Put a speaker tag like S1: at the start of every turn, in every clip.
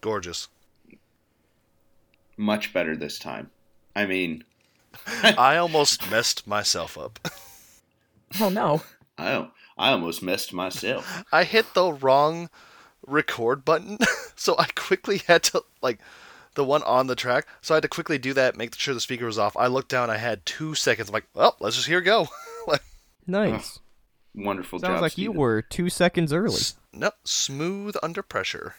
S1: Gorgeous.
S2: Much better this time. I mean,
S1: I almost messed myself up.
S3: Oh no.
S2: I I almost messed myself.
S1: I hit the wrong record button, so I quickly had to like the one on the track. So I had to quickly do that, make sure the speaker was off. I looked down, I had two seconds. I'm like, well, let's just here go. like,
S4: Nice.
S2: Wonderful job.
S4: Sounds like you
S2: Steven.
S4: were two seconds early.
S1: s- no, smooth under pressure.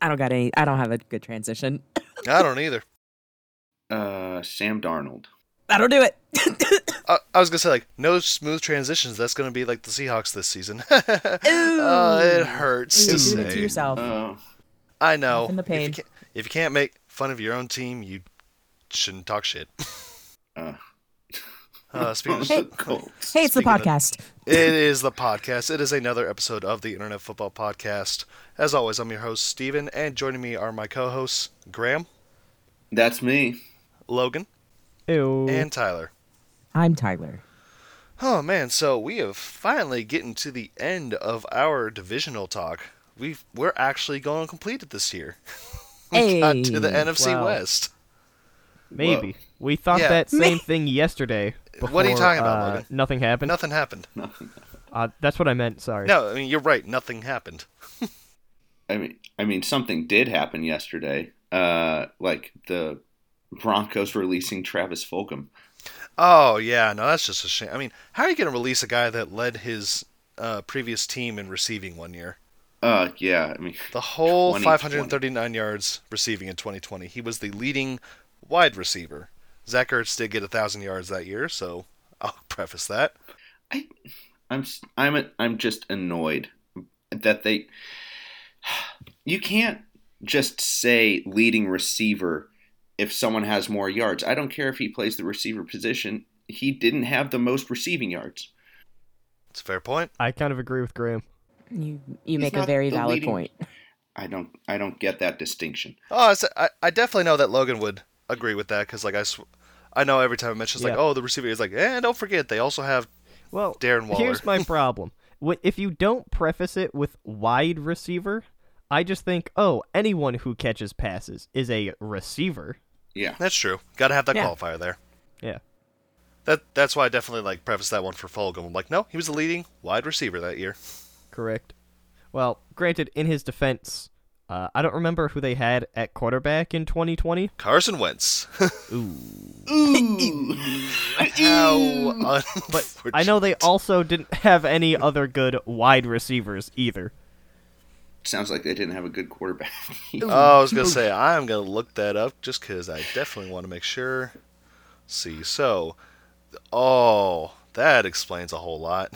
S3: I don't got any. I don't have a good transition.
S1: I don't either.
S2: Uh, Sam Darnold.
S3: I don't do it.
S1: I, I was gonna say like no smooth transitions. That's gonna be like the Seahawks this season. uh, it hurts to
S3: You do it to
S1: say.
S3: yourself.
S2: Oh,
S1: I know.
S3: Laugh in the
S1: If, you
S3: pain.
S1: can't, if you can't make fun of your own team, you shouldn't talk shit.
S2: uh,
S1: Uh, speaking of,
S2: the Colts.
S3: hey, it's the
S1: speaking of-
S3: podcast.
S1: it is the podcast. It is another episode of the Internet Football Podcast. As always, I'm your host Steven, and joining me are my co-hosts Graham,
S2: That's me.
S1: Logan,
S4: Ew.
S1: and Tyler.
S3: I'm Tyler.
S1: Oh man, so we have finally getting to the end of our divisional talk. We've we're actually going to complete it this year. we got to the
S3: Hey,
S1: NFC
S4: wow.
S1: West.
S4: Maybe.
S2: Whoa.
S4: We thought
S1: Yeah.
S4: that same thing yesterday. Before,
S1: What are you talking about,
S4: uh,
S1: Logan?
S4: Nothing happened.
S1: Nothing happened.
S2: Nothing.
S4: Uh, that's what I meant. Sorry.
S1: No, I mean you're right. Nothing happened.
S2: I mean, I mean, something did happen yesterday. Uh, like the Broncos releasing Travis Fulgham.
S1: Oh yeah, no, that's just a shame. I mean, how are you going to release a guy that led his uh, previous team in receiving one year?
S2: Uh, yeah. I mean,
S1: The whole
S2: 2020.
S1: 539 yards receiving in 2020. He was the leading wide receiver. Zach Ertz did get a thousand yards that year, so I'll preface that.
S2: I, I'm, s- I'm, a, I'm just annoyed that they. You can't just say leading receiver if someone has more yards. I don't care if he plays the receiver position. He didn't have the most receiving yards.
S1: It's a fair point.
S4: I kind of agree with Graham.
S3: You you
S2: He's
S3: make a
S2: not
S3: very
S2: the
S3: valid
S2: leading-
S3: point.
S2: I don't, I don't get that distinction.
S1: Oh, it's- I, I definitely know that Logan would agree with that because like I, sw- I know every time I mention it's like
S4: Yeah.
S1: oh the receiver is like and don't forget they also have
S4: Well,
S1: Darren Waller.
S4: here's my problem. Wh- if you don't preface it with wide receiver, I just think, oh, anyone who catches passes is a receiver.
S2: Yeah.
S1: that's true. Got to have that
S3: Yeah.
S1: qualifier there.
S4: Yeah.
S1: That that's why I definitely like preface that one for Fulgham. I'm like no he was the leading wide receiver that year.
S4: Correct. Well, granted, in his defense, uh, I don't remember who they had at quarterback in 2020.
S1: Carson Wentz.
S2: Ooh.
S1: How un-
S4: But I know they also didn't have any other good wide receivers either.
S2: Sounds like they didn't have a good quarterback.
S1: Oh, I was gonna say I'm gonna look that up just because I definitely want to make sure. see, so oh, that explains a whole lot.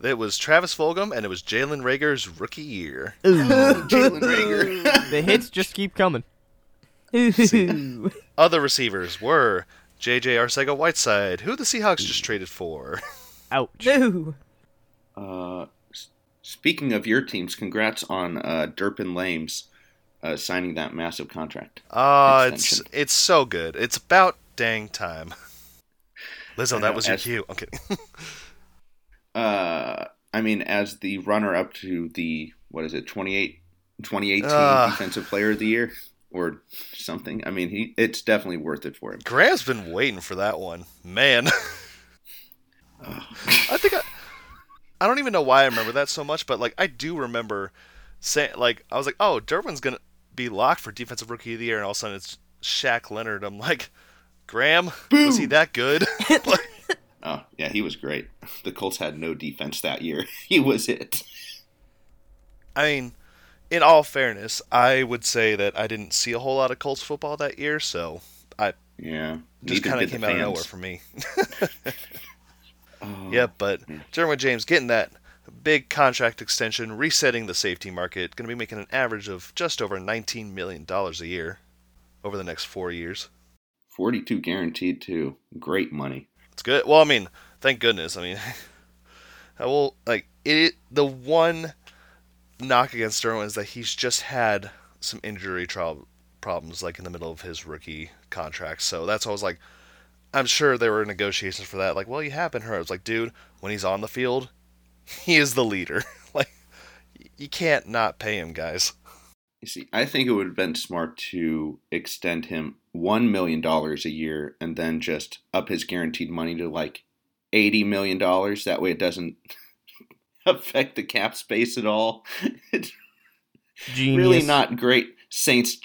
S1: It was Travis Fulgham and it was Jalen Rager's rookie year.
S2: Jalen Rager.
S4: The hits just keep coming.
S3: Ooh.
S1: Other receivers were J.J. Arcega Whiteside, who the Seahawks just traded for.
S4: Ouch.
S3: Ooh.
S2: Uh, s- speaking of your teams, congrats on uh, Durpin Lames uh, signing that massive contract.
S1: Ah, it's
S2: Extension.
S1: it's so good. It's about dang time. Lizzo,
S2: I
S1: that
S2: know,
S1: was your
S2: as-
S1: cue. I'm kidding.
S2: Uh, I mean, as the runner up to the what is it, 28, 2018
S1: Ah.
S2: Defensive Player of the Year or something. I mean, he it's definitely worth it for him.
S1: Graham's been waiting for that one, man. I think I, I don't even know why I remember that so much, but like I do remember saying, like I was like, oh, Derwin's gonna be locked for defensive rookie of the year, and all of a sudden it's Shaq Leonard. I'm like, Graham, was he that good? Like,
S2: Oh yeah, he was great. The Colts had no defense that year. he was it.
S1: I mean, in all fairness, I would say that I didn't see a whole lot of Colts football that year, so I
S2: Yeah,
S1: just
S2: Neither
S1: kind of
S2: did
S1: came
S2: the
S1: out of nowhere
S2: fans.
S1: for me.
S2: Oh.
S1: Yeah, but Derwin James getting that big contract extension, resetting the safety market, going to be making an average of just over $19 million a year over the next four years.
S2: 42 guaranteed too. Great money.
S1: It's good. Well, I mean, thank goodness. I mean, I will, like, it. the one knock against Derwin is that he's just had some injury trou problems, like, in the middle of his rookie contract. So that's why I was like, I'm sure there were negotiations for that. Like, well, you haven't heard. I was like, dude, when he's on the field, he is the leader. like, you can't not pay him, guys.
S2: You see, I think it would have been smart to extend him $1 million a year and then just up his guaranteed money to like $80 million. That way it doesn't affect the cap space at all. It's
S4: Genius.
S2: really not great Saints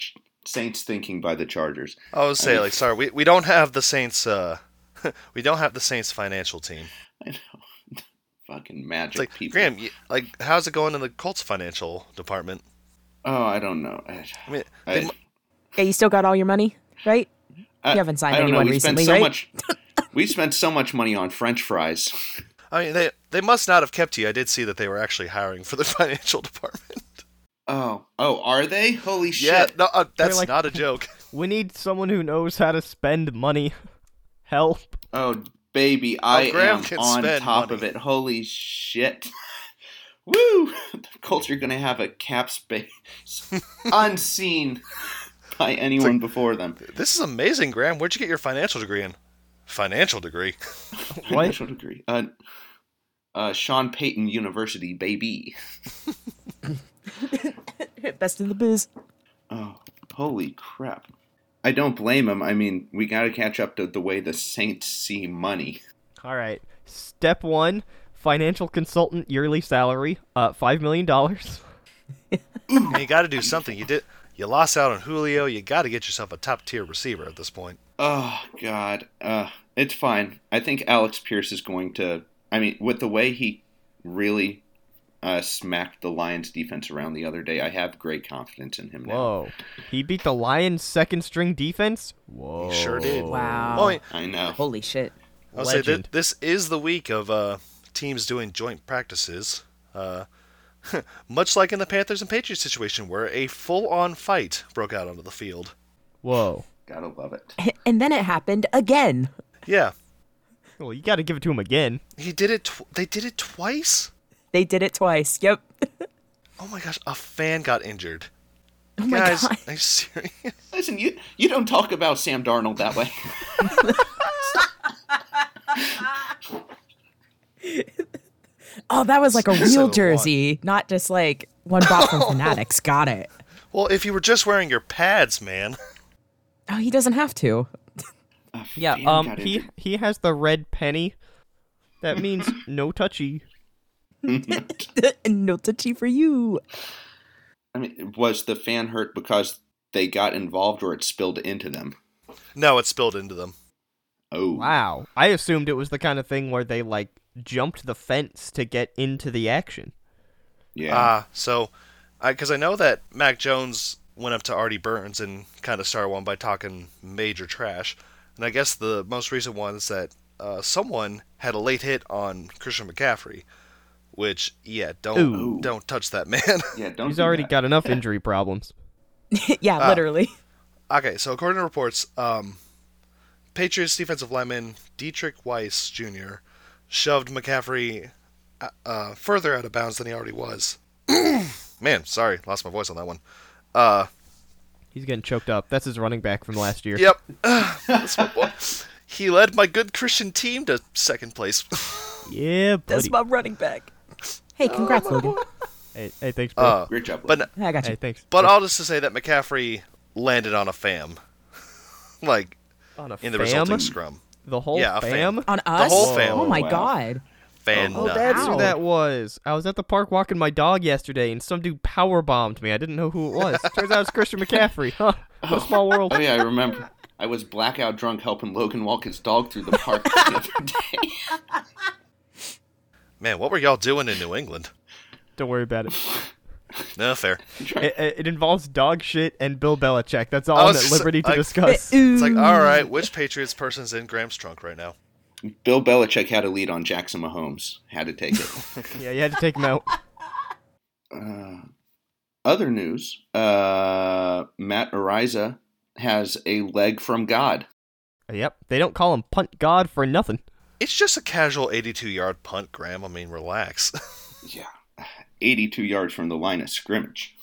S2: Saints thinking by the Chargers.
S1: I would say
S2: mean-
S1: like sorry, we, we don't have the Saints uh we don't have the Saints financial team.
S2: I know. Fucking
S1: It's
S2: magic
S1: like
S2: people.
S1: Graham, you, like how's it going in the Colts financial department?
S2: Oh, I don't know. I,
S1: I mean,
S2: I-
S1: they mu-
S3: Yeah, you still got all your money, right?
S2: I-
S3: you haven't signed
S2: I don't know.
S3: anyone
S2: We spent
S3: recently,
S2: so
S3: right?
S2: much. we spent so much money on French fries.
S1: I mean they they must not have kept you. I did see that they were actually hiring for the financial department.
S2: Oh, oh, are they? Holy shit!
S1: Yeah, no, uh, that's
S4: like-
S1: not a joke.
S4: We need someone who knows how to spend money. Help.
S2: Oh, baby, I
S1: Graham
S2: am
S1: can
S2: on
S1: spend
S2: top
S1: money.
S2: of it. Holy shit! Woo! The Colts are gonna have a cap space unseen by anyone before them.
S1: This is amazing, Graham. Where'd you get your financial degree in? Financial degree.
S4: What?
S2: Financial degree. Uh, uh, Sean Payton University, baby.
S3: Best in the biz.
S2: Oh, holy crap. I don't blame him. I mean, we got to catch up to the way the Saints see money.
S4: All right. Step one: financial consultant yearly salary, uh, five million dollars.
S1: And you got to do something. You did. You lost out on Julio. You got to get yourself a top tier receiver at this point.
S2: Oh, God. Uh, it's fine. I think Alex Pierce is going to. I mean, with the way he really uh, smacked the Lions defense around the other day, I have great confidence in him now.
S4: Whoa. He beat the Lions' second string defense. Whoa.
S1: He sure
S3: Oh.
S1: did.
S3: Wow.
S1: Well, I mean,
S2: I know.
S3: Holy shit.
S1: I'll say
S4: Legend.
S1: that this is the week of uh, teams doing joint practices. Uh, much like in the Panthers and Patriots situation, where a full on fight broke out onto the field.
S4: Whoa.
S2: Gotta love it.
S3: And then it happened again.
S1: Yeah,
S4: Well, you got to give it to him again.
S1: he did it. Tw- they did it twice.
S3: They did it twice. Yep.
S1: Oh my gosh, a fan got injured.
S3: Oh my
S1: Guys,
S3: god.
S1: are you serious?
S2: Listen, you, you don't talk about Sam Darnold that way.
S3: Oh, that was like a
S1: So
S3: real
S1: what?
S3: jersey, not just like one bought from Fanatics. Got it.
S1: Well, if you were just wearing your pads, man.
S3: Oh, he doesn't have to.
S2: A
S4: Yeah.
S2: fan
S4: um.
S2: got
S4: He
S2: injured.
S4: he has the red penny. That means no touchy.
S3: no touchy for you.
S2: I mean, was the fan hurt because they got involved or it spilled into them?
S1: No, it spilled into them.
S2: Oh,
S4: Wow. I assumed it was the kind of thing where they like jumped the fence to get into the action.
S2: yeah.
S4: Uh,
S1: Ah, so, because I, know that Mac Jones went up to Artie Burns and kind of started one by talking major trash, and I guess the most recent one is that uh, someone had a late hit on Christian McCaffrey, which yeah, don't
S4: Ooh.
S1: don't touch that man.
S2: yeah, don't.
S4: He's
S2: do
S4: already
S2: that.
S4: got enough injury problems.
S3: yeah, literally.
S1: okay, so according to reports, um, Patriots defensive lineman Dietrich Weiss Jr. shoved McCaffrey uh, uh, further out of bounds than he already was. man, sorry, lost my voice on that one. Uh,
S4: He's getting choked up. That's his running back from last year.
S1: Yep. That's my boy. He led my good Christian team to second place.
S4: Yeah,
S3: That's
S4: buddy.
S3: my running back. Hey, congrats, Logan.
S4: Hey, hey, thanks, bro.
S1: Uh,
S2: Great job.
S1: but
S2: Lou.
S3: I got you.
S4: hey, thanks.
S1: but all this to say that McCaffrey landed on a fam, like
S4: on a
S1: in the
S4: fam?
S1: resulting scrum.
S4: The whole
S1: Yeah, a fam.
S4: fam?
S3: On us?
S1: whole
S3: Oh
S1: family.
S3: my
S2: Wow.
S3: god.
S1: Fan.
S4: Oh,
S1: nuts.
S4: that's who
S3: Ow.
S4: that was. I was at the park walking my dog yesterday, and some dude power bombed me. I didn't know who it was. Turns out it's Christian McCaffrey. Huh? What a small world.
S2: Oh yeah, I remember. I was blackout drunk helping Logan walk his dog through the park the other day.
S1: man, what were y'all doing in New England?
S4: Don't worry about it.
S1: No fair.
S4: It, it- it involves dog shit and Bill Belichick. That's all
S1: I
S4: I'm
S1: was
S4: at
S1: just-
S4: liberty to
S1: I-
S4: discuss.
S1: It's like
S4: Mm.
S1: all right, which Patriots person's in Graham's trunk right now?
S2: Bill Belichick had a lead on Jackson Mahomes. Had to take it.
S4: yeah, you had to take him out.
S2: Uh, other news: uh, Matt Ariza has a leg from God.
S4: Yep. They don't call him punt god for nothing.
S1: It's just a casual 82-yard punt, Graham. I mean, relax.
S2: Yeah, eighty-two yards from the line of scrimmage.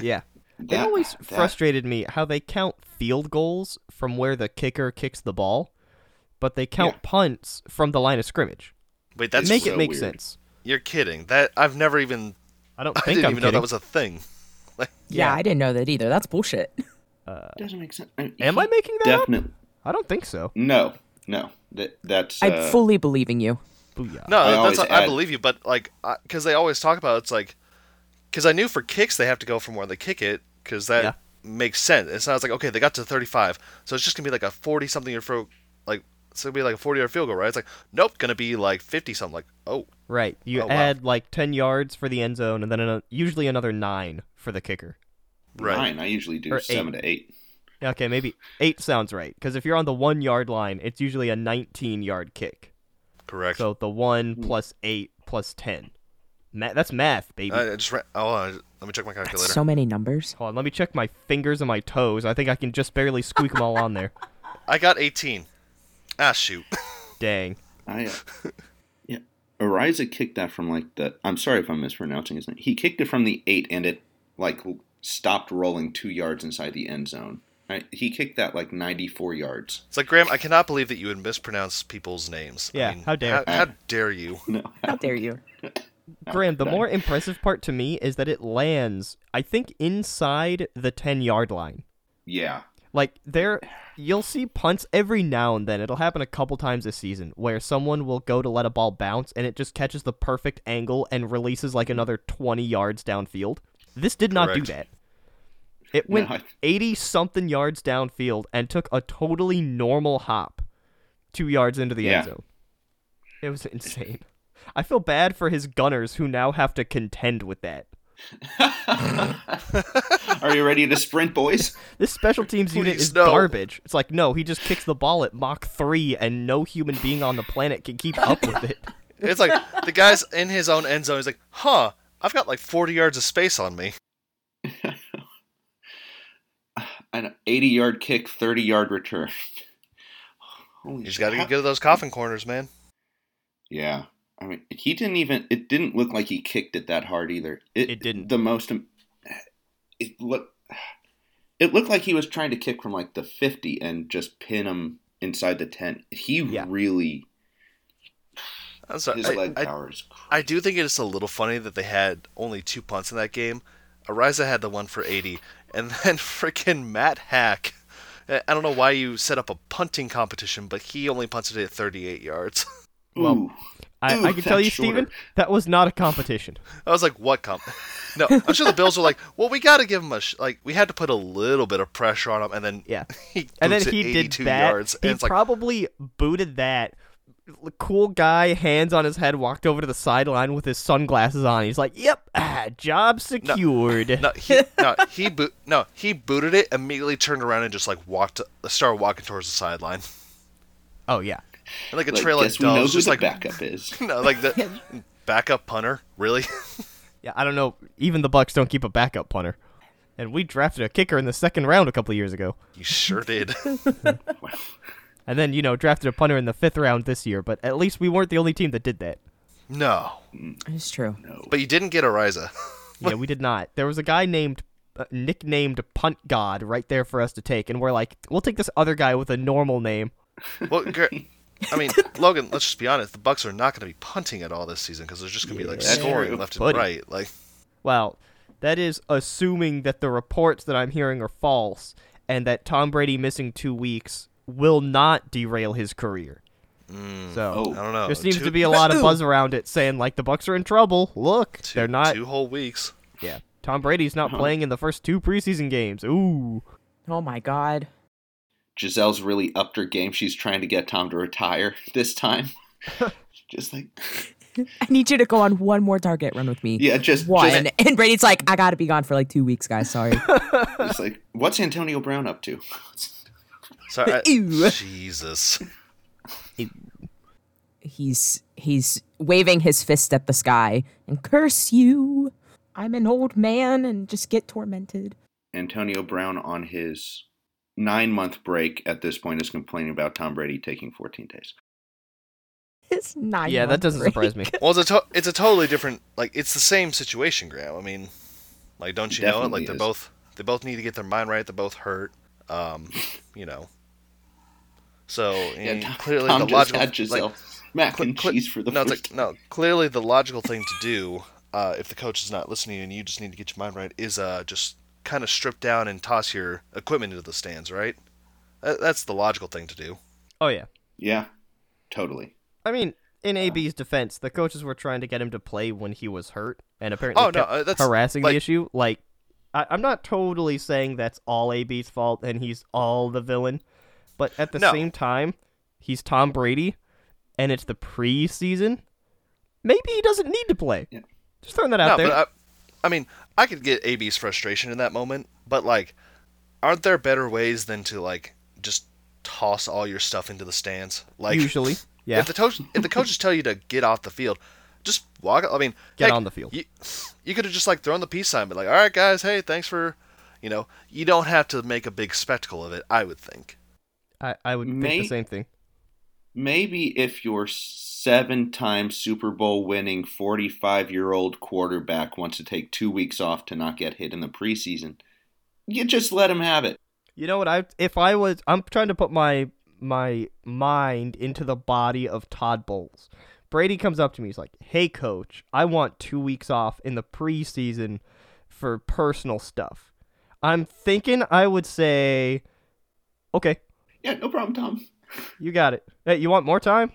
S4: Yeah. It
S2: That-
S4: always
S2: that-
S4: frustrated me how they count field goals from where the kicker kicks the ball, but they count
S2: Yeah.
S4: punts from the line of scrimmage.
S1: Wait, that's
S4: make
S2: so
S4: it make
S2: weird.
S4: sense.
S1: you're kidding. That I've never even
S4: I don't
S1: I
S4: think
S1: didn't
S4: I'm
S1: even know
S4: kidding.
S1: that was a thing. Like,
S3: Yeah,
S4: Yeah.
S3: I didn't know that either. That's bullshit.
S2: Doesn't make sense. I mean,
S4: Am
S2: he
S4: I making that up?
S2: Definitely.
S4: I don't think so.
S2: No, no. That that's. Uh,
S3: I'm fully believing you.
S4: Booyah.
S1: no,
S2: I
S1: that's
S2: always
S1: not, I
S2: add-
S1: believe you, but like, because they always talk about it's like, because I knew for kicks they have to go from where they kick it, because that
S4: Yeah.
S1: makes sense. It's not it's like okay, they got to 35, so it's just gonna be like a 40 something or fro, like it's gonna be like a 40 yard field goal, right? It's like nope, gonna be like 50 something. Like oh,
S4: Right. You
S1: Oh, wow.
S4: add like 10 yards for the end zone and then ano- usually another 9 for the kicker.
S1: right.
S2: Nine. I usually do
S4: Or eight.
S2: seven to eight.
S4: Okay, maybe 8 sounds right because if you're on the 1 yard line, it's usually a 19 yard kick.
S1: Correct.
S4: So the 1 plus 8 plus 10. Ma- that's math, baby.
S1: I I just ran, oh, uh, let me check my
S3: That's
S1: calculator.
S3: so many numbers.
S4: Hold on, let me check my fingers and my toes. I think I can just barely squeak them all on there.
S1: I got 18. Ah shoot.
S4: Dang.
S2: I. Uh, yeah. Ariza kicked that from like the. I'm sorry if I'm mispronouncing his name. He kicked it from the eight, and it like l- stopped rolling two yards inside the end zone. I, he kicked that like 94 yards.
S1: It's like Graham. I cannot believe that you would mispronounce people's names. I
S4: Yeah,
S1: mean,
S4: how dare.
S1: How, how dare you?
S2: No.
S3: How dare you?
S4: Graham, the
S2: dang.
S4: more impressive part to me is that it lands, I think, inside the 10 yard line.
S2: Yeah.
S4: Like there, you'll see punts every now and then. It'll happen a couple times this season where someone will go to let a ball bounce and it just catches the perfect angle and releases like another 20 yards downfield. This did not
S1: Correct.
S4: do that. It went
S2: No.
S4: 80 something yards downfield and took a totally normal hop 2 yards into the end
S2: Yeah.
S4: zone. It was insane. I feel bad for his gunners who now have to contend with that.
S2: Are you ready to sprint, boys?
S4: This special teams unit
S1: Please,
S4: is
S1: no.
S4: garbage. It's like, no, he just kicks the ball at Mach 3, and no human being on the planet can keep up with it.
S1: It's like the guy's in his own end zone. He's like, huh, I've got like 40 yards of space on me.
S2: An 80 yard kick, 30 yard return. Holy
S1: You just
S2: shit.
S1: got to
S2: How-
S1: get good at those coffin corners, man.
S2: Yeah. I mean, he didn't even. It didn't look like he kicked it that hard either.
S4: It didn't.
S2: The most. im- It looked. It looked like he was trying to kick from like the fifty and just pin him inside the tent. He
S4: Yeah.
S2: really
S1: I'm sorry.
S2: his
S1: I,
S2: leg
S1: I,
S2: power is. cr-
S1: I do think it is a little funny that they had only two punts in that game. Ariza had the one for 80, and then freaking Matt Hack. I I don't know why you set up a punting competition, but he only punted it at 38 yards.
S4: well,
S2: Ooh.
S4: I,
S2: Ooh,
S4: I can tell
S2: that's
S4: you,
S2: shorter.
S4: Steven, that was not a competition.
S1: I was like, "What comp?" No, I'm sure the Bills were like, "Well, we got to give him a sh-. like. We had to put a little bit of pressure on him, and then
S4: Yeah.
S1: he
S4: And then
S1: boots it
S4: he did
S1: 82
S4: that.
S1: yards,
S4: he
S1: and it's like,
S4: probably booted that. L- Cool guy, hands on his head, walked over to the sideline with his sunglasses on. He's like, yep, ah, job secured.
S1: no, he no, he boot no, he booted it immediately, turned around, and just like walked, started walking towards the sideline,
S4: Oh, yeah.
S1: and like a
S2: Like,
S1: trail of
S2: guess we know
S1: doves,
S2: who
S1: just
S2: the
S1: like
S2: backup is.
S1: no, like the backup punter, really.
S4: Yeah, I don't know. Even the Bucks don't keep a backup punter. And we drafted a kicker in the second round a couple years ago.
S1: you sure did.
S4: And then, you know, drafted a punter in the fifth round this year, but at least we weren't the only team that did that.
S1: No,
S3: It's true.
S1: but you didn't get Ariza.
S4: Yeah, we did not. There was a guy named, uh, nicknamed Punt God right there for us to take, and we're like, we'll take this other guy with a normal name.
S1: Well, gr- I mean, Logan, let's just be honest. The Bucks are not going to be punting at all this season because there's just going to be like
S2: That's
S1: scoring
S2: true,
S1: left
S4: buddy.
S1: and right. Like,
S4: Well, that is assuming that the reports that I'm hearing are false and that Tom Brady missing two weeks will not derail his career. so
S2: Oh.
S1: I don't know.
S4: There seems
S1: Mm. Two-
S4: to be a lot of buzz around it saying like the Bucks are in trouble. Look,
S1: two-
S4: they're not.
S1: two whole weeks.
S4: Yeah, Tom Brady's not playing in the first two preseason games. Ooh,
S3: Oh my god.
S2: Giselle's really upped her game. She's trying to get Tom to retire this time. just like
S3: I need you to go on one more target run with me.
S2: yeah, just
S3: One.
S2: Just,
S3: and Brady's like, I gotta be gone for like two weeks, guys. Sorry.
S2: just like what's Antonio Brown up to?
S1: Sorry. I-
S3: Ew.
S1: Jesus.
S3: he's he's waving his fist at the sky and curse you. I'm an old man and just get tormented.
S2: Antonio Brown on his nine month break at this point is complaining about Tom Brady taking 14 days.
S3: It's nine.
S4: yeah, that
S3: month
S4: doesn't
S3: break.
S4: surprise me.
S1: Well, it's a to- it's a totally different. Like it's the same situation, Graham. I mean, like don't you know it?
S2: Definitely
S1: Like they're
S2: is.
S1: both they both need to get their mind right. They're both hurt. Um, you know. So
S2: Yeah,
S1: and
S2: Tom,
S1: clearly
S2: Tom
S1: the
S2: just
S1: logical
S2: had Giselle
S1: like,
S2: mac
S1: cle-
S2: and
S1: cle-
S2: cheese for the
S1: no, it's
S2: first
S1: like, no. Clearly the logical thing to do uh, if the coach is not listening and you just need to get your mind right, is uh, just kind of strip down and toss your equipment into the stands, right? That, that's the logical thing to do.
S4: Oh yeah.
S2: Yeah, totally.
S4: I mean, in AB's defense, the coaches were trying to get him to play when he was hurt, and apparently
S1: Oh, no,
S4: kept
S1: uh, that's,
S4: harassing
S1: like-
S4: the issue. Like, I- I'm not totally saying that's all AB's fault and he's all the villain, but at the
S1: No.
S4: same time, he's Tom Brady, and it's the preseason. Maybe he doesn't need to play.
S2: Yeah.
S4: Just throwing that
S1: no,
S4: out there.
S1: but I, I mean, I could get AB's frustration in that moment, but like, aren't there better ways than to like just toss all your stuff into the stands? Like,
S4: Usually, yeah.
S1: If the coach, if the coaches tell you to get off the field, just walk. I mean,
S4: Get
S1: heck,
S4: on the field.
S1: You, you could have just like thrown the peace sign, but like, all right, guys, hey, thanks for, you know, you don't have to make a big spectacle of it. I would think.
S4: I, I would think
S2: May-
S4: the same thing.
S2: Maybe if your seven time Super Bowl winning 45 year old quarterback wants to take two weeks off to not get hit in the preseason, you just let him have it.
S4: You know what? I if I was, I'm trying to put my my mind into the body of Todd Bowles. Brady comes up to me. He's like, "Hey, coach, I want two weeks off in the preseason for personal stuff." I'm thinking I would say, "Okay,
S2: Yeah, no problem, Tom.
S4: you got it. Hey, you want more time?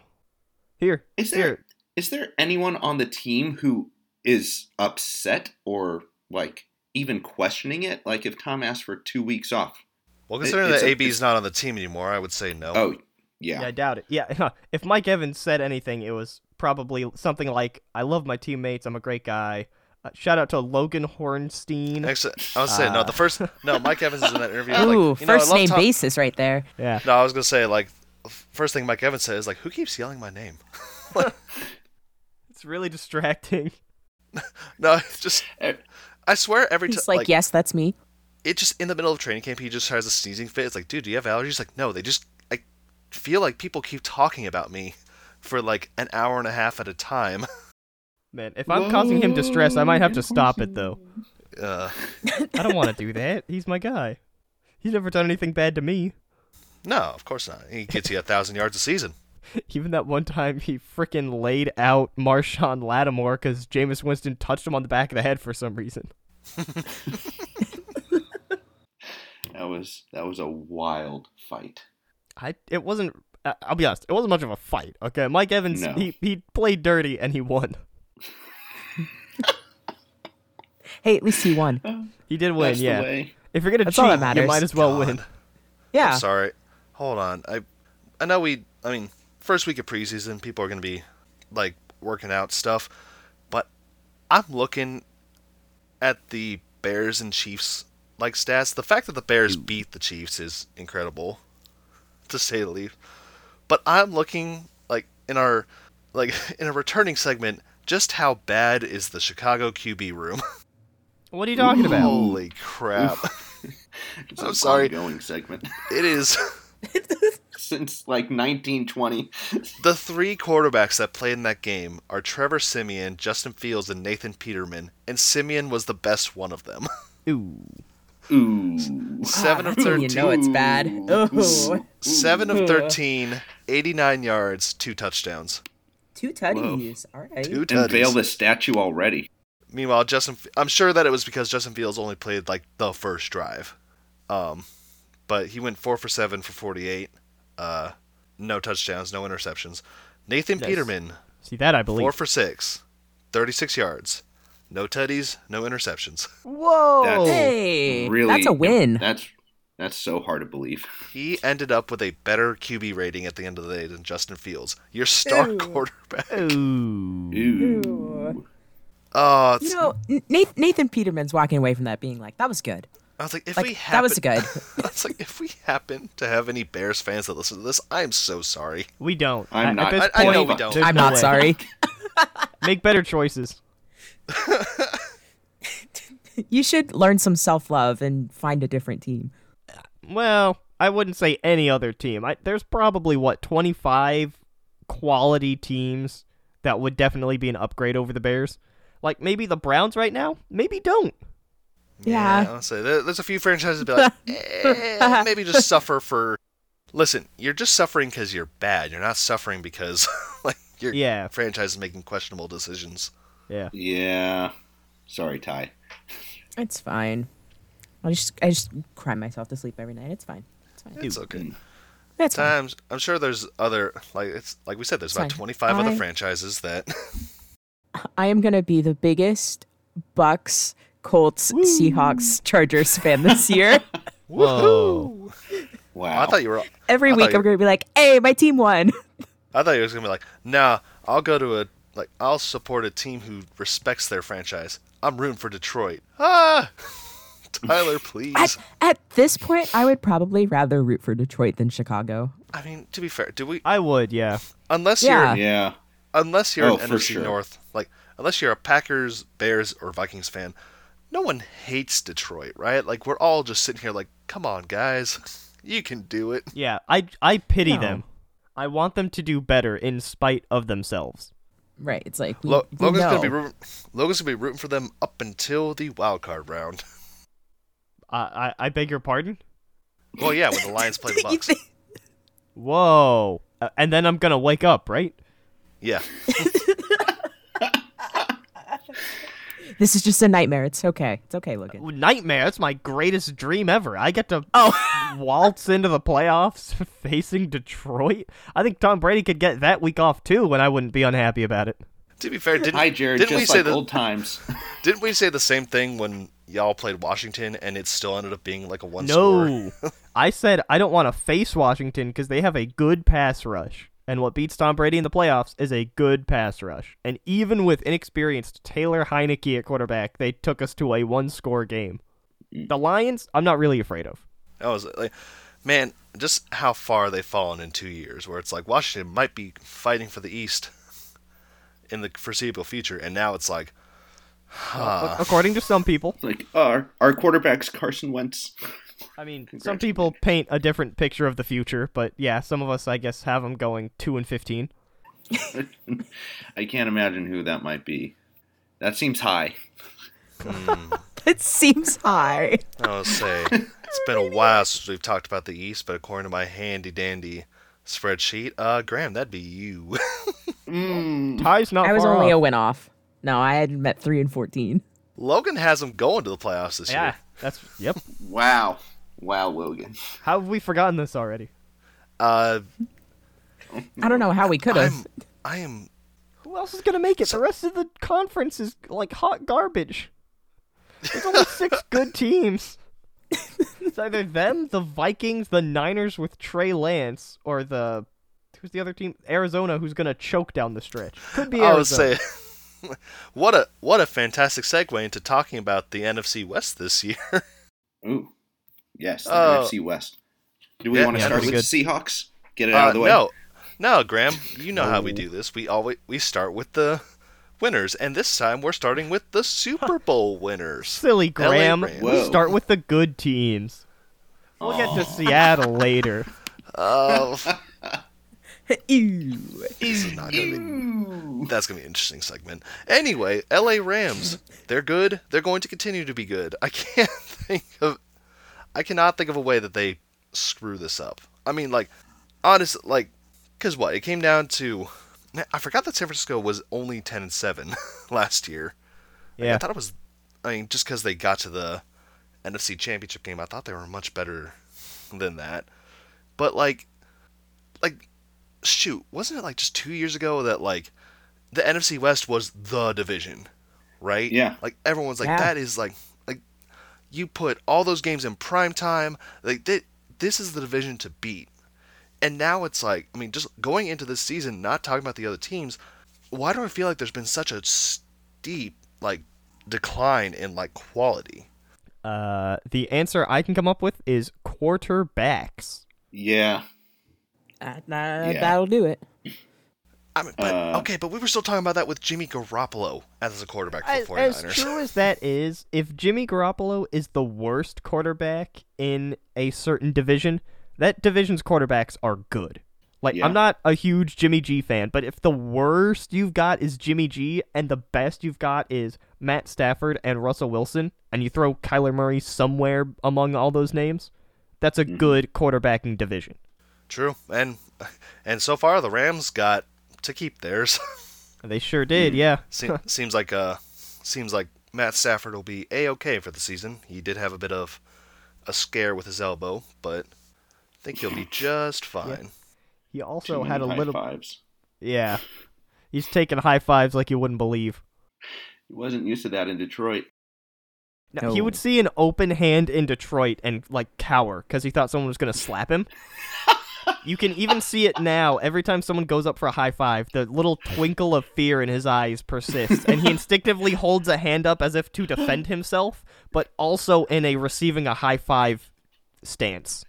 S4: Here,
S2: Is
S4: here.
S2: there is there anyone on the team who is upset or like even questioning it? Like if Tom asked for two weeks off.
S1: Well,
S2: It-
S1: considering
S2: it's
S1: that
S2: a-
S1: AB's not on the team anymore, I would say no.
S2: Oh, yeah.
S4: I doubt it. Yeah, if Mike Evans said anything, it was probably something like, "I love my teammates. I'm a great guy." Uh, shout out to Logan Hornstein.
S1: Actually, I was saying no.
S4: Uh.
S1: The first no, Mike Evans is in that interview. like,
S3: Ooh,
S1: you know, I
S3: first
S1: love
S3: name
S1: Tom-
S3: basis right there.
S4: Yeah.
S1: No, I was gonna say like, f- first thing Mike Evans said is like, who keeps yelling my name?
S4: It's really distracting.
S1: No, it's just
S2: Eh,
S1: I swear every time
S3: He's like, yes, that's me.
S1: it just in the middle of training camp he just has a sneezing fit. It's like, dude, do you have allergies? Like, no, they just I feel like people keep talking about me for like an hour and a half at a time.
S4: Man, if I'm causing him distress, I might have to stop it though.
S1: Uh,
S4: I don't want to do that. He's my guy. He's never done anything bad to me.
S1: no, of course not. He gets you a thousand yards a season.
S4: Even that one time he frickin' laid out Marshawn Lattimore because Jameis Winston touched him on the back of the head for some reason.
S2: That was that was a wild fight.
S4: I it wasn't. I- I'll be honest. It wasn't much of a fight. Okay, Mike Evans
S2: No.
S4: he he played dirty and he won.
S3: Hey, at least he won.
S4: He did win.
S2: That's
S4: yeah.
S2: the way.
S4: If you're gonna
S3: That's all
S4: cheat,
S3: that
S4: you
S3: matters.
S4: might as well
S1: God.
S4: win.
S3: Yeah.
S1: Sorry. Hold on. I I know we I mean, first week of preseason people are going to be like working out stuff, but I'm looking at the Bears and Chiefs like stats. The fact that the Bears beat the Chiefs is incredible to say the least. But I'm looking like in our like in a returning segment just how bad is the Chicago QB room?
S4: What are you talking about?
S1: Holy crap.
S2: It's
S1: I'm
S2: an
S1: sorry.
S2: Ongoing segment
S1: it is
S2: since like 1920.
S1: The three quarterbacks that played in that game are Trevor Simeon, Justin Fields, and Nathan Peterman, and Simeon was the best one of them.
S4: Ooh.
S2: Ooh.
S1: seven of
S3: Ah,
S1: thirteen.
S3: You know it's bad. Oh,
S1: Seven of 13, 89 yards, two touchdowns.
S3: two tutties. All right.
S1: Two
S2: And veil
S1: touchdowns.
S2: the statue already.
S1: Meanwhile, Justin, I'm sure that it was because Justin Fields only played like the first drive, um, but he went four for seven for 48, uh, no touchdowns, no interceptions. Nathan
S4: Nice.
S1: Peterman,
S4: See that I
S1: four
S4: believe.
S1: for six, 36 yards, no tutties, no interceptions.
S4: Whoa.
S2: That's-
S3: Hey,
S2: Really?
S3: that's a win.
S2: That's that's so hard to believe.
S1: He ended up with a better QB rating at the end of the day than Justin Fields, your star quarterback.
S4: Ooh.
S2: Ooh.
S1: Oh, it's-
S3: You know, N- Nath- Nathan Peterman's walking away from that being like, that was good.
S1: I was like, if
S3: Like,
S1: we
S3: that
S1: happen,
S3: was good.
S1: I was like, if we happen to have any Bears fans that listen to this, I'm so sorry.
S4: We don't.
S2: I'm
S4: At-
S2: not-
S4: At this
S1: I- I know
S4: point,
S1: we don't.
S4: there's
S3: I'm
S4: no
S3: not
S4: way.
S3: sorry.
S4: Make better choices.
S3: You should learn some self love and find a different team.
S4: Well, I wouldn't say any other team. I, there's probably what 25 quality teams that would definitely be an upgrade over the Bears. Like maybe the Browns right now. Maybe don't.
S3: Yeah.
S1: I'll say there, there's a few franchises that be like, eh, maybe just suffer for. Listen, you're just suffering because you're bad. You're not suffering because like your
S4: Yeah.
S1: franchise is making questionable decisions.
S4: Yeah.
S2: Yeah. Sorry, Ty.
S3: It's fine. I just I just cry myself to sleep every night. It's fine. It's fine.
S1: It's okay.
S3: That's fine.
S1: Times I'm sure there's other like it's like we said there's about
S3: Fine.
S1: 25 other
S3: I-
S1: franchises that
S3: Uh, I am gonna be the biggest Bucks, Colts, Seahawks, Chargers fan this year.
S4: Whoa.
S2: Wow.
S1: I thought you were
S3: Every
S1: I thought
S3: week
S1: you-
S3: I'm gonna be like, "Hey, my team won."
S1: I thought you was going to be like, "Nah, I'll go to a like I'll support a team who respects their franchise. I'm rooting for Detroit." Ah! Tyler, please.
S3: At, at this point, I would probably rather root for Detroit than Chicago.
S1: I mean, to be fair, do we
S4: I would, yeah.
S1: unless
S3: Yeah.
S1: you're
S2: yeah.
S1: unless you're
S2: Oh,
S1: an
S2: for
S1: NFC
S2: sure.
S1: North, like unless you're a Packers, Bears, or Vikings fan, no one hates Detroit, right? Like we're all just sitting here like, "Come on, guys. You can do it."
S4: Yeah, I I pity
S3: No.
S4: them. I want them to do better in spite of themselves.
S3: Right? It's like we,
S1: Lo-
S3: we
S1: Logan's
S3: know.
S1: going to be rooting, Logan's going to be rooting for them up until the wild card round.
S4: I I, I beg your pardon.
S1: Well, yeah, when the Lions play the
S3: You
S1: Bucks.
S3: think-
S4: Whoa. Uh, and then I'm gonna wake up, right?
S1: Yeah.
S3: this is just a nightmare. It's okay. It's okay, Logan.
S4: Nightmare. That's my greatest dream ever. I get to
S3: Oh,
S4: waltz into the playoffs facing Detroit. I think Tom Brady could get that week off too, and I wouldn't be unhappy about it.
S1: To be fair, didn't,
S2: Hi, Jared.
S1: didn't
S2: just
S1: we
S2: like
S1: say the,
S2: old times.
S1: didn't we say the same thing when y'all played Washington and it still ended up being like a one score?
S4: No, I said I don't want to face Washington because they have a good pass rush, and what beats Tom Brady in the playoffs is a good pass rush. And even with inexperienced Taylor Heineke at quarterback, they took us to a one-score game. The Lions, I'm not really afraid of.
S1: I was like, man, just how far they've fallen in two years, where it's like Washington might be fighting for the East in the foreseeable future, and now it's like,
S4: Ac- According to some people,
S2: like our our quarterback's Carson Wentz.
S4: I mean, some people paint a different picture of the future, but yeah, some of us, I guess, have them going two and fifteen.
S2: I can't imagine who that might be. That seems high.
S3: it seems high.
S1: I was say, it's been a while since we've talked about the East, but according to my handy dandy spreadsheet, uh, Graham, that'd be you. Mm.
S4: Ty's not.
S3: I was
S4: far
S3: only
S4: off.
S3: a win off. No, I had met three and fourteen.
S1: Logan has them going to the playoffs this
S4: Yeah,
S1: year.
S4: that's yep.
S2: Wow. Wow, Logan.
S4: How have we forgotten this already?
S1: Uh,
S3: I don't know how we could have.
S1: I'm, I am
S4: Who else is gonna make it? The rest of the conference is like hot garbage. There's only six good teams. It's either them, the Vikings, the Niners with Trey Lance, or the who's the other team? Arizona, who's gonna choke down the stretch. Could be
S1: I would
S4: Arizona.
S1: say, what a what a fantastic segue into talking about the NFC West this year.
S2: Ooh. Yes, the
S1: Oh.
S2: NFC West. Do we
S1: Yeah,
S2: want to
S1: yeah,
S2: start
S1: that'd
S2: with
S4: be
S2: the Seahawks? Get it out
S1: Uh,
S2: of the way.
S1: No, no, Graham, you know how we do this. We always we start with the winners, and this time we're starting with the Super Bowl winners.
S4: Silly
S1: LA
S4: Graham.
S1: Rams.
S4: We
S2: Whoa.
S4: start with the good teams. We'll get to Seattle later.
S1: Oh,
S3: Ew.
S1: this is not gonna be. That's gonna be an interesting segment. Anyway, L.A. Rams. They're good. They're going to continue to be good. I can't think of. I cannot think of a way that they screw this up. I mean, like, honest, like, cause what? It came down to. Man, I forgot that San Francisco was only ten and seven last year. Like,
S4: Yeah.
S1: I thought it was. I mean, just because they got to the NFC Championship game, I thought they were much better than that. But like, like, shoot, wasn't it like just two years ago that like the NFC West was the division, right?
S2: Yeah.
S1: Like everyone's like
S3: Yeah.
S1: that is like like you put all those games in prime time. Like thi- this is the division to beat. And now it's like, I mean, just going into this season, not talking about the other teams, why do I feel like there's been such a steep like decline in like quality?
S4: Uh, the answer I can come up with is quarterbacks.
S2: Yeah.
S3: Uh, nah, That'll do it.
S1: I mean, but
S2: Uh,
S1: okay, but we were still talking about that with Jimmy Garoppolo as a quarterback for
S4: as,
S1: 49ers.
S4: as true as that is, if Jimmy Garoppolo is the worst quarterback in a certain division, that division's quarterbacks are good. Like
S2: Yeah.
S4: I'm not a huge Jimmy G fan, but if the worst you've got is Jimmy G and the best you've got is Matt Stafford and Russell Wilson, and you throw Kyler Murray somewhere among all those names, that's
S2: Mm-hmm.
S4: a good quarterbacking division.
S1: True, and and so far the Rams got to keep theirs.
S4: They sure did,
S2: Mm.
S4: yeah.
S1: Se- seems like uh, seems like Matt Stafford will be a okay for the season. He did have a bit of a scare with his elbow, but I think he'll be just fine.
S4: He
S2: Too
S4: also
S2: many
S4: had a
S2: high
S4: little
S2: fives.
S4: Yeah. He's taking high fives like you wouldn't believe.
S2: He wasn't used to that in Detroit.
S4: Now, He
S3: No.
S4: would see an open hand in Detroit and like cower because he thought someone was gonna slap him. you can even see it now. Every time someone goes up for a high five, the little twinkle of fear in his eyes persists, and he instinctively holds a hand up as if to defend himself, but also in a receiving a high five stance.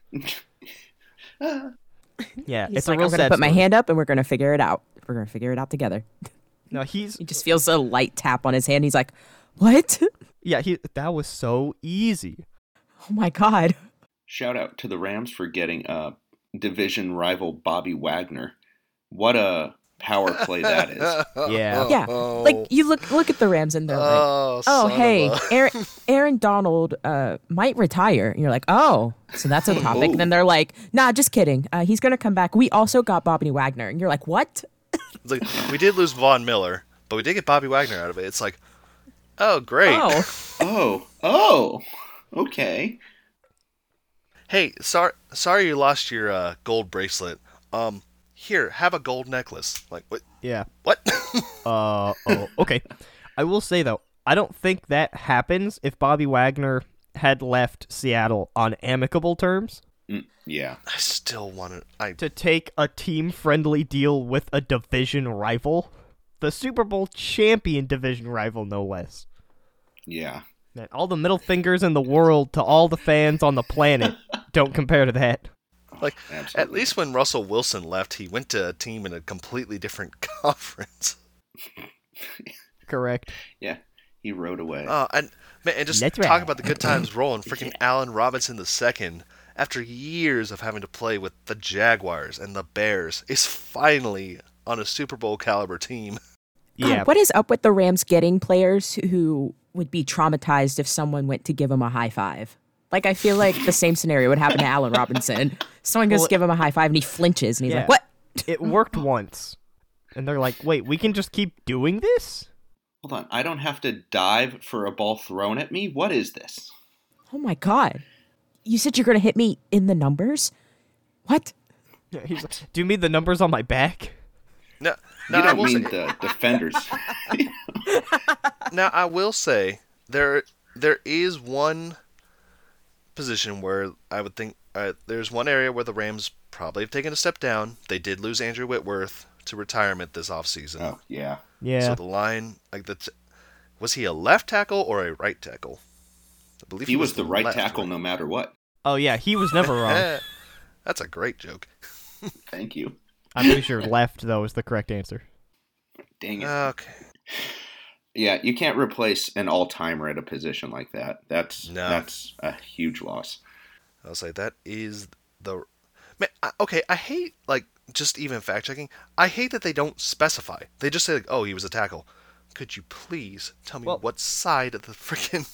S4: Yeah,
S3: He's
S4: it's
S3: like,
S4: a real
S3: I'm gonna
S4: sad
S3: put my
S4: story.
S3: hand up and we're gonna figure it out. We're gonna figure it out together.
S4: No, he's
S3: He just feels a light tap on his hand. He's like, "What? Oh
S4: yeah, he that was so easy.
S3: my god!"
S2: Shout out to the Rams for getting uh, division rival Bobby Wagner. What a power play that is.
S4: Yeah.
S3: Yeah,
S1: Oh.
S3: like you look look at the Rams and they're like,
S1: Oh,
S3: "Oh
S1: son of
S3: hey,
S1: a-
S3: Aaron Aaron Donald uh, might retire," and you're like, "Oh, so that's a topic." And then they're like, "Nah, just kidding. Uh, he's gonna come back. We also got Bobby Wagner," and you're like, "What?"
S1: It's like we did lose Von Miller, but we did get Bobby Wagner out of it. It's like, oh great.
S3: Oh,
S2: Oh, oh, okay.
S1: Hey, sorry, sorry you lost your uh, gold bracelet. Um, here, have a gold necklace. Like what?
S4: Yeah.
S1: What?
S4: Uh oh. Okay. I will say though, I don't think that happens if Bobby Wagner had left Seattle on amicable terms
S2: Mm, yeah.
S1: I still want to. I
S4: to take a team friendly deal with a division rival, the Super Bowl champion division rival no less.
S2: Yeah.
S4: Man, all the middle fingers in the world to all the fans on the planet don't compare to that.
S1: like at
S2: Oh, Absolutely.
S1: least when Russell Wilson left, he went to a team in a completely different conference.
S4: Correct.
S2: Yeah. He rode away.
S1: Uh, and man, and just
S4: That's
S1: talk
S4: right.
S1: about the good times rolling. Freaking Allen Robinson II, after years of having to play with the Jaguars and the Bears, is finally on a Super Bowl caliber team.
S3: God,
S4: Yeah.
S3: what is up with the Rams getting players who would be traumatized if someone went to give him a high five? Like I feel like the same scenario would happen to Allen Robinson. Someone goes
S4: Well,
S3: to give him a high five and he flinches and he's
S4: yeah.
S3: like, "What?"
S4: it worked once. And they're like, wait, we can just keep doing this?
S2: Hold on. I don't have to dive for a ball thrown at me. What is this?
S3: Oh my god! You said you're gonna hit me in the numbers. What?
S4: Yeah, he's like, do you mean the numbers on my back?
S1: No,
S2: You
S1: no, I
S2: don't
S1: will
S2: mean
S1: say,
S2: the defenders.
S1: now I will say there there is one position where I would think uh, there's one area where the Rams probably have taken a step down. They did lose Andrew Whitworth to retirement this offseason.
S2: oh, yeah.
S4: Yeah.
S1: So the line, like the, t- was he a left tackle or a right tackle? I believe
S2: He was the right
S1: left,
S2: tackle Uh.
S1: right?
S2: no matter what.
S4: Oh yeah, he was never wrong.
S1: Eh, that's a great joke.
S2: Thank you.
S4: I'm pretty sure left though is the correct answer.
S2: Dang it.
S1: Okay.
S2: Yeah, you can't replace an all-timer at a position like that. That's
S1: No.
S2: that's a huge loss.
S1: I was like, that is the. Man, I, okay, I hate like just even fact checking. I hate that they don't specify. They just say like, "Oh, he was a tackle." Could you please tell me
S4: Well-
S1: what side of the freaking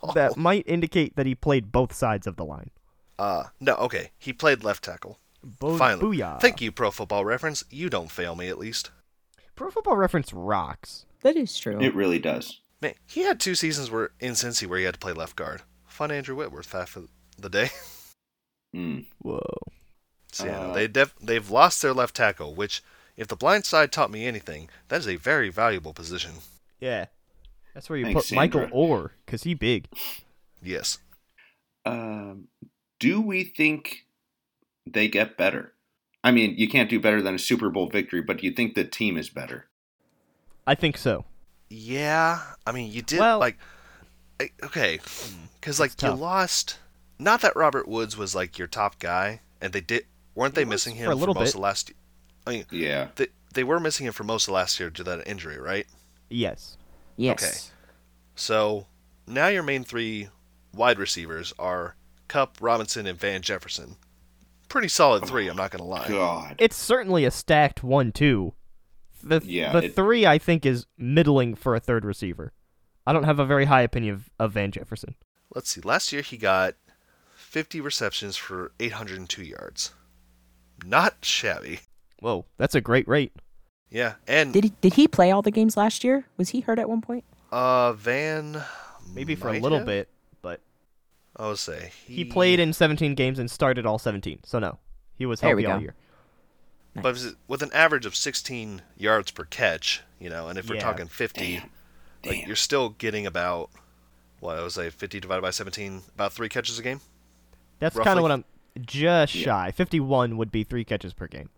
S1: ball?
S4: That might indicate that he played both sides of the line.
S1: Uh, no, okay, he played left tackle.
S4: Bo-
S1: Finally,
S4: booyah.
S1: thank you, Pro Football Reference. You don't fail me at least.
S4: Pro Football Reference rocks.
S3: That is true.
S2: It really does.
S1: Man, he had two seasons where in Cincy where he had to play left guard. Fun Andrew Whitworth half of the day.
S2: Mm.
S4: Whoa.
S1: So, yeah, no,
S2: Uh,
S1: they def- they've lost their left tackle, which, if the blind side taught me anything, that is a very valuable position.
S4: Yeah. That's where you
S2: Thanks,
S4: put Michael
S2: Sandra.
S4: Orr because he big.
S1: Yes.
S2: Um, do we think they get better? I mean, you can't do better than a Super Bowl victory, but do you think the team is better?
S4: I think so.
S1: Yeah, I mean, you did
S4: Well- Hmm,
S1: like, I- okay, because like you
S4: tough.
S1: lost. Not that Robert Woods was like your top guy, and they did weren't they
S4: was
S1: missing
S4: for
S1: him
S4: a little
S1: most
S4: bit.
S1: of last? y- I mean,
S2: Yeah.
S1: they they were missing him for most of last year due to that injury, right?
S4: Yes.
S3: yes.
S1: So now your main three wide receivers are Cup, Robinson, and Van Jefferson. Pretty solid three, I'm not gonna lie.
S2: God.
S4: It's certainly a stacked one two. The
S2: Yeah,
S4: the
S2: it-
S4: three I think is middling for a third receiver. I don't have a very high opinion of, of Van Jefferson.
S1: Let's see. Last year he got 50 receptions for 802 yards. Not shabby.
S4: Whoa, that's a great rate.
S1: Yeah, and
S3: Did he did he play all the games last year? Was he hurt at one point?
S1: uh, Van.
S4: Maybe for a
S1: might
S4: little
S1: have?
S4: bit, but
S1: I would say
S4: he played in 17 games and started all 17. So no, he was
S3: There we
S4: healthy all
S3: go.
S4: year.
S1: but with an average of 16 yards per catch, you know, and if we're
S4: Yeah.
S1: talking 50, like you're still getting about what I would say 50 divided by 17, about three catches a game.
S4: That's
S1: Roughly.
S4: kind of what I'm just shy. 51 would be three catches per game.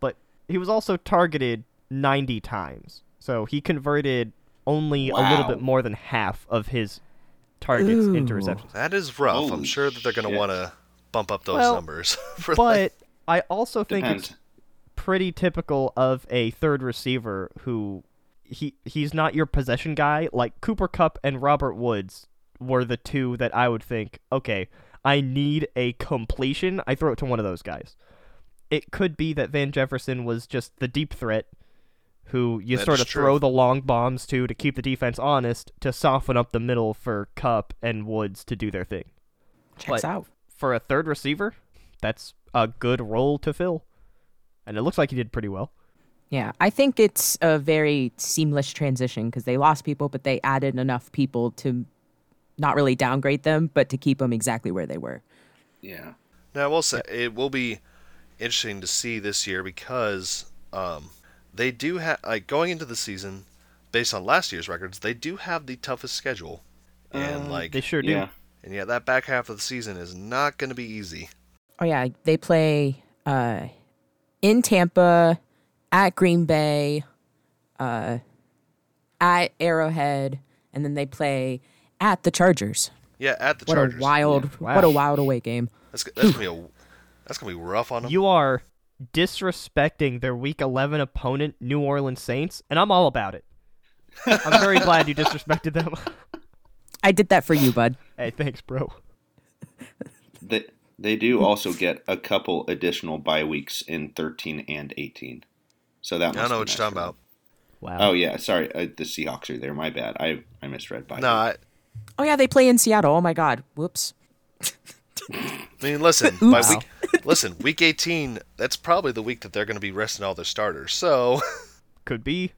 S4: But he was also targeted 90 times. So he converted only a little
S2: Wow.
S4: bit more than half of his targets into
S3: Ooh.
S4: receptions.
S1: That is rough. I'm
S2: Holy
S1: sure that they're going to
S2: shit.
S1: want to bump up those
S4: Well,
S1: numbers. For
S4: But I also think it's
S2: Depends.
S4: pretty typical of a third receiver who he he's not your possession guy. Like Cooper Cup and Robert Woods were the two that I would think, okay, I need a completion. I throw it to one of those guys. It could be that Van Jefferson was just the deep threat who you
S1: That
S4: sort
S1: is
S4: of
S1: true.
S4: throw the long bombs to to keep the defense honest to soften up the middle for Cup and Woods to do their thing.
S3: Checks
S4: But-
S3: out.
S4: For a third receiver, that's a good role to fill. And it looks like he did pretty well.
S3: Yeah, I think it's a very seamless transition because they lost people, but they added enough people to not really downgrade them, but to keep them exactly where they were.
S2: Yeah.
S1: Now, I will say it will be interesting to see this year because um, they do have like going into the season, based on last year's records, they do have the toughest schedule, and like
S4: Uh, They sure do.
S2: Yeah.
S1: and yeah, that back half of the season is not going to be easy.
S3: Oh yeah, they play uh, in Tampa, at Green Bay, uh, at Arrowhead, and then they play at the Chargers.
S1: Yeah, at the
S3: What
S1: Chargers,
S3: a wild,
S4: Wow.
S3: what a wild away game.
S1: that's, that's gonna be a that's gonna be rough on them.
S4: You are disrespecting their Week 11 opponent, New Orleans Saints, and I'm all about it. I'm very glad you disrespected them.
S3: I did that for you, bud.
S4: hey, thanks, bro.
S2: They they do also get a couple additional bye weeks in 13 and 18. So that
S1: I
S2: must
S1: don't know
S2: be
S1: what
S2: nice
S1: you're talking
S2: for them.
S1: about.
S4: Wow.
S2: Oh yeah, sorry. Uh, the Seahawks are there. My bad. I I misread by.
S1: No, I,
S3: Oh yeah, they play in Seattle. Oh my God. Whoops.
S1: I mean, listen, by
S3: Oops.
S1: week, listen, week 18, that's probably the week that they're going to be resting all their starters. So,
S4: Could be.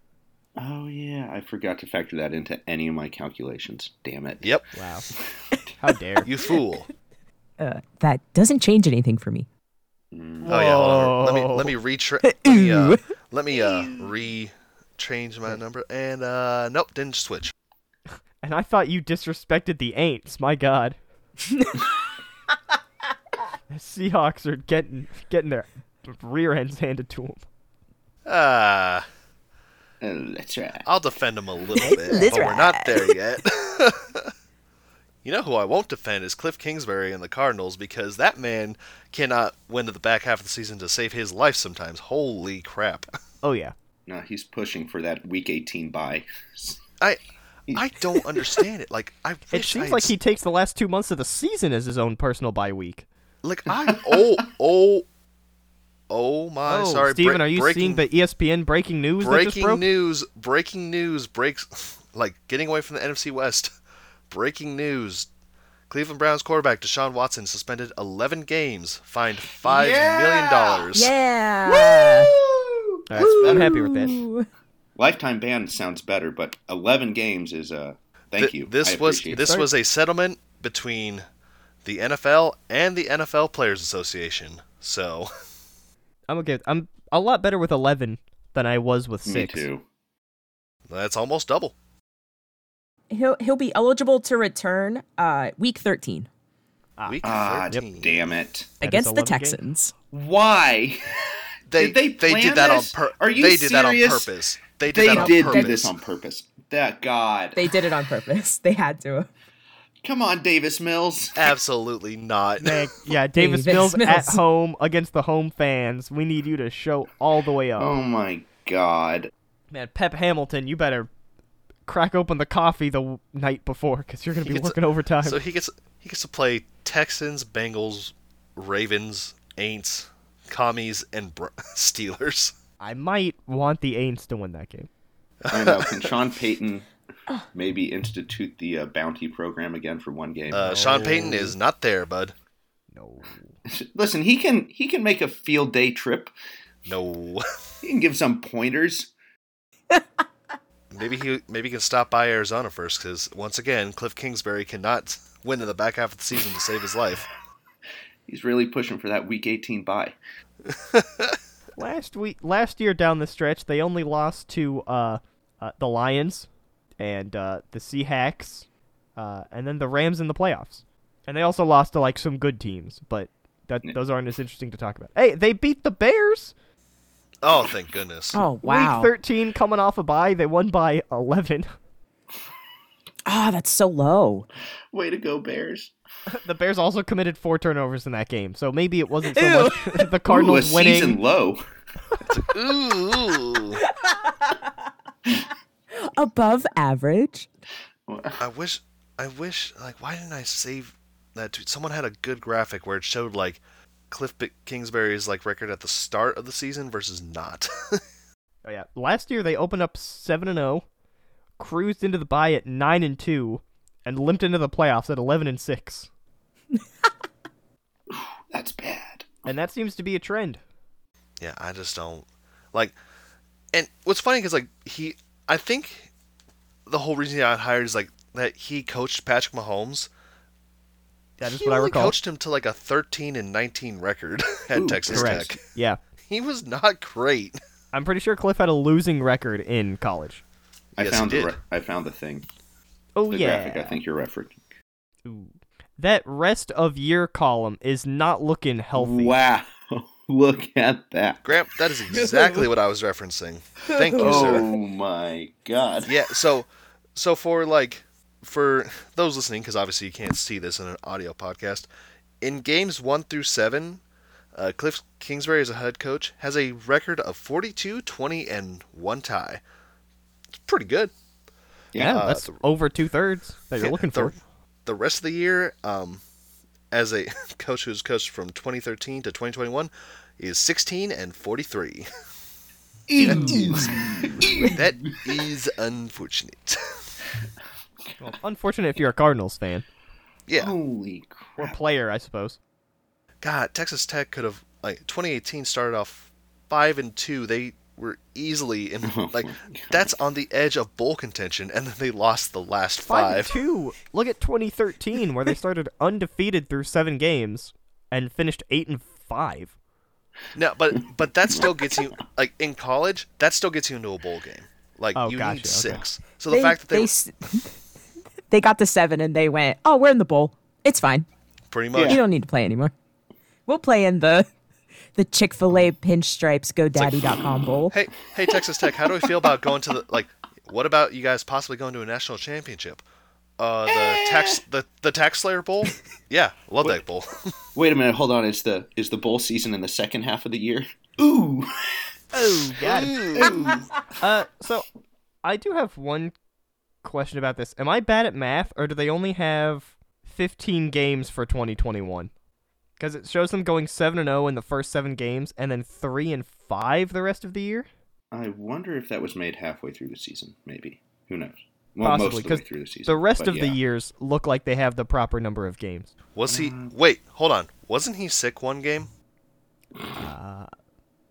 S2: Oh yeah, I forgot to factor that into any of my calculations. Damn it.
S1: yep,
S4: Wow. How dare.
S1: you fool.
S3: Uh, That doesn't change anything for me.
S1: Oh yeah, hold on. Let me
S4: Whoa.
S1: let me retra- let me, uh, let me uh, re change my number and uh nope, didn't switch.
S4: And I thought you disrespected the Aints. My God. the Seahawks are getting getting their rear ends handed to them.
S1: Ah,
S2: Uh, that's right.
S1: I'll defend him a little bit,
S3: That's
S1: but we're not there yet. you know who I won't defend is Cliff Kingsbury and the Cardinals because that man cannot win to the back half of the season to save his life sometimes. Holy crap.
S4: Oh yeah.
S2: No, he's pushing for that week 18 bye.
S1: I I don't understand it. Like I
S4: It
S1: wish I
S4: seems
S1: had
S4: like he takes the last two months of the season as his own personal bye week.
S1: Like I oh oh oh my
S4: oh,
S1: sorry
S4: Steven,
S1: bre-
S4: are you
S1: breaking,
S4: seeing the E ESPN breaking news that just
S1: breaking
S4: broke?
S1: news breaking news breaks like getting away from the NFC West breaking news Cleveland Browns quarterback Deshaun Watson suspended 11 games fined five million dollars
S3: Yeah.
S4: All right, I'm happy with that.
S2: Lifetime ban sounds better, but 11 games is Uh, thank
S1: Th-
S2: you. I
S1: this was
S2: appreciate
S1: this
S2: that.
S1: was a settlement between the NFL and the NFL Players Association so
S4: I'm okay. with- I'm a lot better with 11 than I was with
S2: me
S4: six.
S2: too.
S1: that's almost double
S3: He'll he'll be eligible to return uh, week 13
S4: Ah.
S1: week
S2: Ah,
S1: 13
S2: damn it.
S4: That is
S3: against the
S4: 11 games.
S3: Texans.
S2: Why?
S1: They
S2: Did they plan
S1: did that
S2: this?
S1: on pur-
S2: Are you
S1: they did that on
S2: serious?
S1: purpose. They did
S2: They
S1: that on
S2: did
S1: purpose.
S2: do this on purpose. That God.
S3: They did it on purpose. They had to.
S2: Come on, Davis Mills.
S1: Absolutely not.
S4: Man, yeah, Davis,
S3: Davis
S4: Mills, at
S3: Mills.
S4: home against the home fans. We need you to show all the way up.
S1: Mm.
S2: Oh my God.
S4: Man, Pep Hamilton, you better crack open the coffee the w- night before because you're going to
S1: He
S4: be
S1: gets-
S4: working overtime.
S1: So he gets he gets to play Texans, Bengals, Ravens, Aints, Commies, and Br- Steelers.
S4: I might want the Aints to win that game.
S2: I know. Can Sean Payton maybe institute the uh, bounty program again for one game?
S1: Uh, Sean Payton is not there, bud.
S4: No.
S2: Listen, he can he can make a field day trip.
S1: No.
S2: You can give some pointers.
S1: maybe he maybe he can stop by Arizona first because once again, Cliff Kingsbury cannot win in the back half of the season to save his life.
S2: He's really pushing for that week 18 bye.
S4: Last week, last year down the stretch, they only lost to uh, uh, the Lions and uh, the Seahawks, uh, and then the Rams in the playoffs. And they also lost to like some good teams, but that
S2: Yeah.
S4: those aren't as interesting to talk about. Hey, they beat the Bears.
S1: Oh, thank goodness.
S3: Oh wow.
S4: Week 13 coming off a bye, they won by 11.
S3: Ah, that's so low.
S2: Way to go, Bears.
S4: the Bears also committed four turnovers in that game, so maybe it wasn't so
S3: Ew.
S4: much the
S2: Ooh, a
S4: Cardinals winning.
S2: season low.
S1: Ooh.
S3: Above average.
S1: I wish, I wish, like, why didn't I save that tweet? Someone had a good graphic where it showed, like, Cliff B- Kingsbury's, like, record at the start of the season versus not.
S4: Oh yeah. Last year they opened up 7 and 0, cruised into the bye at 9 and 2, and limped into the playoffs at 11 and 6.
S2: That's bad.
S4: And that seems to be a trend.
S1: yeah, I just don't, like, and what's funny because, like, he, I think the whole reason he got hired is, like, that he coached Patrick Mahomes.
S4: That is
S1: he
S4: what I
S1: only
S4: recall.
S1: coached him to, like, a 13 and 19 record at
S2: Ooh,
S1: Texas
S4: Correct.
S1: Tech.
S4: Yeah.
S1: He was not great.
S4: I'm pretty sure Cliff had a losing record in college.
S2: I
S1: Yes,
S2: found
S1: he
S2: the
S1: did.
S2: re- I found the thing.
S4: Oh
S2: The
S4: yeah.
S2: graphic I think you're referencing.
S4: Ooh. That rest of year column is not looking healthy.
S2: Wow. Look at that.
S1: Grant, that is exactly what I was referencing. Thank you, sir.
S2: Oh my god.
S1: yeah so so for like for those listening because obviously you can't see this in an audio podcast in games one through seven uh, cliff kingsbury as a head coach has a record of 42 20 and one tie it's pretty good
S4: Yeah,
S1: Uh,
S4: that's
S1: the-
S4: over two thirds that you're
S1: Yeah,
S4: looking
S1: the,
S4: for.
S1: the rest of the year um, as a coach who's coached from 2013 to 2021 is 16 and 43 that is unfortunate
S4: Well, unfortunate if you're a Cardinals fan
S1: yeah
S2: Holy
S4: or
S2: crap.
S4: player, I suppose.
S1: God, Texas Tech could have like 2018 started off five and two. They were easily in
S2: Oh
S1: like
S2: my
S1: that's on the edge of bowl contention, and then they lost the last
S4: Five,
S1: five.
S4: two. Look at 2013, where they started undefeated through seven games and finished eight and five.
S1: No, but but that still gets you like in college. That still gets you into a bowl game. Like
S4: Oh,
S1: you
S4: gotcha,
S1: need
S4: okay.
S1: six. So the fact that they,
S3: they,
S1: were-
S3: s- they got the seven and they went, oh, we're in the bowl. It's fine.
S1: pretty much
S3: You don't need to play anymore. We'll play in the the Chick Fil A pinstripes GoDaddy.com bowl.
S1: hey hey Texas Tech, how do we feel about going to the like? What about you guys possibly going to a national championship? Uh, the
S4: Eh.
S1: tax the the tax slayer bowl. Yeah, love that bowl.
S2: Wait a minute, hold on. Is the is the bowl season in the second half of the year? Ooh.
S4: Oh God.
S2: Ooh.
S4: uh, so I do have one question about this. Am I bad at math, or do they only have 15 games for 2021? Because it shows them going seven and zero in the first seven games, and then three and five the rest of the year.
S2: I wonder if that was made halfway through the season, maybe. Who knows? Well, most
S4: Possibly
S2: of the way
S4: 'cause
S2: through the season.
S4: The rest
S2: but
S4: of the
S2: yeah.
S4: years look like they have the proper number of games.
S1: Was he?
S4: Mm.
S1: Wait, hold on. Wasn't he sick one game?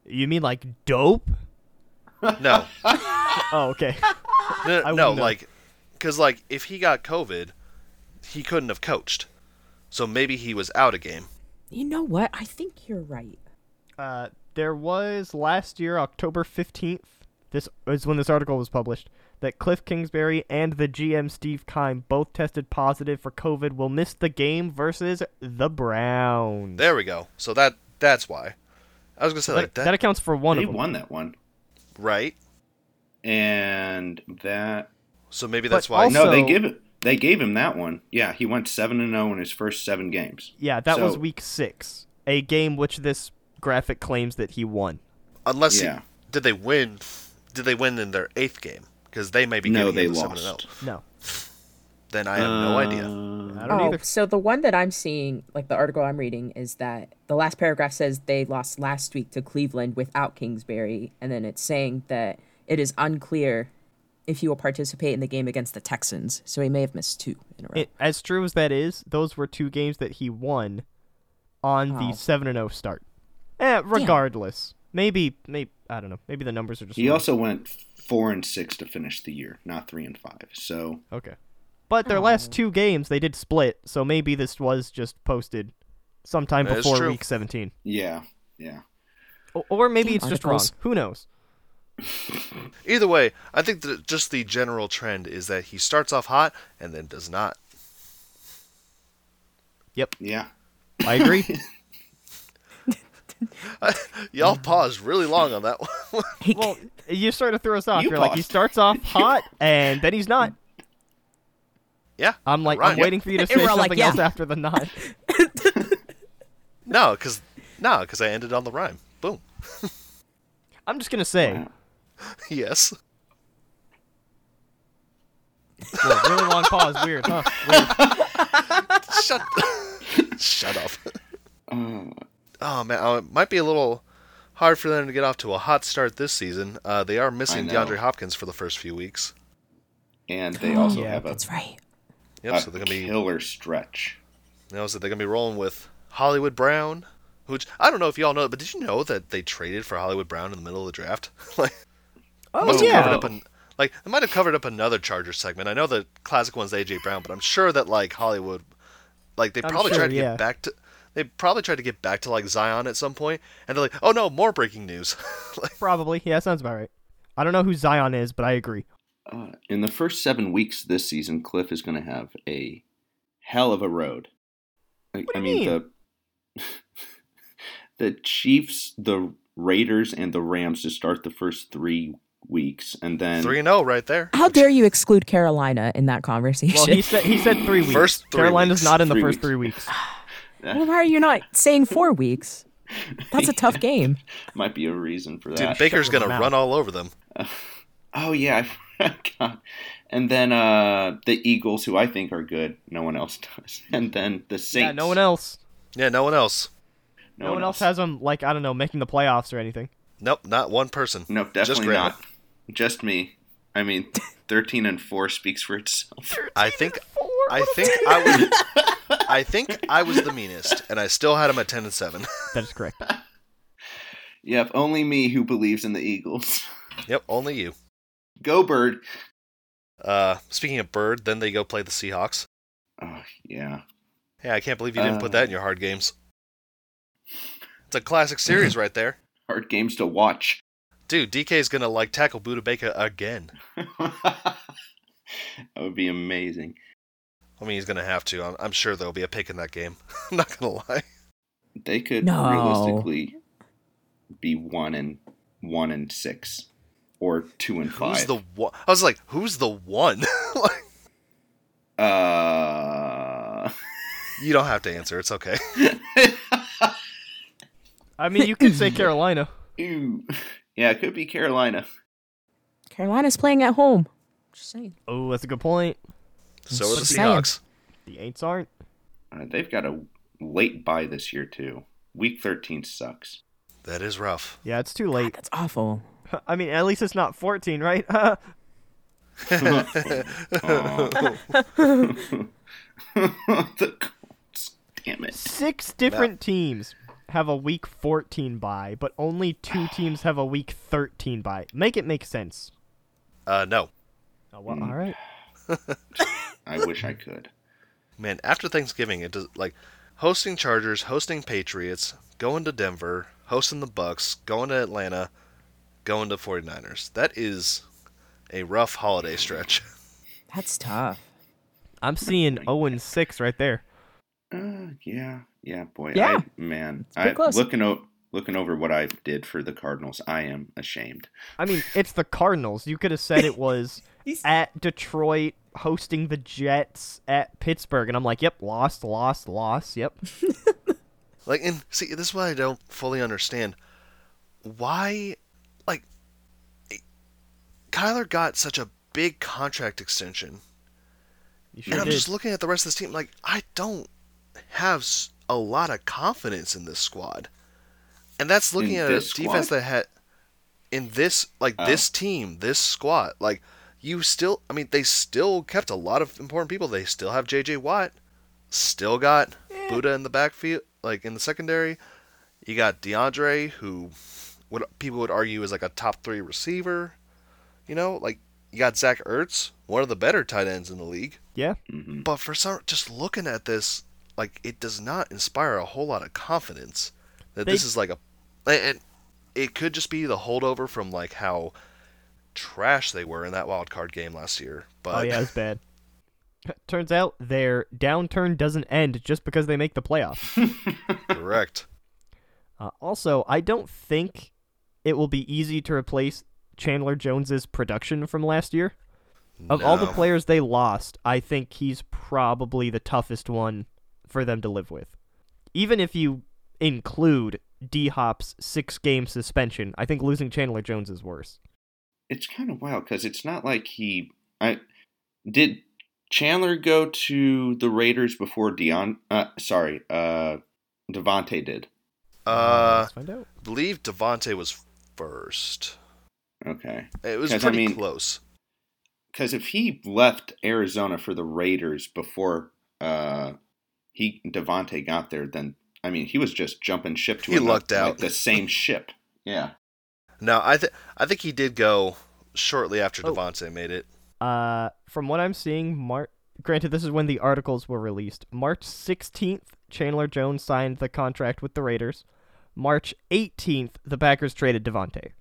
S4: You mean like dope?
S1: No, no,
S4: Oh, okay.
S1: no,
S4: wouldn't
S1: no
S4: know.
S1: like, because like if he got COVID, he couldn't have coached. So maybe he was out a game.
S3: You know what? I think you're right.
S4: Uh, there was last year, October 15th, this is when this article was published, that Cliff Kingsbury and the GM Steve Kime both tested positive for COVID will miss the game versus the Browns.
S1: There we go. So that that's why. I was gonna say
S4: that,
S1: like that,
S4: that accounts for one
S2: They
S4: of them.
S2: won that one.
S1: right?
S2: And that
S1: So maybe
S4: But
S1: that's why.
S4: also-
S2: No, they give it they gave him that one. Yeah, he went 7 and 0 in his first 7 games.
S4: Yeah, that was
S2: So-
S4: week six, a game which this graphic claims that he won.
S1: unless
S2: Yeah.
S1: he, did they win? Did they win in their eighth game? Because they may be
S2: No,
S1: getting
S2: they
S1: into 7
S2: lost.
S1: 0. oh.
S4: No,
S1: Then I have no idea.
S2: Uh,
S4: I don't
S3: Oh,
S4: either.
S3: so the one that I'm seeing, like the article I'm reading, is that the last paragraph says they lost last week to Cleveland without Kingsbury, and then it's saying that it is unclear if he will participate in the game against the Texans. So he may have missed two in a row.
S4: It, as true as that is, those were two games that he won on
S3: Oh.
S4: the 7 and 0 start. Eh, regardless. Maybe, maybe I don't know. Maybe the numbers are just.
S2: He
S4: wrong.
S2: also went four and six to finish the year, not three and five. So
S4: Okay. But
S3: Oh.
S4: their last two games they did split, so maybe this was just posted sometime
S1: That is
S4: before
S1: true.
S4: week 17.
S2: yeah, yeah.
S4: O- Or maybe it's just wrong.
S3: Articles.
S4: Who knows?
S1: Either way, I think that just the general trend is that he starts off hot and then does not.
S2: Yeah.
S4: I agree.
S1: Y'all
S4: Mm.
S1: paused really long on that one.
S3: He,
S4: well, you sort of threw us off.
S2: You
S4: You are like he
S2: paused.
S4: starts off hot and then he's not.
S1: yeah.
S4: I'm like
S1: Right.
S4: I'm waiting for you to
S3: And
S4: say
S3: we're all
S4: something
S3: like, yeah.
S4: else after the not.
S1: No, because no, because I ended on the rhyme. Boom.
S4: I'm just gonna say,
S2: Wow.
S1: yes.
S4: well, really long pause. Weird. Huh? Weird.
S1: Shut. Shut up.
S2: Uh.
S1: Oh man, oh, it might be a little hard for them to get off to a hot start this season. Uh, they are missing
S2: I know.
S1: DeAndre Hopkins for the first few weeks.
S2: And they also
S4: Oh, Yeah,
S2: have a,
S3: that's right.
S1: Yep.
S2: a
S1: so they're gonna be
S2: killer stretch.
S1: You know, so they're gonna be rolling with Hollywood Brown, which I don't know if y'all know, but did you know that they traded for Hollywood Brown in the middle of the draft? like,
S4: Oh
S1: must have covered
S4: yeah.
S1: up an, like they might have covered up another Charger segment. I know the classic one's AJ Brown, but I'm sure that like Hollywood, like they
S4: I'm
S1: probably
S4: sure,
S1: tried to
S4: yeah.
S1: get back to. They probably tried to get back to like Zion at some point, and they're like, "Oh no, more breaking news!" like,
S4: Probably. Yeah, sounds about right. I don't know who Zion is, but I agree.
S2: Uh, in the first seven weeks this season, Cliff is going to have a hell of a road. I,
S4: What do
S2: I
S4: you
S2: mean, the the Chiefs, the Raiders, and the Rams to start the first three weeks, and then
S1: three and zero right there.
S3: How dare you exclude Carolina in that conversation?
S4: Well, he said he said three weeks.
S1: First three
S4: Carolina's
S1: weeks.
S4: not in the
S2: Three
S4: first
S2: weeks.
S4: three weeks.
S3: Well, why are you not saying four weeks? That's a tough game.
S2: might be a reason for that.
S1: Dude, Baker's
S4: shut
S1: gonna
S4: them
S1: run all over them.
S2: Oh yeah, I forgot. And then uh, the Eagles, who I think are good, no one else does. And then the Saints.
S4: Yeah, no one else.
S1: Yeah, no one else.
S4: No, one else has them. Like I don't know, making the playoffs or anything.
S1: Nope, not one person.
S2: Nope,
S1: Just
S2: definitely
S1: grab
S2: not. Just me. I mean, thirteen and four speaks for itself.
S1: it. I think I think I was I think I was the meanest, and I still had him at ten and seven.
S4: That is correct.
S2: Yep, only me who believes in the Eagles.
S1: yep, only you.
S2: Go Bird.
S1: Uh, speaking of Bird, then they go play the Seahawks.
S2: Oh yeah.
S1: Yeah, I can't believe you didn't put
S2: Uh.
S1: that in your hard games. It's a classic series right there,
S2: Hard games to watch.
S1: dude. DK's gonna like tackle Buda Baker again.
S2: that would be amazing.
S1: I mean, he's gonna have to. I'm, I'm sure there'll be a pick in that game. I'm not gonna lie.
S2: They could
S3: No.
S2: realistically be one and one and six. Or two and five.
S1: Who's the one? I was like, who's the one? like,
S2: Uh,
S1: you don't have to answer. It's okay.
S4: I mean, you could say Carolina.
S2: ew. Yeah, it could be Carolina.
S3: Carolina's playing at home. Just saying.
S4: Oh, that's a good point.
S1: So are the
S3: Just saying.
S1: Seahawks.
S4: The Aints aren't.
S2: Uh, they've got a late bye this year too. Week thirteen sucks.
S1: That is rough.
S4: Yeah, it's too late.
S3: Ah, That's awful.
S4: I mean, at least it's not 14, right?
S2: the Colts. Damn it.
S4: Six different teams have a week 14 bye, but only two teams have a week 13 bye. Make it make sense.
S1: Uh, no.
S4: Oh,
S1: Hmm.
S4: well, all right.
S2: I wish I could.
S1: man after thanksgiving it does like hosting chargers hosting patriots going to denver hosting the bucks going to atlanta going to 49ers that is a rough holiday stretch
S3: That's tough.
S4: I'm seeing 0 and 6 right there.
S2: Uh, yeah, yeah, boy.
S3: Yeah.
S2: I, man,
S3: pretty
S2: I,
S3: close.
S2: looking o- looking over what I did for the Cardinals, I am ashamed.
S4: I mean, it's the Cardinals. You could have said it was
S3: He's-
S4: at Detroit hosting the Jets at Pittsburgh, and I'm like, yep, lost, lost, lost. Yep.
S1: like and see this is what i don't fully understand why like it- kyler got such a big contract extension
S4: You
S1: and
S4: sure
S1: i'm
S4: did.
S1: just looking at the rest of this team like i don't have s- a lot of confidence in this squad and that's looking
S2: In
S1: at a
S2: this
S1: defense
S2: squad?
S1: that had in this like
S2: Oh.
S1: this team this squad like you still i mean they still kept a lot of important people they still have jj watt still got buddha in the backfield like in the secondary you got deandre who what people would argue is like a top three receiver. You know, like you got Zach Ertz, one of the better tight ends in the league.
S4: Yeah. Oh,
S1: But for some, just looking at this, like it does not inspire a whole lot of confidence that
S4: They-
S1: this is like a, and it could just be the holdover from like how trash they were in that wild card game last year. But
S4: Oh yeah, it's bad. Turns out their downturn doesn't end just because they make the playoffs.
S1: correct.
S4: Uh, also, I don't think it will be easy to replace Chandler Jones's production from last year. Of all the
S1: No.
S4: players they lost, I think he's probably the toughest one for them to live with. Even if you include D Hop's six game suspension, I think losing Chandler Jones is worse.
S2: It's kind of wild because it's not like he. I did Chandler go to the Raiders before Deion. Uh, sorry, uh, Devontae did.
S1: Uh,
S4: Let's find out.
S1: I believe Devontae was first.
S2: Okay,
S1: It was
S2: 'Cause,
S1: pretty
S2: I mean-
S1: close.
S2: because if he left Arizona for the Raiders before uh, he Devontae got there, then I mean he was just jumping ship to
S1: He
S2: another-
S1: lucked out.
S2: like, the same ship. Yeah.
S1: No, I think I think he did go shortly after
S4: Oh.
S1: Devontae made it.
S4: Uh, from what I'm seeing, Mar- granted, this is when the articles were released. March 16th, Chandler Jones signed the contract with the Raiders. March 18th, the Packers traded Devontae.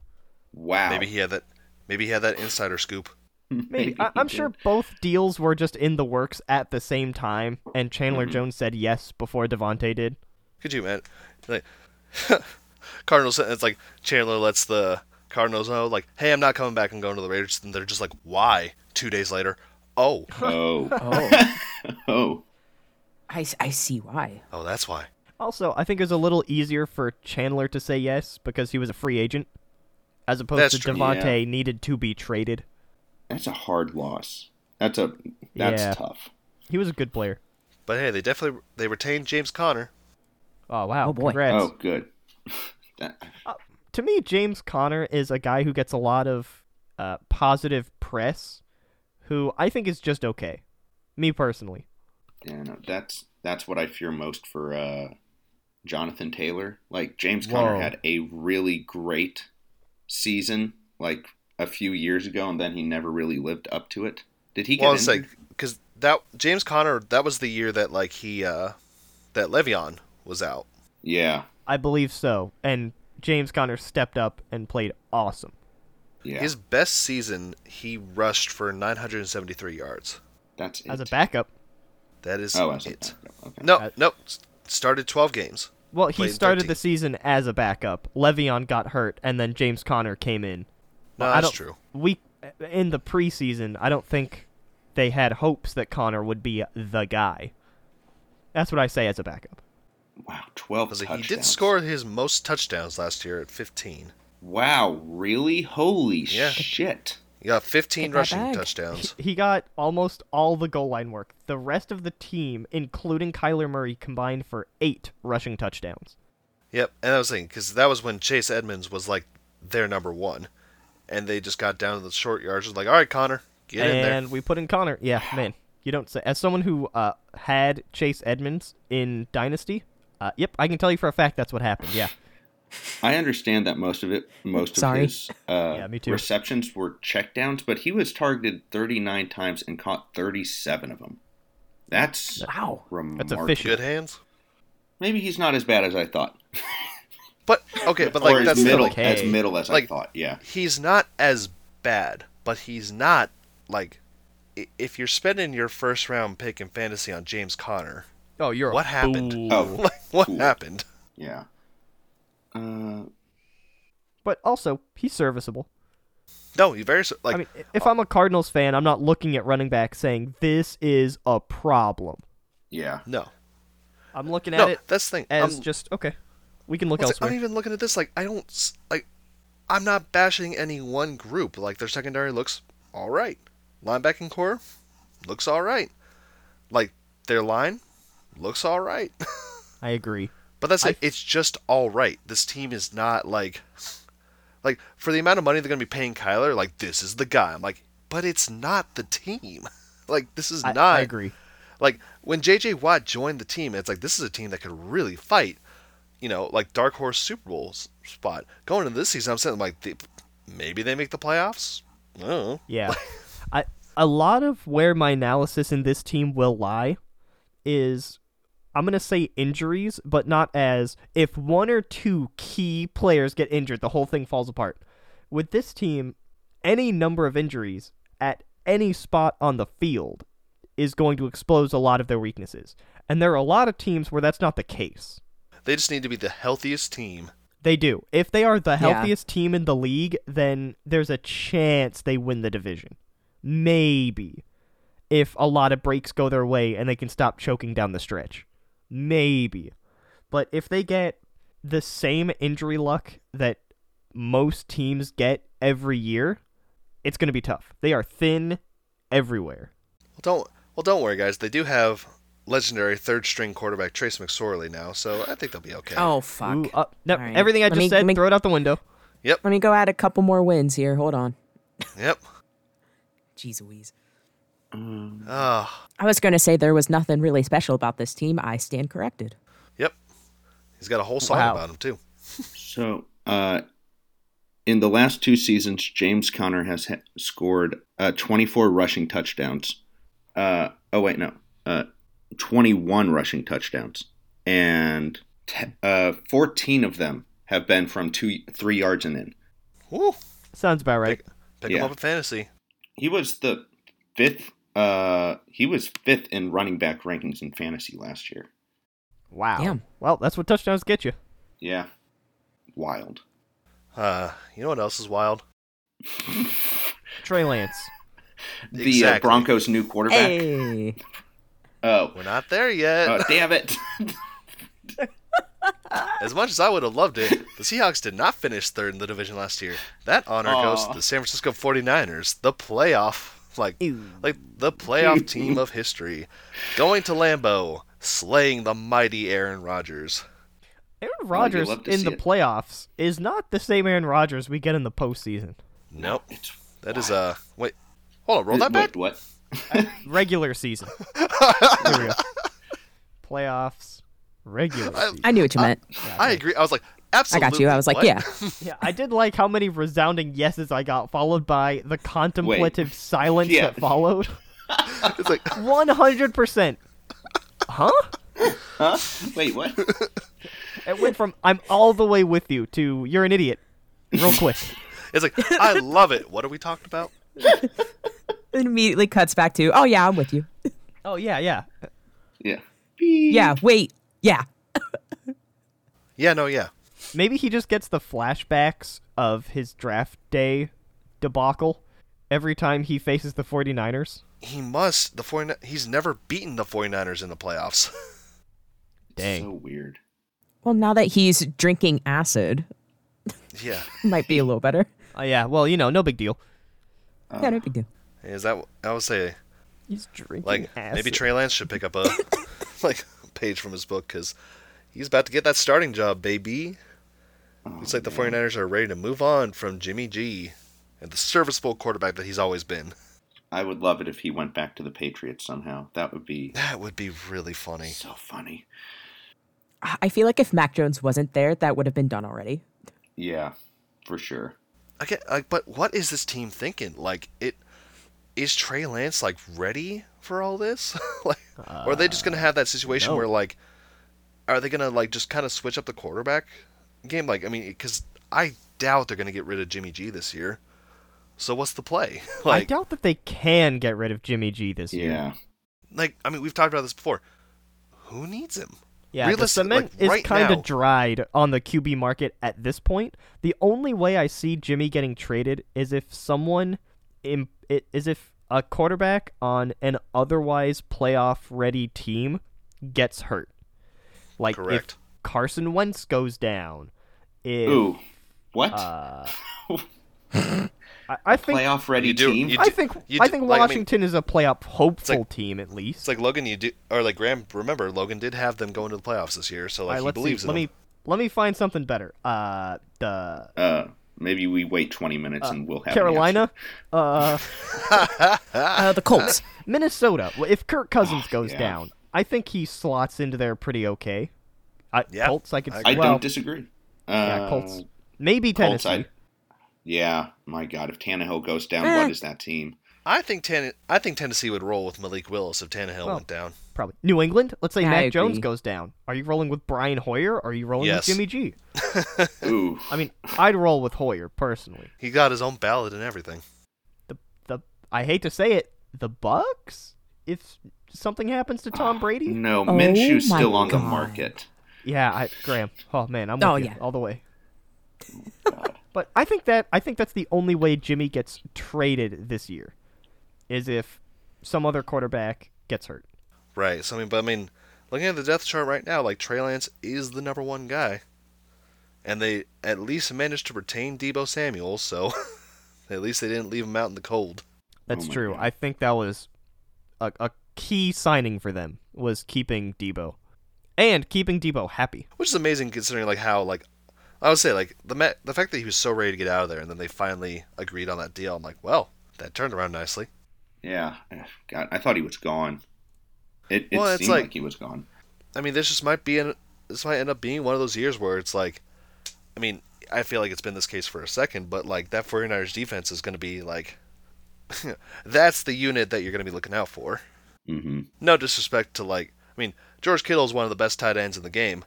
S2: Wow.
S1: Maybe he had that. Maybe he had that insider scoop.
S4: Maybe.
S2: he
S4: I- I'm
S2: did.
S4: sure both deals were just in the works at the same time, and Chandler Jones said yes before Devontae did.
S1: Could you, man? Like, Cardinals. It's like Chandler lets the Cardinals know, like, "Hey, I'm not coming back. I'm going to the Raiders." And they're just like, "Why?" Two days later, oh,
S2: Oh.
S4: Oh.
S2: oh.
S3: I, s- I see why.
S1: oh, that's why.
S4: also, I think it was a little easier for Chandler to say yes because he was a free agent, as opposed
S1: That's
S4: to
S1: true.
S4: Devontae needed to be traded.
S2: That's a hard loss. That's a that's
S4: Yeah.
S2: tough.
S4: He was a good player.
S1: But hey, they definitely they retained James Conner.
S4: Oh wow!
S3: Oh, boy.
S4: Congrats. Uh,
S2: Oh, good. That-
S4: to me, James Conner is a guy who gets a lot of uh, positive press, who I think is just okay. Me personally.
S2: yeah, no, that's that's what I fear most for uh, Jonathan Taylor. Like James Conner
S4: Whoa.
S2: had a really great season like a few years ago, and then he never really lived up to it. Did he get
S1: Well, it's
S2: injured?
S1: like because that James Conner that was the year that like he uh that Le'Veon was out.
S2: yeah,
S4: I believe so. And James Conner stepped up and played awesome.
S2: yeah.
S1: His best season, he rushed for 973 yards.
S2: that's it.
S4: As a backup,
S1: That is
S2: oh, as a
S1: it.
S2: backup, okay.
S1: No,
S4: Uh,
S1: no, s- started 12 games.
S4: well, he
S1: Played
S4: started
S1: 13.
S4: the season as a backup. Le'Veon got hurt, and then James Conner came in.
S1: No,
S4: Well, I
S1: that's
S4: don't-
S1: true.
S4: We in the preseason, I don't think they had hopes that Connor would be the guy. That's what I say as a backup.
S2: Wow, twelve
S1: 'Cause
S2: touchdowns.
S1: he did score his most touchdowns last year at 15.
S2: Wow, really? Holy
S1: Yeah.
S2: shit!
S1: He got 15
S3: Get that
S1: rushing
S3: bag.
S1: touchdowns.
S4: He got almost all the goal line work. The rest of the team, including Kyler Murray, combined for eight rushing touchdowns.
S1: Yep, and I was thinking because that was when Chase Edmonds was like their number one, and they just got down to the short yards. Was like, all right, Connor, get in there.
S4: and we put in Connor. Yeah, man, you don't say. As someone who uh, had Chase Edmonds in Dynasty, uh, yep, I can tell you for a fact that's what happened. Yeah,
S2: I understand that most of it, most of
S3: Sorry.
S2: his uh,
S4: Yeah, me too.
S2: receptions were checkdowns, but he was targeted 39 times and caught 37 of them. That's
S3: Wow.
S2: remarkable.
S4: efficient.
S1: Good hands.
S2: Maybe he's not as bad as I thought,
S1: But okay, but
S2: or
S1: like
S2: as
S1: that's the
S2: middle,
S1: thing.
S2: as
S4: okay.
S2: middle as I
S1: Like-
S2: thought. Yeah,
S1: he's not as bad, but he's not like i- if you're spending your first round pick in fantasy on James Connor,
S4: oh, you're
S1: a What happened?
S2: Oh.
S1: like what
S2: Cool.
S1: happened?
S2: yeah. Uh,
S4: But also, he's serviceable.
S1: No, he very s- like
S4: I mean, i- if I'm a Cardinals fan, I'm not looking at running back saying this is a problem.
S2: yeah.
S1: no,
S4: I'm looking at
S1: no.
S4: it
S1: That's the thing.
S4: as
S1: I'm,
S4: just okay. We can look
S1: it's like,
S4: elsewhere.
S1: I'm even looking at this like I don't s- like. I'm not bashing any one group. Like their secondary looks all right. Linebacking core looks all right. Like their line looks all right.
S4: I agree.
S1: But that's it. It's just all right. This team is not like, like for the amount of money they're gonna be paying Kyler, like this is the guy. I'm like, but it's not the team. Like this is
S4: I,
S1: not.
S4: I agree.
S1: Like when J.J. Watt joined the team, it's like this is a team that could really fight. you know, like dark horse Super Bowl s- spot. Going into this season, I'm saying like the, maybe they make the playoffs. I don't know.
S4: Yeah. I a lot of where my analysis in this team will lie is I'm going to say injuries, but not as if one or two key players get injured, the whole thing falls apart. With this team, any number of injuries at any spot on the field is going to expose a lot of their weaknesses. And there are a lot of teams where that's not the case.
S1: They just need to be the healthiest team.
S4: They do. If they are the healthiest team in the league, then there's a chance they win the division. Maybe. If a lot of breaks go their way and they can stop choking down the stretch. Maybe. But if they get the same injury luck that most teams get every year, it's going to be tough. They are thin everywhere.
S1: Well, don't well, don't worry, guys. They do have legendary third string quarterback Trace McSorley now, so I think they'll be okay.
S3: Oh fuck.
S4: Ooh, uh, no,
S3: All right.
S4: Everything I
S3: Let
S4: just
S3: me-
S4: said,
S3: let me-
S4: throw it out the window.
S3: Let me go add a couple more wins here. Hold on.
S1: Yep.
S3: Jeez Louise.
S1: Ah.
S3: I was going to say there was nothing really special about this team. I stand corrected.
S1: yep. He's got a whole song
S4: Wow.
S1: about him too.
S2: So, uh, in the last two seasons, James Conner has ha- scored uh, 24 rushing touchdowns. Uh, oh, wait, no. Uh, 21 rushing touchdowns. And te- uh, 14 of them have been from two, three yards and in.
S1: Woo.
S4: Sounds about right.
S1: Pick, pick him
S2: Yeah.
S1: up in fantasy.
S2: He was the fifth. Uh, he was fifth in running back rankings in fantasy last year.
S4: Wow.
S3: Damn.
S4: Well, that's what touchdowns get you.
S2: Yeah, wild.
S1: Uh, you know what else is wild?
S4: Trey Lance.
S2: The uh,
S1: Exactly.
S2: Broncos' new quarterback.
S3: Hey.
S2: Oh,
S1: We're not there yet.
S2: oh, damn it!
S1: As much as I would have loved it, the Seahawks did not finish third in the division last year. That honor goes to
S2: Aw.
S1: the San Francisco 49ers, the playoff, like, like the playoff team of history, going to Lambeau, slaying the mighty Aaron Rodgers.
S4: Aaron
S2: Well, you'll
S4: Rodgers
S2: love to
S4: in
S2: see
S4: the
S2: it.
S4: playoffs is not the same Aaron Rodgers we get in the postseason.
S1: Nope,
S2: It's
S1: that is uh, wait, hold on, roll that back.
S2: Wait, what?
S4: Regular season. Here we go. Playoffs. Regular season.
S3: I knew what you meant.
S1: I agree. I was like,
S3: I
S1: absolutely.
S3: got you. I was like,
S1: what?
S3: yeah.
S4: Yeah, I did like how many resounding yeses I got, followed by the contemplative silence
S2: Yeah.
S4: that followed.
S1: it's like,
S4: One hundred percent. Huh?
S2: Huh? Wait, what?
S4: It went from I'm all the way with you to you're an idiot. Real quick.
S1: it's like, I love it. What are we talking about?
S3: It immediately cuts back to, oh yeah, I'm with you.
S4: oh yeah, yeah.
S2: yeah.
S3: Yeah, wait. Yeah.
S1: Yeah, no, yeah.
S4: Maybe he just gets the flashbacks of his draft day debacle every time he faces the 49ers.
S1: He must. The 49- He's never beaten the 49ers in the playoffs.
S4: Dang.
S2: So weird.
S3: Well, now that he's drinking acid,
S1: yeah.
S3: might be a little better.
S4: Oh, yeah, well, you know, no big deal. Uh.
S3: yeah, no big deal.
S1: Is that? I would say
S4: He's drinking
S1: like
S4: acid.
S1: maybe Trey Lance should pick up a like page from his book because he's about to get that starting job, baby. Looks like the 49ers are ready to move on from Jimmy G and the serviceable quarterback that he's always been.
S2: I would love it if he went back to the Patriots somehow. That would be
S1: That would be really funny.
S2: so funny.
S3: I I feel like if Mac Jones wasn't there, that would have been done already.
S2: Yeah, for sure.
S1: I get like, but what is this team thinking? Like, it is Trey Lance like ready for all this? like, or are they just gonna have that situation
S4: Uh, no.
S1: where like, are they gonna like just kind of switch up the quarterback game? Like, I mean, because I doubt they're gonna get rid of Jimmy G this year. So what's the play?
S4: I
S1: like,
S4: doubt that they can get rid of Jimmy G this year.
S2: Yeah.
S1: like I mean, we've talked about this before. Who needs him?
S4: Yeah, the
S1: Realistic-
S4: cement
S1: like,
S4: is
S1: right
S4: kind
S1: now-
S4: of dried on the QB market at this point. The only way I see Jimmy getting traded is if someone, im- i- is if a quarterback on an otherwise playoff-ready team gets hurt. Like
S1: Correct.
S4: if Carson Wentz goes down. If,
S2: Ooh. What?
S4: Uh, I, I think
S2: Playoff ready
S1: You do-
S2: team?
S1: you do-
S4: I think
S1: you
S4: I
S1: do-
S4: think
S1: like, I mean-
S4: Washington is a playoff hopeful
S1: like-
S4: team at least.
S1: It's like Logan, you do, or like Graham. Remember, Logan did have them going to the playoffs this year, so
S4: All
S1: like
S4: right,
S1: he
S4: let's see.
S1: believes in
S4: Let
S1: them.
S4: me let me find something better. Uh, the
S2: uh, maybe we wait 20 minutes and we'll have an
S4: Uh, Carolina, uh,
S3: Uh, the Colts.
S4: Minnesota. Well, If Kirk Cousins goes
S2: Ah, yeah.
S4: down, I think he slots into there pretty okay. I,
S1: Yeah,
S4: Colts, I could.
S1: I
S4: see
S2: I
S4: well,
S2: don't disagree.
S4: yeah,
S2: Uh,
S4: Colts. Maybe
S2: Colts,
S4: Tennessee.
S2: I- yeah, my God, if Tannehill goes down,
S3: Eh.
S2: what is that team?
S1: I think Tann- I think Tennessee would roll with Malik Willis if Tannehill
S4: Well,
S1: went down.
S4: probably New England. Let's say
S3: Yeah, I
S4: Mac Jones
S3: agree.
S4: goes down. Are you rolling with Brian Hoyer? Or are you rolling
S1: Yes.
S4: with Jimmy G?
S2: Ooh,
S4: I mean, I'd roll with Hoyer personally.
S1: He got his own ballot and everything.
S4: The the I hate to say it, the Bucks. If something happens to
S2: Ah,
S4: Tom Brady,
S2: no,
S3: Oh
S2: Minshew's
S3: my
S2: still on the
S3: God.
S2: market.
S4: yeah, I, Graham. Oh man, I'm with
S3: Oh,
S4: you
S3: yeah.
S4: all the way. but I think that I think that's the only way Jimmy gets traded this year, is if some other quarterback gets hurt.
S1: Right. So I mean, but I mean, looking at the depth chart right now, like Trey Lance is the number one guy, and they at least managed to retain Debo Samuel. So at least they didn't leave him out in the cold.
S4: That's
S2: Oh my
S4: true.
S2: God.
S4: I think that was a, a key signing for them was keeping Debo, and keeping Debo happy.
S1: which is amazing considering like how like I would say like the ma- the fact that he was so ready to get out of there and then they finally agreed on that deal. I'm like, well, that turned around nicely.
S2: Yeah, eh, God, I thought he was gone. It, it
S1: Well, it's
S2: seemed like...
S1: like-
S2: he was gone.
S1: I mean, this just might be an, this might end up being one of those years where it's like, I mean, I feel like it's been this case for a second, but like that 49ers defense is going to be like, that's the unit that you're going to be looking out for.
S2: hmm
S1: No disrespect to like, I mean, George Kittle is one of the best tight ends in the game.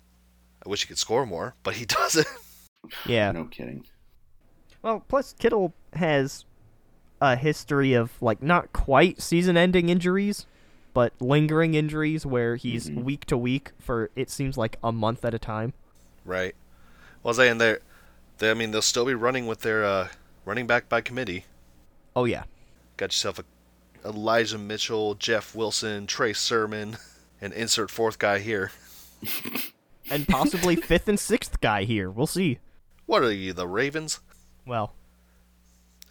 S1: I wish he could score more, but he doesn't.
S4: Yeah.
S2: No kidding.
S4: Well, plus Kittle has a history of like not quite season-ending injuries, but lingering injuries where he's
S1: Mm-hmm.
S4: week to week for it seems like a month at a time.
S1: Right. Well, saying they're, they, I mean, they'll still be running with their uh, running back by committee.
S4: Oh yeah.
S1: Got yourself a Elijah Mitchell, Jeff Wilson, Trey Sermon, and insert fourth guy here.
S4: And possibly fifth and sixth guy here. We'll see.
S1: What are you, the Ravens?
S4: Well,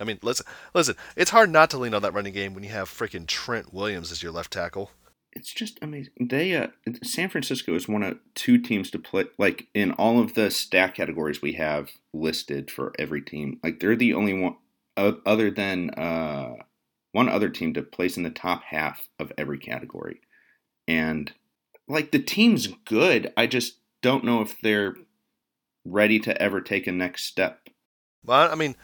S1: I mean, listen, listen. It's hard not to lean on that running game when you have freaking Trent Williams as your left tackle.
S2: It's just amazing. They uh, San Francisco is one of two teams to play. Like in all of the stat categories we have listed for every team, like they're the only one o- other than uh, one other team to place in the top half of every category. And like the team's good, I just don't know if they're ready to ever take a next step.
S1: But I mean,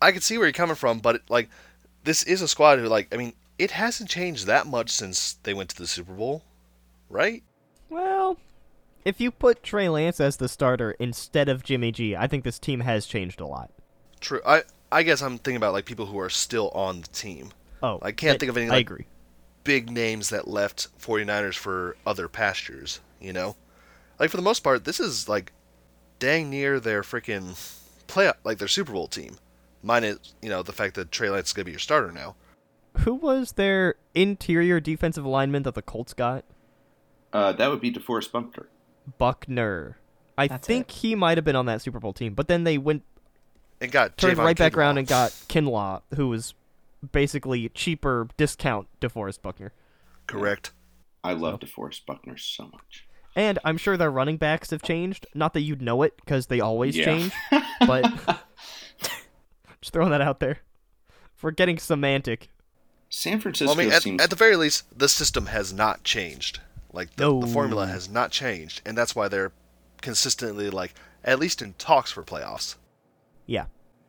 S1: I can see where you're coming from, but like, this is a squad who, like, I mean, it hasn't changed that much since they went to the Super Bowl, right?
S4: well, if you put Trey Lance as the starter instead of Jimmy G, I think this team has changed a lot.
S1: True. I I guess I'm thinking about like people who are still on the team.
S4: Oh,
S1: I can't think of any,
S4: I
S1: like-
S4: agree.
S1: Big names that left 49ers for other pastures, you know? Like for the most part, this is like dang near their freaking playoff like their Super Bowl team. Minus, you know, the fact that Trey Lance is going to be your starter now.
S4: Who was their interior defensive lineman that the Colts got?
S2: Uh, that would be DeForest Bumper.
S4: Buckner. I
S3: That's
S4: think he might have been on that Super Bowl team, but then they went
S1: It got
S4: turned
S1: Javon
S4: right back
S1: Kinlaw.
S4: around and got Kinlaw, who was basically cheaper discount DeForest Buckner.
S1: correct.
S2: I love DeForest Buckner so much.
S4: And I'm sure their running backs have changed. Not that you'd know it, because they always
S2: Yeah.
S4: change. But just throwing that out there. If We're getting semantic.
S2: San Francisco
S1: Well, I mean, at,
S2: seems
S1: at the very least, the system has not changed. Like the,
S4: No.
S1: the formula has not changed, and that's why they're consistently like at least in talks for playoffs.
S4: Yeah.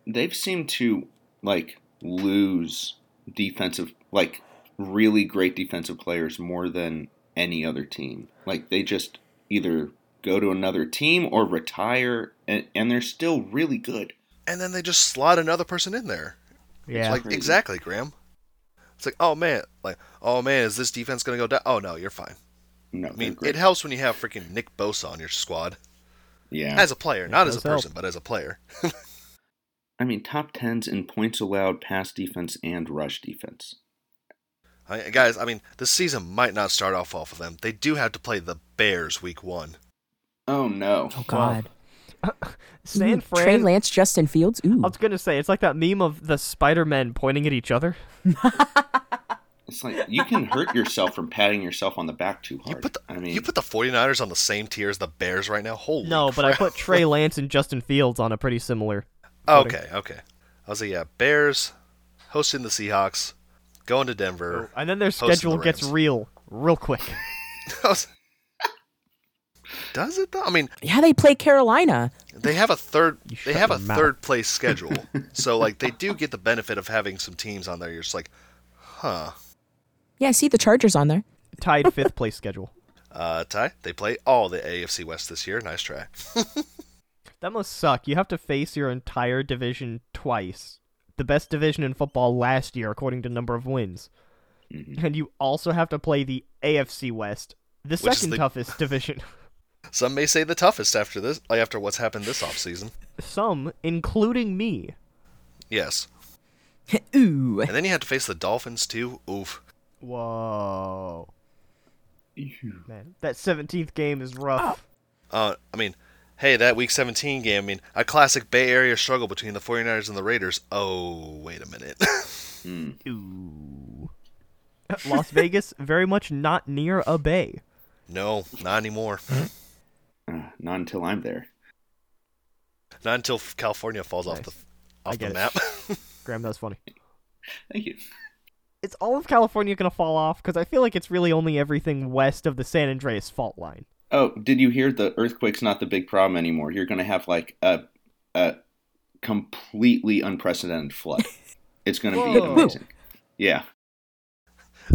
S2: they've seemed to like lose defensive like really great defensive players more than any other team like they just either go to another team or retire and, and they're still really good
S1: And then they just slot another person in there.
S4: Yeah.
S1: Like
S2: Crazy.
S1: exactly, Graham. It's like, oh man, like, oh man, is this defense gonna go down? Oh no, you're fine.
S2: no
S1: I mean, it
S2: great.
S1: helps when you have freaking Nick Bosa on your squad
S2: yeah
S1: as a player, not as a
S4: does help.
S1: person, but as a player.
S2: i mean top 10s in points allowed pass defense and rush defense
S1: I, guys, I mean, this season might not start off well for them. They do have to play the Bears week one.
S2: oh no
S3: Oh God.
S4: San
S3: Ooh, Mm, Trey
S4: Fran.
S3: Lance, Justin Fields. Ooh.
S4: I was gonna say it's like that meme of the Spider-Men pointing at each other.
S2: it's like you can hurt yourself from patting yourself on the back too
S1: You
S2: hard
S1: put the
S2: i mean
S1: you put the 49ers on the same tier as the Bears right now. Holy
S4: No, but I
S1: crap.
S4: put Trey Lance and Justin Fields on a pretty similar.
S1: Oh, okay, okay. I was like, yeah, Bears hosting the Seahawks, going to Denver.
S4: Oh, And then their
S1: Hosting the
S4: schedule gets
S1: Rams.
S4: real, real quick.
S1: I was- Does it though? I mean,
S3: Yeah, they play Carolina.
S1: they have a third they
S4: shut
S1: have a
S4: your mouth.
S1: third place schedule. so like they do get the benefit of having some teams on there. You're just like, huh.
S3: Yeah, I see the Chargers on there.
S4: Tied fifth place schedule.
S1: Uh Ty, they play all the AFC West this year. Nice try.
S4: That must suck. You have to face your entire division twice. The best division in football last year, according to number of wins.
S1: Mm-hmm.
S4: And you also have to play the AFC West, the
S1: is
S4: second
S1: the-
S4: toughest division.
S1: Some may say the toughest after this like, after what's happened this offseason.
S4: Some, including me.
S1: Yes.
S3: Ooh.
S1: And then you have to face the Dolphins too. Oof.
S4: Whoa. Man, that 17th game is rough.
S1: Uh, I mean, hey, that Week 17 game, I mean, a classic Bay Area struggle between the 49ers and the Raiders. Oh, wait a minute. Ah.
S4: Ooh. Las Vegas, very much not near a bay.
S1: no, not anymore.
S2: Uh, not until I'm there.
S1: Not until f- California falls off
S4: Nice.
S1: the
S4: I
S1: off
S4: get
S1: the
S4: it.
S1: map.
S4: Graham, that was funny.
S2: Thank you.
S4: Is all of California going to fall off? Because I feel like it's really only everything west of the San Andreas fault line.
S2: Oh, did you hear the earthquake's not the big problem anymore? You're going to have like a a completely unprecedented flood. It's going to be
S4: Whoa.
S2: amazing. Yeah.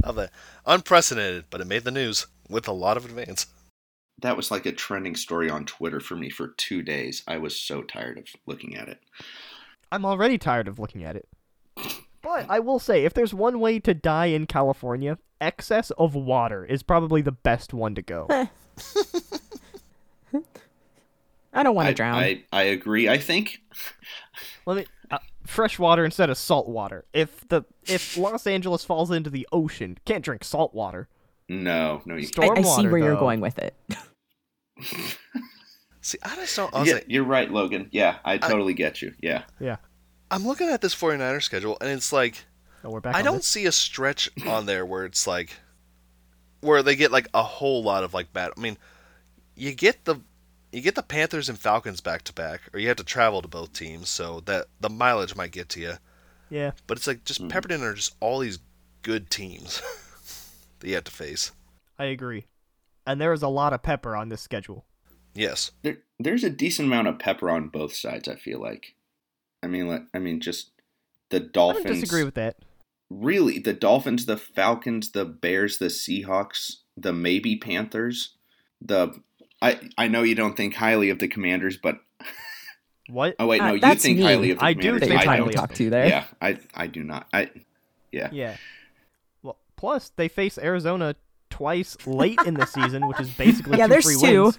S1: of the unprecedented, but it made the news with a lot of advance.
S2: That was like a trending story on Twitter for me for 2 days. I was so tired of looking at it.
S4: I'm already tired of looking at it. But I will say, if there's one way to die in California, excess of water is probably the best one to go.
S3: I don't want
S2: I,
S3: to drown.
S2: I, I agree. I think
S4: Let me uh, fresh water instead of salt water. If the if Los Angeles falls into the ocean, can't drink salt water.
S2: no, no you
S3: I,
S4: Storm
S3: I see
S4: water,
S3: where you're
S4: though.
S3: going with it.
S1: See, I just don't.
S2: can't.
S1: Honestly,
S2: Yeah, you're right, Logan. Yeah, I totally get you. Yeah.
S4: Yeah.
S1: I'm looking at this 49er schedule, and it's like
S4: Oh, we're back.
S1: I
S4: on
S1: don't
S4: this.
S1: see a stretch on there where it's like where they get like a whole lot of like bad. I mean, you get the you get the Panthers and Falcons back to back, or you have to travel to both teams, so that the mileage might get to you.
S4: Yeah.
S1: But it's like
S4: Mm.
S1: just peppered in are just all these good teams that you have to face.
S4: I agree. And there is a lot of pepper on this schedule.
S1: Yes,
S2: There, there's a decent amount of pepper on both sides. I feel like, I mean, like, I mean, just the
S4: I
S2: Dolphins.
S4: don't disagree with that.
S2: really the Dolphins, the Falcons, the Bears, the Seahawks, the maybe Panthers. The I I know you don't think highly of the Commanders, but
S4: What?
S2: oh wait,
S3: Uh,
S2: no, you
S3: that's
S2: think
S3: me.
S2: highly of the
S4: I do
S2: Commanders.
S3: That
S4: think
S3: you're
S2: I
S3: trying
S4: highly
S3: to
S4: of
S2: don't.
S4: them.
S3: talk to there.
S2: Yeah, I I do not. I yeah.
S4: Yeah. Well, plus they face Arizona twice late in the season, which is basically
S3: Yeah,
S4: two
S3: there's
S4: free
S3: two.
S4: wins.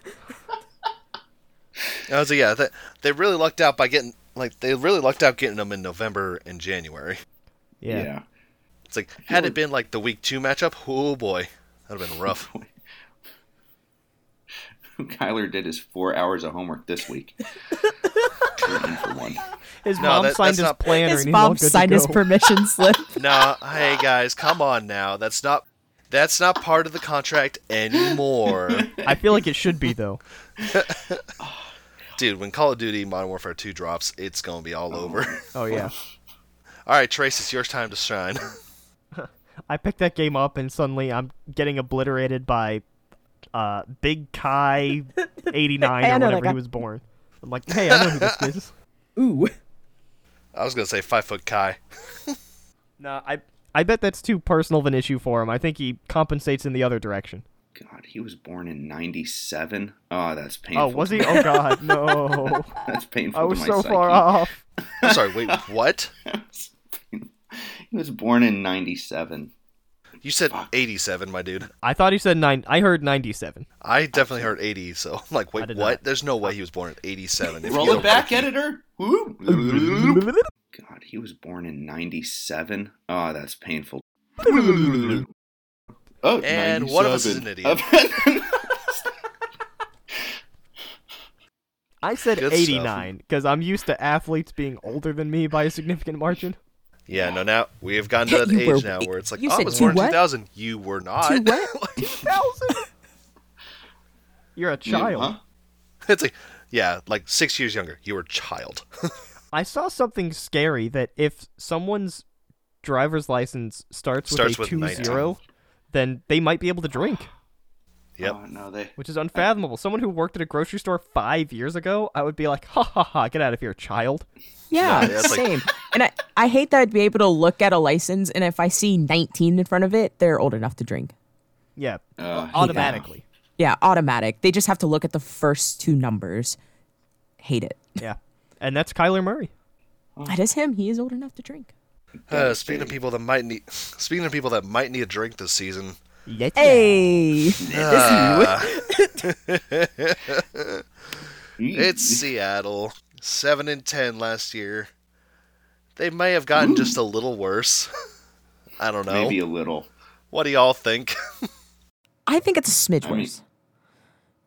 S1: I was like, yeah, they, they really lucked out by getting like they really lucked out getting them in November and January.
S2: Yeah.
S1: It's like had it been like the week two matchup, oh boy, that'd have been rough.
S2: Kyler did his four hours of homework this week. We're in for one.
S4: His
S1: No,
S4: mom
S1: that-
S4: signed
S1: that's
S4: his
S1: not-
S4: planner
S3: His
S4: and he's all
S3: mom
S4: good to
S3: signed his
S4: go.
S3: permission slip.
S1: nah, hey guys, come on now. That's not that's not part of the contract anymore.
S4: I feel like it should be though.
S1: Dude, when Call of Duty Modern Warfare 2 drops, it's going to be all over.
S4: Oh yeah.
S1: all right, Trace, it's your time to shine.
S4: I picked that game up and suddenly I'm getting obliterated by uh Big Kai 89
S3: I
S4: or
S3: know that
S4: whenever
S3: guy.
S4: he was born. I'm like, "Hey, I know who this is."
S3: Ooh.
S1: I was going to say 5 foot Kai.
S4: No, I I bet that's too personal of an issue for him. I think he compensates in the other direction.
S2: God, he was born in '97. Oh, that's painful.
S4: Oh, was
S2: to
S4: he?
S2: my-
S4: Oh god, no.
S2: That's painful.
S4: I
S2: to
S4: was
S2: my
S4: so far
S2: psyche.
S4: off.
S1: I'm sorry, wait, what?
S2: He was born in '97.
S1: You said 87, my dude.
S4: I thought he said 9 I heard 97.
S1: I definitely heard 80, so I'm like, wait,
S4: did
S1: what?
S4: not.
S1: There's no way he was born at 87. If
S2: Roll
S1: you
S2: it
S1: don't-
S2: back, editor. Woo. God, he was born in '97. Oh, that's painful. Oh,
S1: And one of us is an
S2: 97.
S4: I said
S1: Good stuff.
S4: 89 because I'm used to athletes being older than me by a significant margin.
S1: Yeah, no, now we have gotten to that
S3: You
S1: age
S3: were-
S1: now where it's like,
S3: you
S1: oh, I
S3: said
S1: was
S3: two
S1: born in
S3: what?
S1: 2000. You were not.
S3: Two what?
S1: Like,
S4: You're a child.
S2: Huh?
S1: it's like, yeah, like six years younger. You were a child.
S4: I saw something scary that if someone's driver's license starts,
S1: Starts
S4: with
S1: with
S4: a two
S1: 19.
S4: zero, then they might be able to drink.
S1: Yep.
S2: Oh, no, they.
S4: which is unfathomable. Someone who worked at a grocery store five years ago, I would be like, ha ha ha, get out of here, child.
S3: Yeah,
S1: Yeah, that's like-
S3: same. and I, I hate that I'd be able to look at a license and if I see 19 in front of it, they're old enough to drink.
S4: Yeah,
S2: Uh,
S4: automatically.
S3: Yeah, automatic. They just have to look at the first two numbers. Hate it.
S4: Yeah, and that's Kyler Murray.
S3: That is him. He is old enough to drink.
S1: Uh, speaking of people that might need, speaking of people that might need a drink this season,
S4: Yeah.
S3: Hey.
S2: yeah.
S1: it's Seattle. Seven and ten last year. They may have gotten just a little worse. I don't know.
S2: maybe a little.
S1: What do y'all think?
S3: I think it's a smidge
S2: I mean-
S3: worse.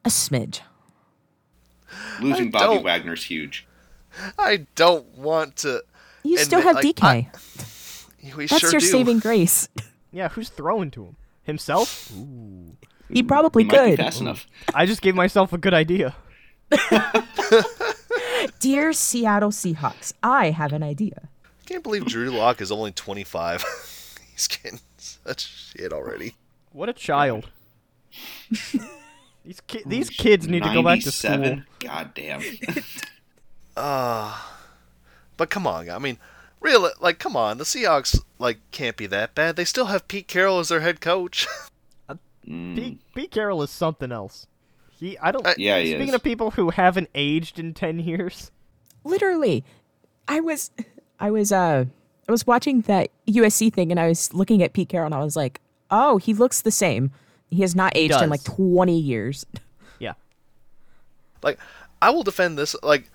S3: A smidge.
S2: Losing
S1: I
S2: Bobby
S1: don't-
S2: Wagner's huge.
S1: I don't want to.
S3: You
S1: And
S3: still
S1: they-
S3: have
S1: like,
S3: DK.
S1: I- We
S3: That's
S1: sure
S3: your
S1: do.
S3: saving grace.
S4: Yeah, who's throwing to him? Himself?
S3: He probably
S2: He might be
S3: could.
S2: fast enough.
S4: I just gave myself a good idea.
S3: Dear Seattle Seahawks, I have an idea.
S1: Can't believe Drew Lock is only 25. He's getting such shit already.
S4: What a child. these ki- these kids need to go back to school.
S2: 97? God damn.
S1: But come on, I mean, real like come on, the Seahawks like can't be that bad. They still have Pete Carroll as their head coach.
S4: Pete, Pete Carroll is something else. He, I don't.
S1: I-
S2: Uh, Yeah, he
S4: Speaking
S2: is.
S4: of people who haven't aged in ten years,
S3: Literally, I was, I was, uh, I was watching that USC thing, and I was looking at Pete Carroll, and I was like, oh, he looks the same. He has not aged in
S4: does.
S3: like twenty years.
S4: yeah,
S1: Like, I will defend this. Like,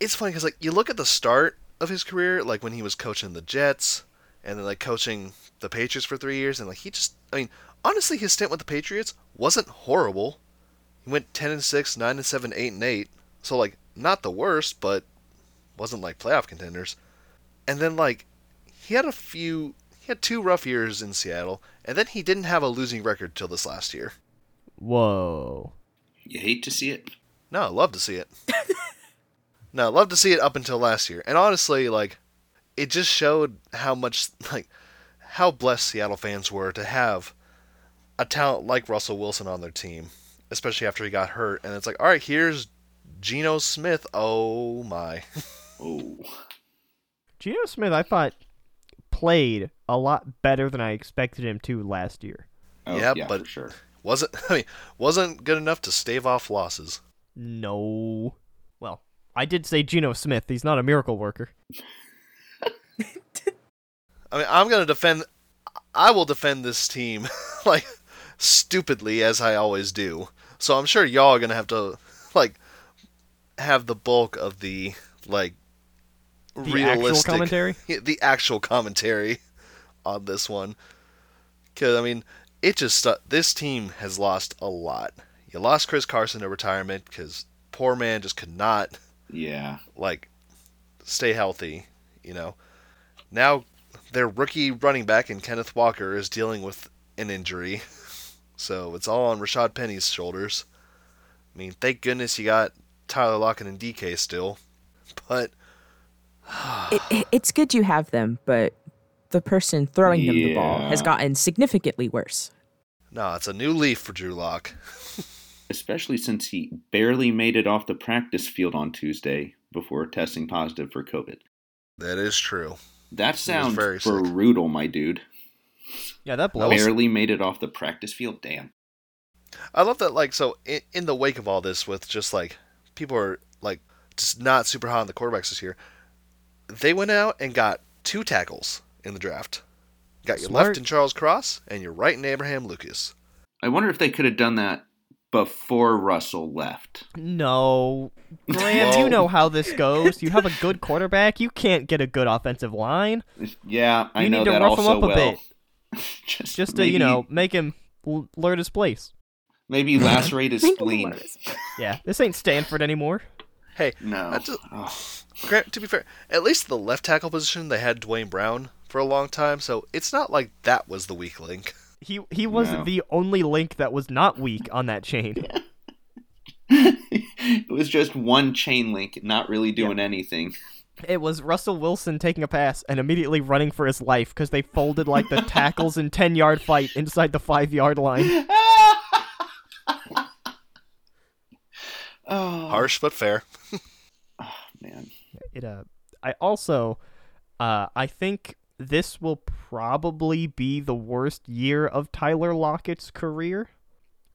S1: it's funny because like you look at the start of his career, like when he was coaching the Jets, and then like coaching the Patriots for three years, and like he just, I mean, honestly, his stint with the Patriots wasn't horrible. He went ten and six, nine and seven, eight and eight. So like not the worst, but wasn't like playoff contenders. And then like he had a few, he had two rough years in Seattle, and then he didn't have a losing record till this last year.
S4: whoa.
S2: you hate to see it.
S1: No, I love to see it. no, I love to see it up until last year. And honestly, like, it just showed how much, like, how blessed Seattle fans were to have a talent like Russell Wilson on their team, especially after he got hurt. And it's like, all right, here's Geno Smith. Oh my.
S2: Oh.
S4: Geno Smith, I thought, played a lot better than I expected him to last year.
S2: oh
S1: Yeah,
S2: yeah,
S1: but-
S2: for sure.
S1: wasn't I mean wasn't good enough to stave off losses.
S4: No. Well, I did say Geno Smith. He's not a miracle worker.
S1: I mean, I'm gonna defend. I will defend this team like stupidly as I always do. So I'm sure y'all are gonna have to like have the bulk of the like
S4: The actual
S1: realistic
S4: commentary.
S1: the actual commentary on this one. Because I mean, it just uh, this team has lost a lot. You lost Chris Carson to retirement because poor man just could not
S2: Yeah.
S1: like stay healthy, you know. Now their rookie running back and Kenneth Walker is dealing with an injury. So it's all on Rashad Penny's shoulders. I mean, thank goodness you got Tyler Lockett and DK still. But Ah.
S3: it, it- it's good you have them, but the person throwing them the ball has
S2: Yeah.
S3: gotten significantly worse.
S1: no, it's a new leaf for Drew Lock.
S2: Especially since he barely made it off the practice field on Tuesday before testing positive for COVID.
S1: That is true.
S2: That sounds
S1: very sick.
S2: brutal, my dude.
S4: Yeah, that blows.
S2: Barely made it off the practice field. Damn.
S1: I love that, like, so in, in the wake of all this, with just like people are like just not super hot on the quarterbacks this year, they went out and got two tackles in the draft. Got your
S4: Smart.
S1: left in Charles Cross and your right in Abraham Lucas.
S2: I wonder if they could have done that before Russell left.
S4: No. Graham,
S1: Whoa.
S4: you know how this goes. You have a good quarterback. You can't get a good offensive line.
S2: Yeah, I
S4: You
S2: know
S4: need to
S2: that
S4: rough him
S2: also
S4: up a
S2: well.
S4: bit.
S2: just
S4: Just to,
S2: maybe,
S4: you know, make him l- learn his place.
S2: maybe lacerate his
S3: Think of
S2: spleen.
S3: what it is.
S4: Yeah, this ain't Stanford anymore.
S1: Hey,
S2: No.
S1: I just-
S2: Oh,
S1: gra- to be fair, at least the left tackle position they had Dwayne Brown for a long time, so it's not like that was the weak link.
S4: He he was
S2: No.
S4: the only link that was not weak on that chain.
S2: it was just one chain link, not really doing anything.
S4: It was Russell Wilson taking a pass and immediately running for his life because they folded like the tackles in 10 yard fight inside the 5 yard line. Oh.
S1: Harsh but fair.
S2: Oh, man.
S4: It uh, I also, uh, I think this will probably be the worst year of Tyler Lockett's career.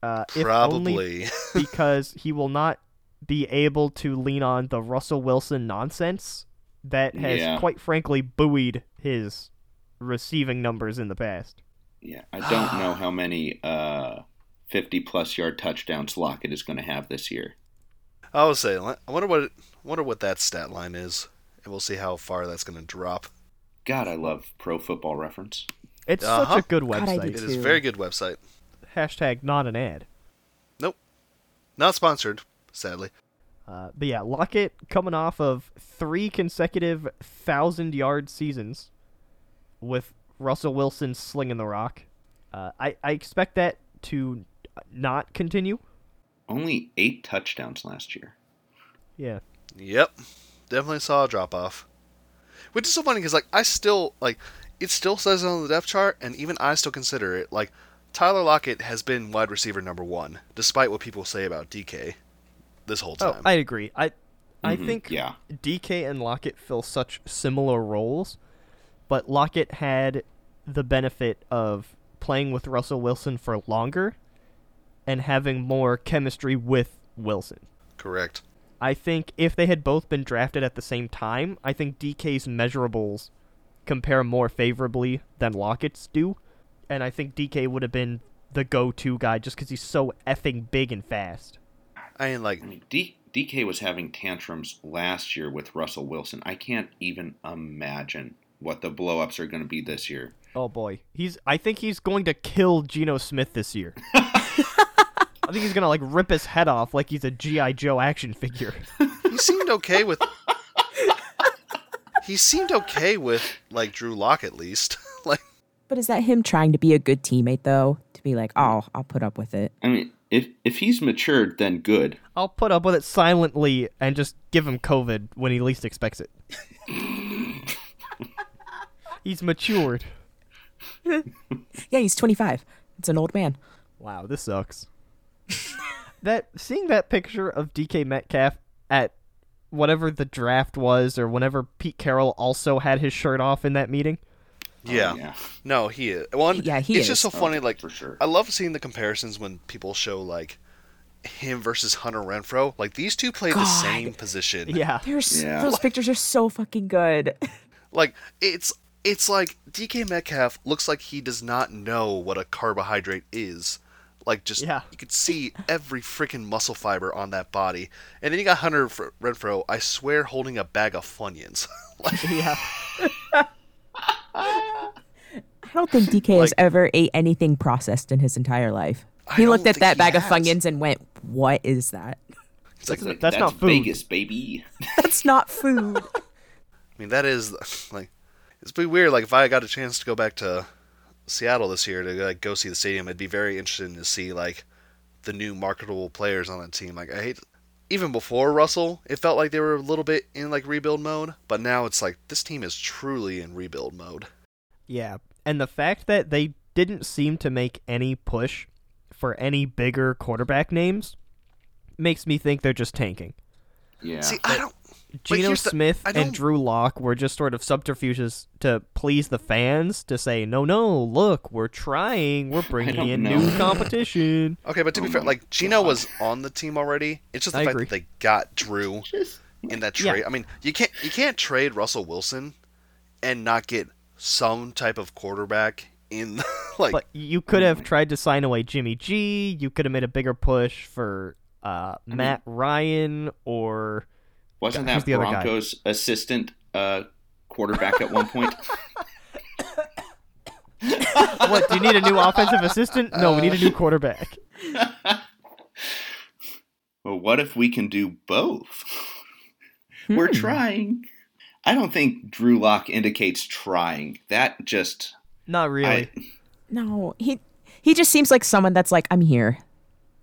S4: Uh, if only
S1: Probably.
S4: because he will not be able to lean on the Russell Wilson nonsense that has
S2: Yeah.
S4: quite frankly buoyed his receiving numbers in the past.
S2: Yeah, I don't know how many uh, 50 plus yard touchdowns Lockett is going to have this year.
S1: I would say. I wonder what wonder what that stat line is, and we'll see how far that's going to drop.
S2: God, I love pro football reference.
S4: It's
S1: Uh-huh.
S4: such a good
S3: God, I
S4: website.
S1: It is
S3: Two.
S1: very good website.
S4: Hashtag not an ad.
S1: Not sponsored, sadly.
S4: Uh, but yeah, Lockett coming off of three consecutive thousand yard seasons with Russell Wilson slinging the rock. Uh, I, I expect that to not continue.
S2: Only eight touchdowns last year.
S4: Yeah.
S1: Yep, definitely saw a drop off. Which is so funny because like I still like it still says it on the depth chart, and even I still consider it like Tyler Lockett has been wide receiver number one, despite what people say about DK this whole
S4: Oh,
S1: time.
S4: I agree. I I
S2: Mhm,
S4: think
S2: yeah.
S4: DK and Lockett fill such similar roles, but Lockett had the benefit of playing with Russell Wilson for longer and having more chemistry with Wilson.
S1: Correct.
S4: I think if they had both been drafted at the same time, I think DK's measurables compare more favorably than Lockett's do, and I think DK would have been the go-to guy just cuz he's so effing big and fast.
S1: I mean, like
S2: I mean, D- DK was having tantrums last year with Russell Wilson. I can't even imagine what the blowups are going to be this year.
S4: Oh boy, he's. I think he's going to kill Geno Smith this year. I think he's gonna like rip his head off like he's a GI Joe action figure.
S1: he seemed okay with. he seemed okay with like Drew Lock at least. like
S3: But is that him trying to be a good teammate though? To be like, oh, I'll put up with it.
S2: I mean, if if he's matured, then good.
S4: I'll put up with it silently and just give him COVID when he least expects it. he's matured.
S3: Yeah, he's 25. It's an old man.
S4: Wow, this sucks. that seeing that picture of DK Metcalf at whatever the draft was or whenever Pete Carroll also had his shirt off in that meeting.
S1: yeah.
S4: Oh,
S2: Oh, Yeah.
S1: No, he is. One,
S3: Yeah, he
S1: it's
S3: is.
S1: just so funny.
S2: Oh,
S1: Like,
S2: for sure.
S1: I love seeing the comparisons when people show like him versus Hunter Renfro. Like these two played the
S3: God.
S1: same position.
S4: Yeah.
S3: There's
S2: Yeah.
S3: those pictures are so fucking good.
S1: Like it's it's like DK Metcalf looks like he does not know what a carbohydrate is. Like just
S4: Yeah.
S1: you could see every freaking muscle fiber on that body. And then you got Hunter F- Renfro. I swear, holding a bag of Funyuns.
S4: Yeah.
S3: I don't think DK has ever ate anything processed in his entire life.
S1: I
S3: He looked
S1: don't
S3: at that
S1: think
S3: bag
S1: he
S3: of
S1: has.
S3: Funyuns and went, "What is that?
S1: it's like, I
S2: Like,
S4: that's not food.
S2: Vegas, baby.
S3: That's not food."
S1: mean, that is like it's be weird. Like if I got a chance to go back to Seattle this year to like go see the stadium, it'd be very interesting to see like the new marketable players on that team. Like I hate even before Russell, it felt like they were a little bit in like rebuild mode, but now it's like this team is truly in rebuild mode.
S4: Yeah, and the fact that they didn't seem to make any push for any bigger quarterback names makes me think they're just tanking.
S2: Yeah.
S1: See, I don't. But
S4: Geno
S1: here's the-
S4: Smith
S1: I
S4: and
S1: don't-
S4: Drew Locke were just sort of subterfuges to please the fans to say, no, no, look, we're trying, we're bringing
S2: don't
S4: in
S2: know.
S4: new competition.
S1: Okay, but to be
S2: Oh
S1: fair,
S2: my
S1: like Gino
S2: God.
S1: was on the team already. It's just the
S4: I
S1: fact
S4: agree.
S1: that they got Drew
S2: Just-
S1: in that
S4: Yeah.
S1: trade. I mean, you can't you can't trade Russell Wilson and not get some type of quarterback in like
S4: But you could have tried to sign away Jimmy G. You could have made a bigger push for uh, Matt Ryan or.
S2: wasn't
S4: who's
S2: that
S4: the other guy?
S2: Broncos assistant uh, quarterback at one point?
S4: What? Do you need a new offensive assistant? No, we need
S2: Uh,
S4: a new quarterback.
S2: Well, what if we can do both? We're trying. I don't think Drew Lock indicates trying. That just
S4: Not really.
S2: I-
S3: No, he he just seems like someone that's like, "I'm here.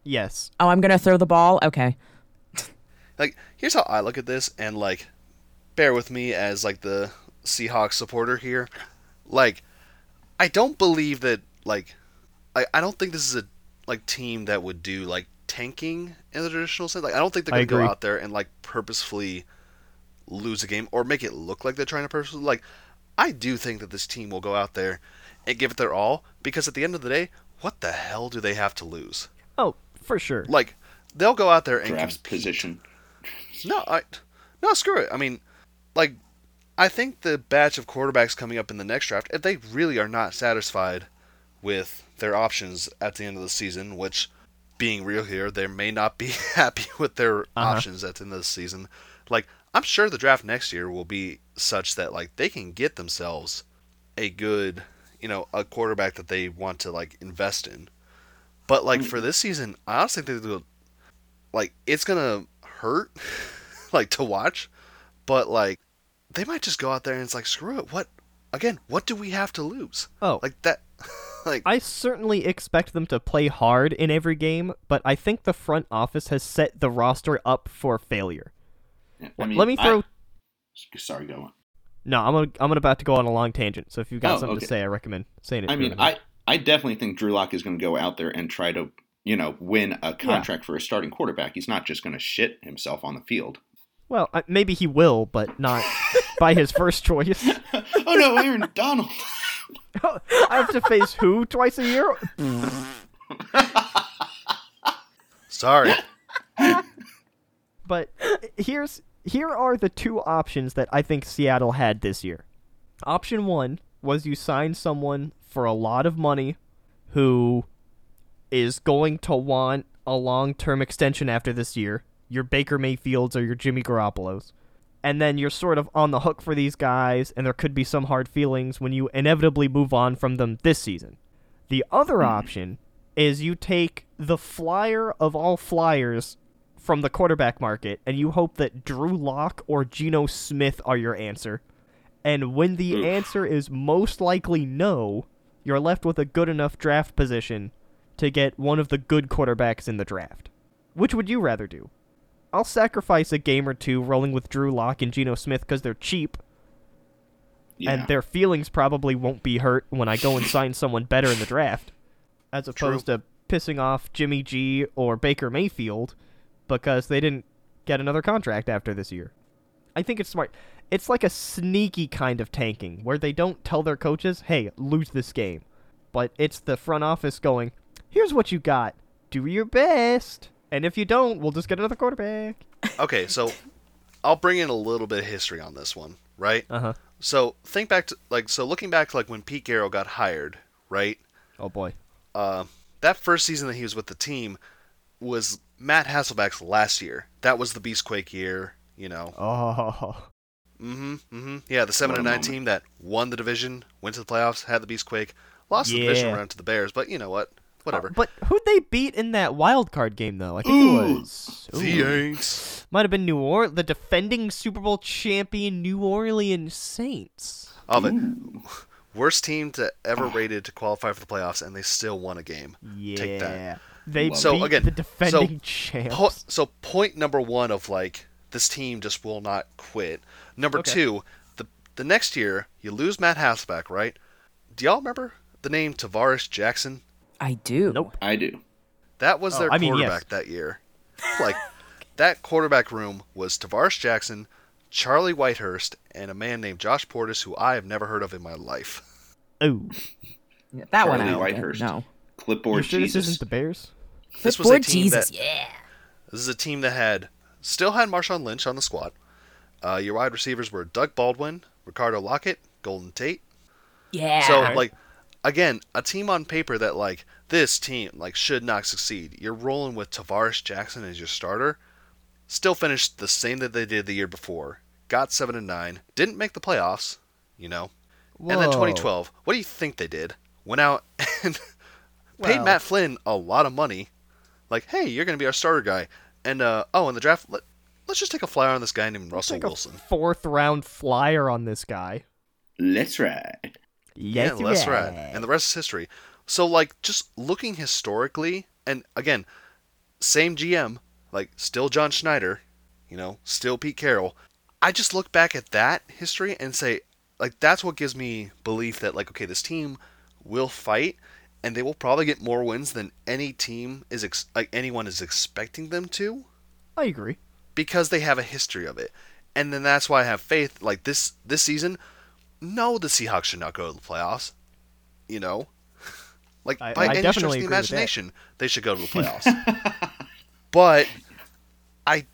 S4: Yes.
S3: Oh, I'm gonna throw the ball. Okay,
S1: like here's how I look at this and like bear with me as like the Seahawks supporter here. Like I don't believe that like I, I don't think this is a like team that would do like tanking in the traditional sense. Like I don't think they're
S4: I
S1: gonna go
S4: agree.
S1: out there and like purposefully lose a game or make it look like they're trying to purposefully. Like I do think that this team will go out there and give it their all because at the end of the day, what the hell do they have to lose?
S4: Oh, for sure.
S1: Like they'll go out there and
S2: Draft's
S1: compete.
S2: position.
S1: No, I no screw it. I mean, like I think the batch of quarterbacks coming up in the next draft, if they really are not satisfied with their options at the end of the season, which being real here, they may not be happy with their options at the end of the season. Like I'm sure the draft next year will be such that like they can get themselves a good, you know, a quarterback that they want to like invest in. But like for this season, I honestly think they'll like it's gonna hurt like to watch but like they might just go out there and it's like screw it what again what do we have to lose
S4: Oh.
S1: like that like
S4: I certainly expect them to play hard in every game, but I think the front office has set the roster up for failure.
S2: I mean,
S4: Let me
S2: I-
S4: throw.
S2: sorry, go on.
S4: No, I'm gonna, I'm about to go on a long tangent. So if you've got
S2: Oh,
S4: something
S2: okay.
S4: to say, I recommend saying it.
S2: I mean,
S4: Ruben.
S2: I, I definitely think Drew Lock is going to go out there and try to, you know, win a contract for a starting quarterback. He's not just going to shit himself on the field.
S4: well, I, maybe he will, but not by his first choice.
S2: oh no, Aaron Donald.
S4: I have to face who twice a year?
S1: sorry
S4: But here's here are the two options that I think Seattle had this year. Option one was you sign someone for a lot of money who is going to want a long term extension after this year, your Baker Mayfields or your Jimmy Garoppolo's. And then you're sort of on the hook for these guys, and there could be some hard feelings when you inevitably move on from them this season. The other option is you take the flyer of all flyers from the quarterback market, and you hope that Drew Locke or Geno Smith are your answer. And when the
S2: Oof.
S4: answer is most likely no, you're left with a good enough draft position to get one of the good quarterbacks in the draft. Which would you rather do? I'll sacrifice a game or two rolling with Drew Locke and Geno Smith because they're cheap
S2: Yeah.
S4: and their feelings probably won't be hurt when I go and sign someone better in the draft, as opposed to pissing off Jimmy G or Baker Mayfield because they didn't get another contract after this year. I think it's smart. It's like a sneaky kind of tanking where they don't tell their coaches, hey, lose this game. But it's the front office going, here's what you got. Do your best. And if you don't, we'll just get another quarterback.
S1: okay so i'll bring in a little bit of history on this one right
S4: Uh huh.
S1: so think back to like so looking back to like when pete garrow got hired right
S4: Oh, boy.
S1: uh, that first season that he was with the team was matt hasselback's last year that was the beastquake year you know
S4: Oh.
S1: Mm-hmm. Mm-hmm. Yeah, the seven and nine
S2: moment.
S1: team that won the division, went to the playoffs, had the Beast Quake, lost the
S4: Yeah.
S1: division round to the Bears, but you know what? Whatever.
S4: But who'd they beat in that wild card game though? I think it
S2: Ooh.
S4: was
S1: the
S4: Ooh.
S1: Aints.
S4: might have been New Or the defending Super Bowl champion New Orleans Saints.
S1: Of it. Oh, Worst team to ever
S4: Ah.
S1: rated to qualify for the playoffs, and they still won a game.
S4: Yeah.
S1: Take that.
S4: They
S1: So,
S4: beat
S1: again,
S4: the
S1: so
S4: defending champs.
S1: Po- so point number one of like this team just will not quit. Number
S4: Okay.
S1: two, the the next year you lose Matt Hasselbeck, right? Do y'all remember the name Tavares Jackson?
S3: I do.
S4: Nope.
S2: I do.
S1: That was
S4: Oh,
S1: their
S4: I mean, yes.
S1: quarterback that year. Like that quarterback room was Tavares Jackson, Charlie Whitehurst, and a man named Josh Portis who I have never heard of in my life.
S4: Oh,
S3: Yeah, That one I
S2: Charlie
S3: don't get.
S2: Whitehurst.
S3: No.
S4: you
S2: Clipboard
S4: sure this
S2: Jesus.
S4: isn't the Bears?
S1: This was a
S3: Lord
S1: team
S3: Jesus,
S1: that
S3: yeah.
S1: this is a team that had still had Marshawn Lynch on the squad. Uh, your wide receivers were Doug Baldwin, Ricardo Lockett, Golden Tate.
S3: Yeah.
S1: So like again, a team on paper that like this team like should not succeed. You're rolling with Tavares Jackson as your starter. Still finished the same that they did the year before. Got seven and nine. Didn't make the playoffs, you know. And then
S4: Whoa.
S1: 2012. What do you think they did? Went out and paid
S4: Well-
S1: Matt Flynn a lot of money. Like, hey, you're going to be our starter guy. And uh, oh, in the draft, let, let's just take a flyer on this guy named Russell
S4: Take a
S1: Wilson.
S4: fourth round flyer on this guy.
S2: Let's ride.
S4: Yes,
S1: yeah, that's
S4: yeah.
S1: right. And the rest is history. So like just looking historically, and again, same GM, like still John Schneider, you know, still Pete Carroll. I just look back at that history and say, like, that's what gives me belief that like, okay, this team will fight. and they will probably get more wins than any team is ex- like anyone is expecting them to
S4: I agree.
S1: because they have a history of it. And then that's why I have faith. Like this this season, no, the Seahawks should not go to the playoffs. You know, like
S4: I-
S1: by
S4: I
S1: any stretch of
S4: definitely
S1: the
S4: agree with that.
S1: imagination, they should go to the playoffs. but I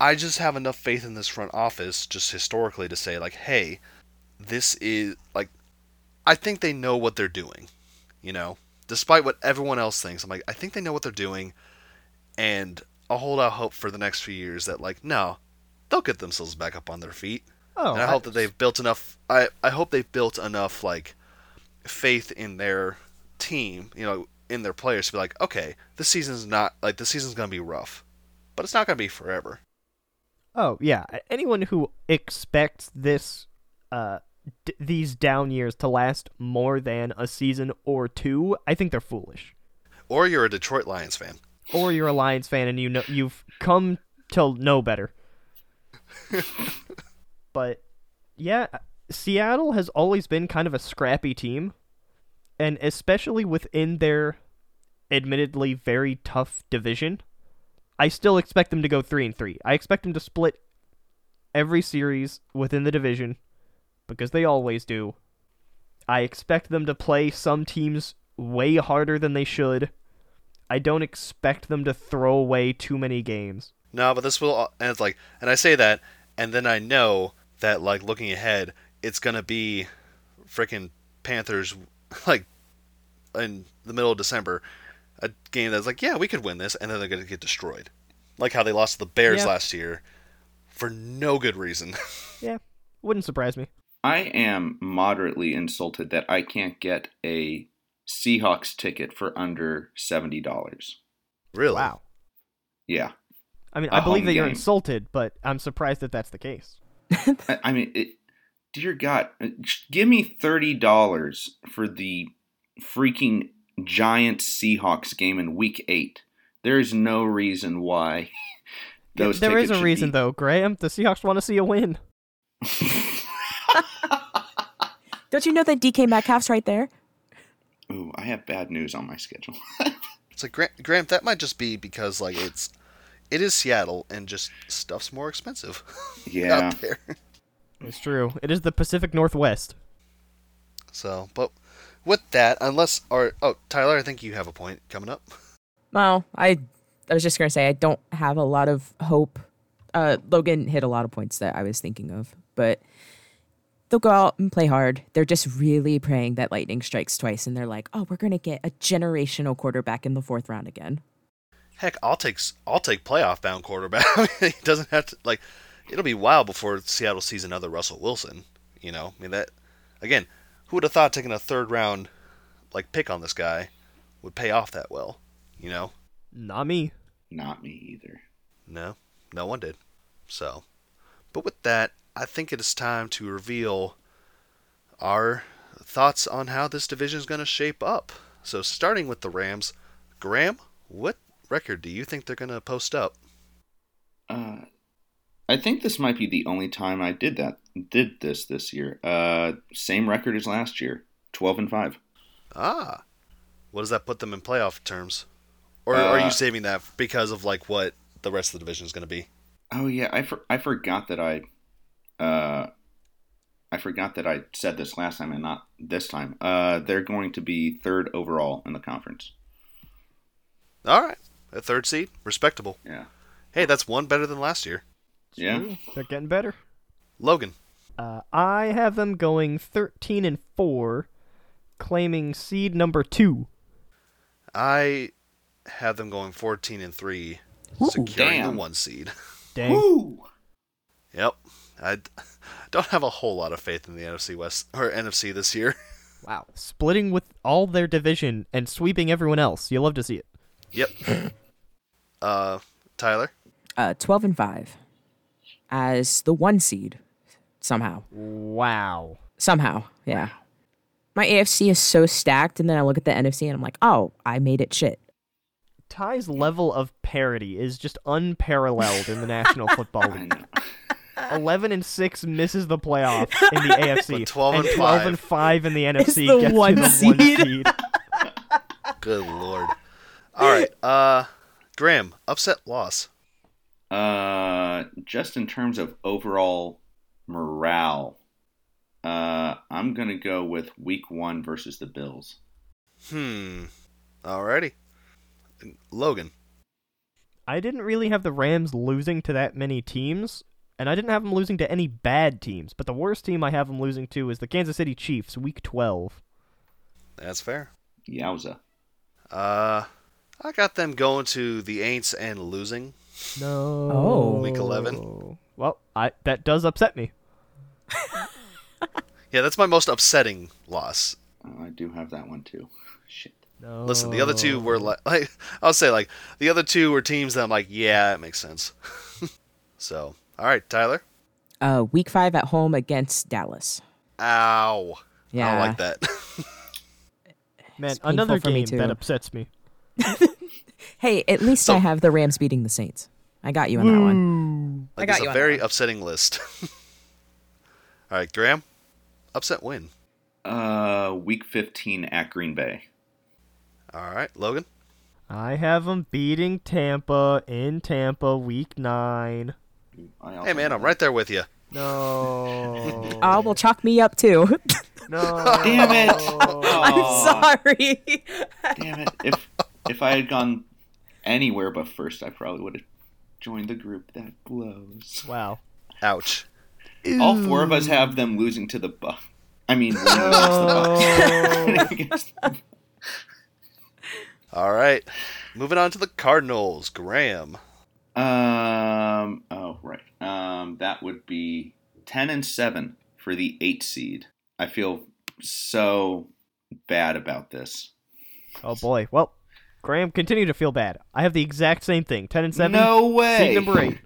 S1: I just have enough faith in this front office, just historically, to say like, hey, this is like I think they know what they're doing. You know, despite what everyone else thinks, I'm like, I think they know what they're doing and I'll hold out hope for the next few years that like no, they'll get themselves back up on their feet.
S4: Oh,
S1: and I,
S4: I-
S1: hope that they've built enough. I I hope they've built enough like faith in their team, you know, in their players to be like, okay, this season's not like this season's gonna be rough, but it's not gonna be forever.
S4: Oh yeah, A- anyone who expects this, uh, d- these down years to last more than a season or two, I think they're foolish.
S1: Or you're a Detroit Lions fan.
S4: Or you're a Lions fan and you know you've come to know better. but yeah, Seattle has always been kind of a scrappy team, and especially within their admittedly very tough division, I still expect them to go 3 and 3. I expect them to split every series within the division because they always do. I expect them to play some teams way harder than they should. I don't expect them to throw away too many games.
S1: No, but this will, uh, and it's like, and I say that, and then I know that, like, looking ahead, it's gonna be freaking Panthers, like, in the middle of December, a game that's like, yeah, we could win this, and then they're gonna get destroyed, like how they lost to the Bears
S4: Yeah.
S1: last year, for no good reason.
S4: Yeah, wouldn't surprise me.
S2: I am moderately insulted that I can't get a Seahawks ticket for under seventy dollars.
S1: really?
S2: Yeah,
S4: I mean,
S2: A
S4: I believe
S2: home
S4: that you're
S2: game.
S4: insulted, but I'm surprised that that's the case.
S2: I, I mean, it, dear God, uh, give me thirty dollars for the freaking giant Seahawks game in Week Eight. There is no reason why those.
S4: there is
S2: tickets
S4: a
S2: should
S4: reason,
S2: be-
S4: though, Graham. The Seahawks want to see a win.
S3: Don't you know that DK Metcalf's right there?
S2: Ooh, I have bad news on my schedule.
S1: It's like, Grant, Grant, that might just be because, like, it's, it is Seattle, and just stuff's more expensive
S2: yeah,
S1: out there.
S4: It's true. It is the Pacific Northwest.
S1: So, but with that, unless, or oh, Tyler, I think you have a point coming up.
S3: Well, I I was just gonna say I don't have a lot of hope. Uh, Logan hit a lot of points that I was thinking of, but they'll go out and play hard. They're just really praying that lightning strikes twice, and they're like, "Oh, we're gonna get a generational quarterback in the fourth round again."
S1: Heck, I'll take s- I'll take playoff bound quarterback. he doesn't have to like. It'll be a while before Seattle sees another Russell Wilson. You know, I mean that. Again, who would have thought taking a third round like pick on this guy would pay off that well? You know,
S4: Not me.
S2: not me either.
S1: no, no one did. So, but with that, I think it is time to reveal our thoughts on how this division is going to shape up. So, starting with the Rams, Graham, what record do you think they're going to post up?
S2: Uh, I think this might be the only time I did that. Did this this year? Uh, same record as last year, twelve and five.
S1: Ah, what does that put them in playoff terms? Or are
S2: Uh,
S1: you saving that because of like what the rest of the division is going to be?
S2: Oh yeah, I for- I forgot that I, uh, I forgot that I said this last time and not this time. Uh, they're going to be third overall in the conference.
S1: All right, a third seed, respectable.
S2: Yeah,
S1: Hey, that's one better than last year.
S4: It's
S2: Yeah.
S4: true. They're getting better.
S1: Logan,
S4: Uh, I have them going 13 and 4, claiming seed number 2.
S1: I have them going 14 and three, securing
S2: damn.
S1: the one seed.
S4: Dang.
S2: woo!
S1: Yep, I d- don't have a whole lot of faith in the NFC West or NFC this year.
S4: Wow. Splitting with all their division and sweeping everyone else. You love to see it.
S1: Yep. uh, Tyler,
S3: Uh, Twelve and five, as the one seed, somehow.
S4: Wow.
S3: Somehow, yeah. My AFC is so stacked, and then I look at the NFC and I'm like, oh, I made it shit.
S4: Ty's level of parody is just unparalleled in the National Football
S2: I
S4: League.
S2: know.
S4: Eleven and six misses the playoffs in the AFC.
S1: But 12 and
S4: twelve
S1: five.
S4: and five in the NFC
S3: the
S4: gets
S3: one
S4: to the one
S3: seed.
S4: seed.
S1: Good lord. All right. Uh, Graham, upset loss.
S2: Uh, just in terms of overall morale, uh, I'm gonna go with Week One versus the Bills.
S1: Hmm. Alrighty. Logan.
S4: I didn't really have the Rams losing to that many teams, and I didn't have them losing to any bad teams. But the worst team I have them losing to is the Kansas City Chiefs, Week 12.
S1: That's fair.
S2: Yowza!
S1: Uh, I got them going to the Aints and losing.
S4: No.
S3: Oh.
S1: Week 11.
S4: Well, I that does upset me.
S1: Yeah, that's my most upsetting loss.
S2: Oh, I do have that one too. Shit.
S4: No.
S1: Listen, the other two
S3: Oh.
S1: were like, like I'll say like the other two were teams that I'm like, yeah, it makes sense. so, all right, Tyler.
S3: Uh, week five at home against Dallas.
S1: Ow. I
S3: Yeah.
S1: don't like that.
S4: Man,
S3: painful
S4: another
S3: for me
S4: game that
S3: too.
S4: upsets me.
S3: Hey, at least
S1: So- Mm.
S3: I have the Rams beating the Saints. I got you on that one.
S1: like,
S3: I got
S1: it's
S3: you
S1: a
S3: on that
S1: very upsetting list. all right, Graham. Upset win.
S2: Uh, Week 15 at Green Bay.
S1: All right, Logan.
S4: I have them beating Tampa in Tampa week 9.
S2: I also
S1: Hey man, I'm right there with you.
S4: No.
S3: Oh, well, chalk me up too.
S4: no.
S2: Damn it!
S4: Oh.
S2: Aw,
S3: I'm sorry.
S2: Damn it! If if I had gone anywhere but first, I probably would have joined the group that blows.
S4: Wow.
S1: Ouch.
S2: All four of us have them losing to the Buck. I mean, winning against the Bucks.
S1: All right. Moving on to the Cardinals. Graham.
S2: um. Oh, right. Um. That would be ten and seven for the eight seed. I feel so bad about this.
S4: Oh boy. Well, Graham, continue to feel bad. I have the exact same thing. 10 and 7.
S2: No way.
S4: Seed number 8.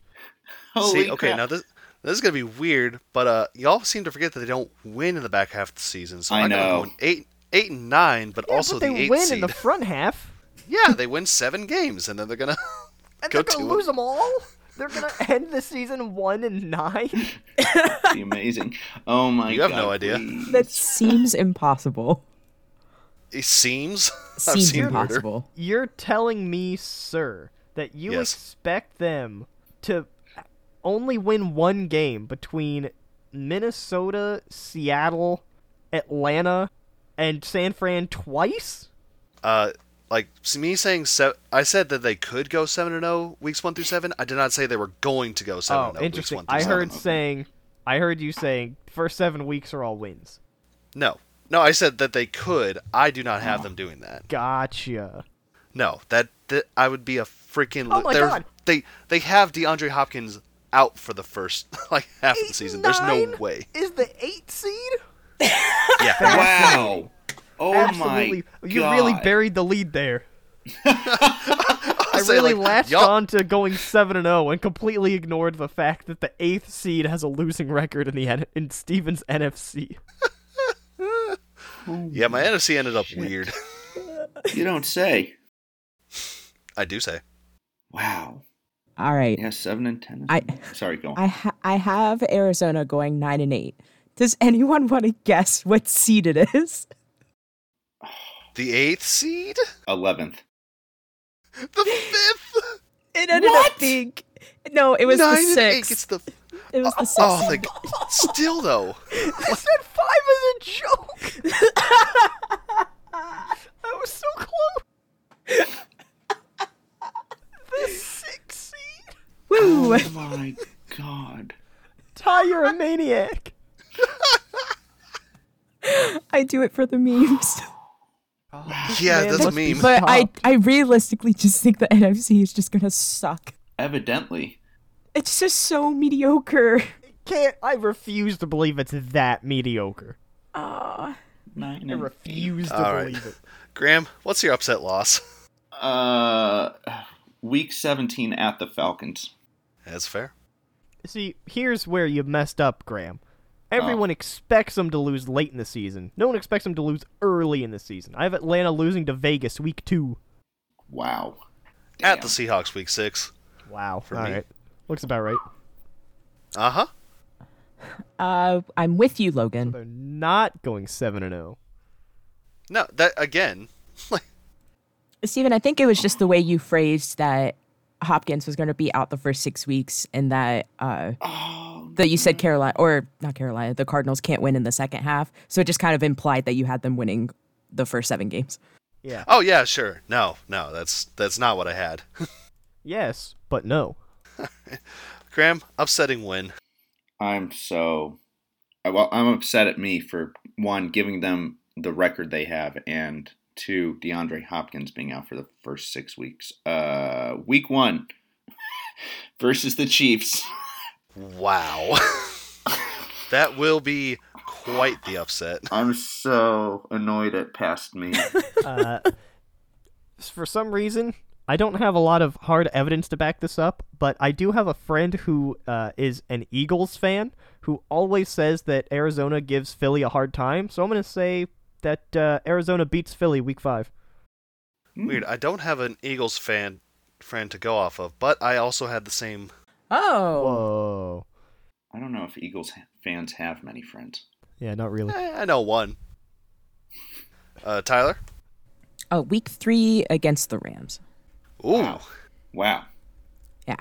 S2: Holy
S1: See, okay,
S2: crap.
S1: now this this is gonna be weird, but uh, y'all seem to forget that they don't win in the back half of the season. So
S2: I
S1: I'm
S2: know.
S1: going eight, eight and nine, but also
S4: but they
S1: the eight
S4: win
S1: seed.
S4: in the front half.
S1: yeah, they win seven games, and then they're gonna
S4: And
S1: Go
S4: they're
S1: to
S4: going to
S1: it.
S4: lose them all? They're going to end the season 1 and 9?
S2: That'd be amazing. Oh my god.
S1: You have no idea.
S2: please.
S3: That seems impossible.
S1: It seems. I've
S3: Seems
S1: seen weirder.
S3: impossible.
S4: You're telling me, sir, that you
S1: Yes.
S4: expect them to only win one game between Minnesota, Seattle, Atlanta, and San Fran twice?
S1: Uh, like s- me saying, se- I said that they could go seven and zero weeks one through seven. I did not say they were going to go seven.
S4: Oh,
S1: and 0
S4: interesting.
S1: Weeks one
S4: I
S1: through
S4: heard
S1: Seven.
S4: saying, I heard you saying, first seven weeks are all wins.
S1: No, no, I said that they could. I do not have them doing that.
S4: Gotcha.
S1: No, that, that I would be a freaking.
S4: Oh my
S1: they're-
S4: God.
S1: They they have DeAndre Hopkins out for the first like half of the season. There's no
S4: Nine
S1: way.
S4: Is the eight seed?
S1: Yeah.
S2: Wow. Oh
S4: Absolutely.
S2: my
S4: you
S2: god.
S4: really buried the lead there. I
S1: say,
S4: really
S1: like,
S4: latched
S1: y'all-
S4: on to going seven and zero and completely ignored the fact that the eighth seed has a losing record in the N- in Stevens NFC.
S1: yeah, my NFC ended up weird.
S2: You don't say.
S1: I do say.
S2: Wow.
S3: All right.
S2: Yeah, seven and ten.
S3: I-
S2: Sorry, go on.
S3: I ha- I have Arizona going nine and eight. Does anyone want to guess what seed it is?
S1: The eighth seed?
S2: Eleventh.
S1: The fifth?
S3: It ended up being no. It was
S1: Nine
S3: the
S1: and eight
S3: sixth.
S1: gets the
S3: It was the sixth.
S1: Oh, like still though.
S4: I said five as a joke. I was so close. the sixth seed.
S3: Woo!
S2: Oh my god.
S4: Ty, you're a maniac.
S3: I do it for the memes,
S1: Yeah,
S4: man,
S1: that's a
S4: must be
S1: meme.
S3: but I
S4: Stop.
S3: I realistically just think the NFC is just gonna suck.
S2: Evidently.
S3: It's just so mediocre.
S4: Can't I refuse to believe it's that mediocre?
S2: Nine
S4: I
S2: and
S4: refuse to
S1: Mm. All right.
S4: believe it.
S1: Graham, what's your upset loss?
S2: Uh, week seventeen at the Falcons.
S1: That's fair.
S4: See, here's where you messed up, Graham. Everyone expects them to lose late in the season. No one expects them to lose early in the season. I have Atlanta losing to Vegas week two.
S2: Wow.
S1: At the Seahawks week six.
S4: Wow. For
S1: me.
S4: Looks about right.
S1: Uh huh.
S3: Uh, I'm with you, Logan.
S4: oh. They're not going 7 and 0.
S1: No, that again. Like
S3: Stephen, I think it was just the way you phrased that Hopkins was going to be out the first six weeks, and that uh, that you said Carolina or not Carolina, the Cardinals can't win in the second half. So it just kind of implied that you had them winning the first seven games.
S4: Yeah.
S1: Oh yeah, sure. No, no, that's that's not what I had.
S4: Yes, but no.
S1: Graham, upsetting win.
S2: I'm so I- well. I'm upset at me for one giving them the record they have, and two DeAndre Hopkins being out for the first six weeks. Uh, week one versus the Chiefs.
S1: Wow. that will be quite the upset.
S2: I'm so annoyed at past me.
S4: Uh, for some reason, I don't have a lot of hard evidence to back this up, but I do have a friend who uh, is an Eagles fan who always says that Arizona gives Philly a hard time. So I'm going to say that uh, Arizona beats Philly week five.
S3: Mm.
S1: Weird. I don't have an Eagles fan friend to go off of, but I also had the same
S3: Oh,
S4: Whoa.
S2: I don't know if Eagles ha- fans have many friends.
S4: Yeah, not really.
S1: eh, I know one. Uh Tyler?
S3: Uh, week three against the Rams.
S1: Ooh.
S2: Wow. Wow.
S3: Yeah.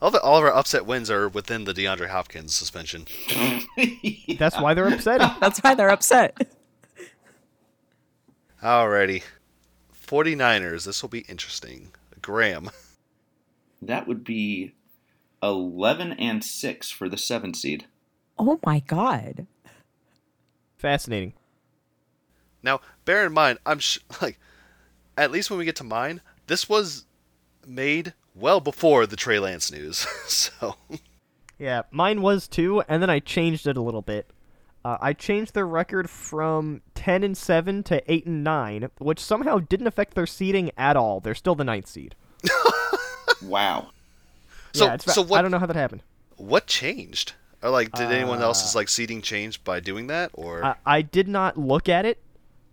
S1: All, the, all of our upset wins are within the DeAndre Hopkins suspension.
S4: That's why they're upsetting.
S3: That's why they're upset.
S1: Alrighty. 49ers. This will be interesting. Graham.
S2: That would be 11 and 6 for the 7 seed.
S3: Oh my God.
S4: Fascinating.
S1: Now, bear in mind, I'm sh- like, at least when we get to mine, this was made well before the Trey Lance news. so,
S4: Yeah, mine was too, and then I changed it a little bit. Uh, I changed their record from ten and seven to eight and nine, which somehow didn't affect their seeding at all. They're still the ninth seed.
S2: Wow.
S1: so,
S4: yeah, it's fa-
S1: so what?
S4: I don't know how that happened.
S1: What changed? Or like, did anyone else's like seating change by doing that? Or
S4: I, I did not look at it.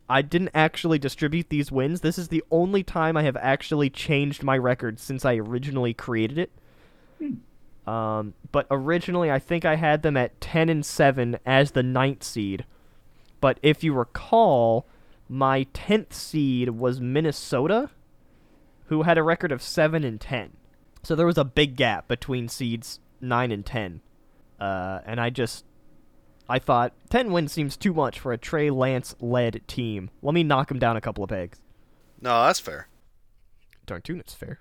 S4: I didn't actually distribute these wins. This is the only time I have actually changed my record since I originally created it. Um, but originally, I think I had them at ten and seven as the ninth seed. But if you recall, my tenth seed was Minnesota, who had a record of seven and ten. So there was a big gap between seeds nine and ten. Uh, and I just I thought, 10 wins seems too much for a Trey Lance led team. Let me knock him down a couple of pegs.
S1: no, that's fair.
S4: Darn tune, it's fair.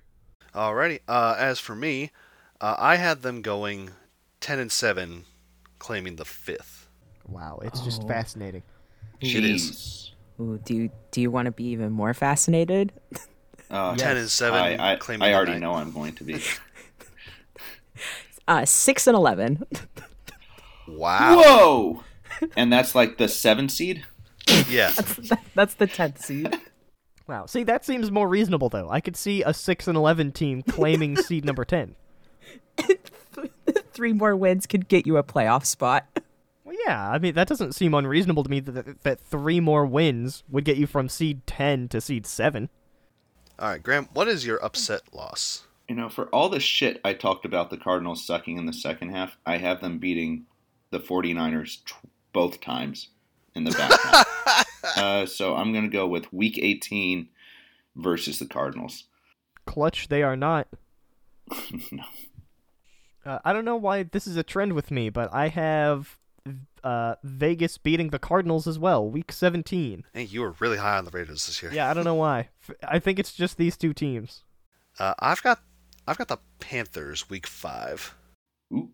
S1: Alrighty. Uh, as for me, uh, I had them going ten and seven, claiming the fifth.
S4: Wow, it's just fascinating.
S1: It is.
S2: Jeez.
S3: Ooh, do you, do you want to be even more fascinated?
S2: Oh,
S1: Ten and seven,
S2: I, I,
S1: claiming
S2: I
S1: the
S2: already
S1: ninth.
S2: know I'm going to be.
S3: Uh, six and eleven.
S1: Wow.
S2: Whoa! and that's like the 7 seed?
S1: Yeah.
S3: That's the tenth seed.
S4: Wow. See, that seems more reasonable, though. I could see a 6 and 11 team claiming seed number 10.
S3: Three more wins could get you a playoff spot.
S4: Well, yeah, I mean, that doesn't seem unreasonable to me that, that three more wins would get you from seed 10 to seed 7.
S1: All right, Graham. What is your upset loss?
S2: You know, for all the shit I talked about the Cardinals sucking in the second half, I have them beating the 49ers tw- both times in the back half. Uh, so I'm going to go with week 18 versus the Cardinals.
S4: Clutch, they are not.
S2: no.
S4: Uh, I don't know why this is a trend with me, but I have uh, Vegas beating the Cardinals as well, week 17.
S1: Hey, you were really high on the Raiders this year.
S4: Yeah, I don't know why. F- I think it's just these two teams.
S1: Uh, I've got, I've got the Panthers week five.
S2: Ooh.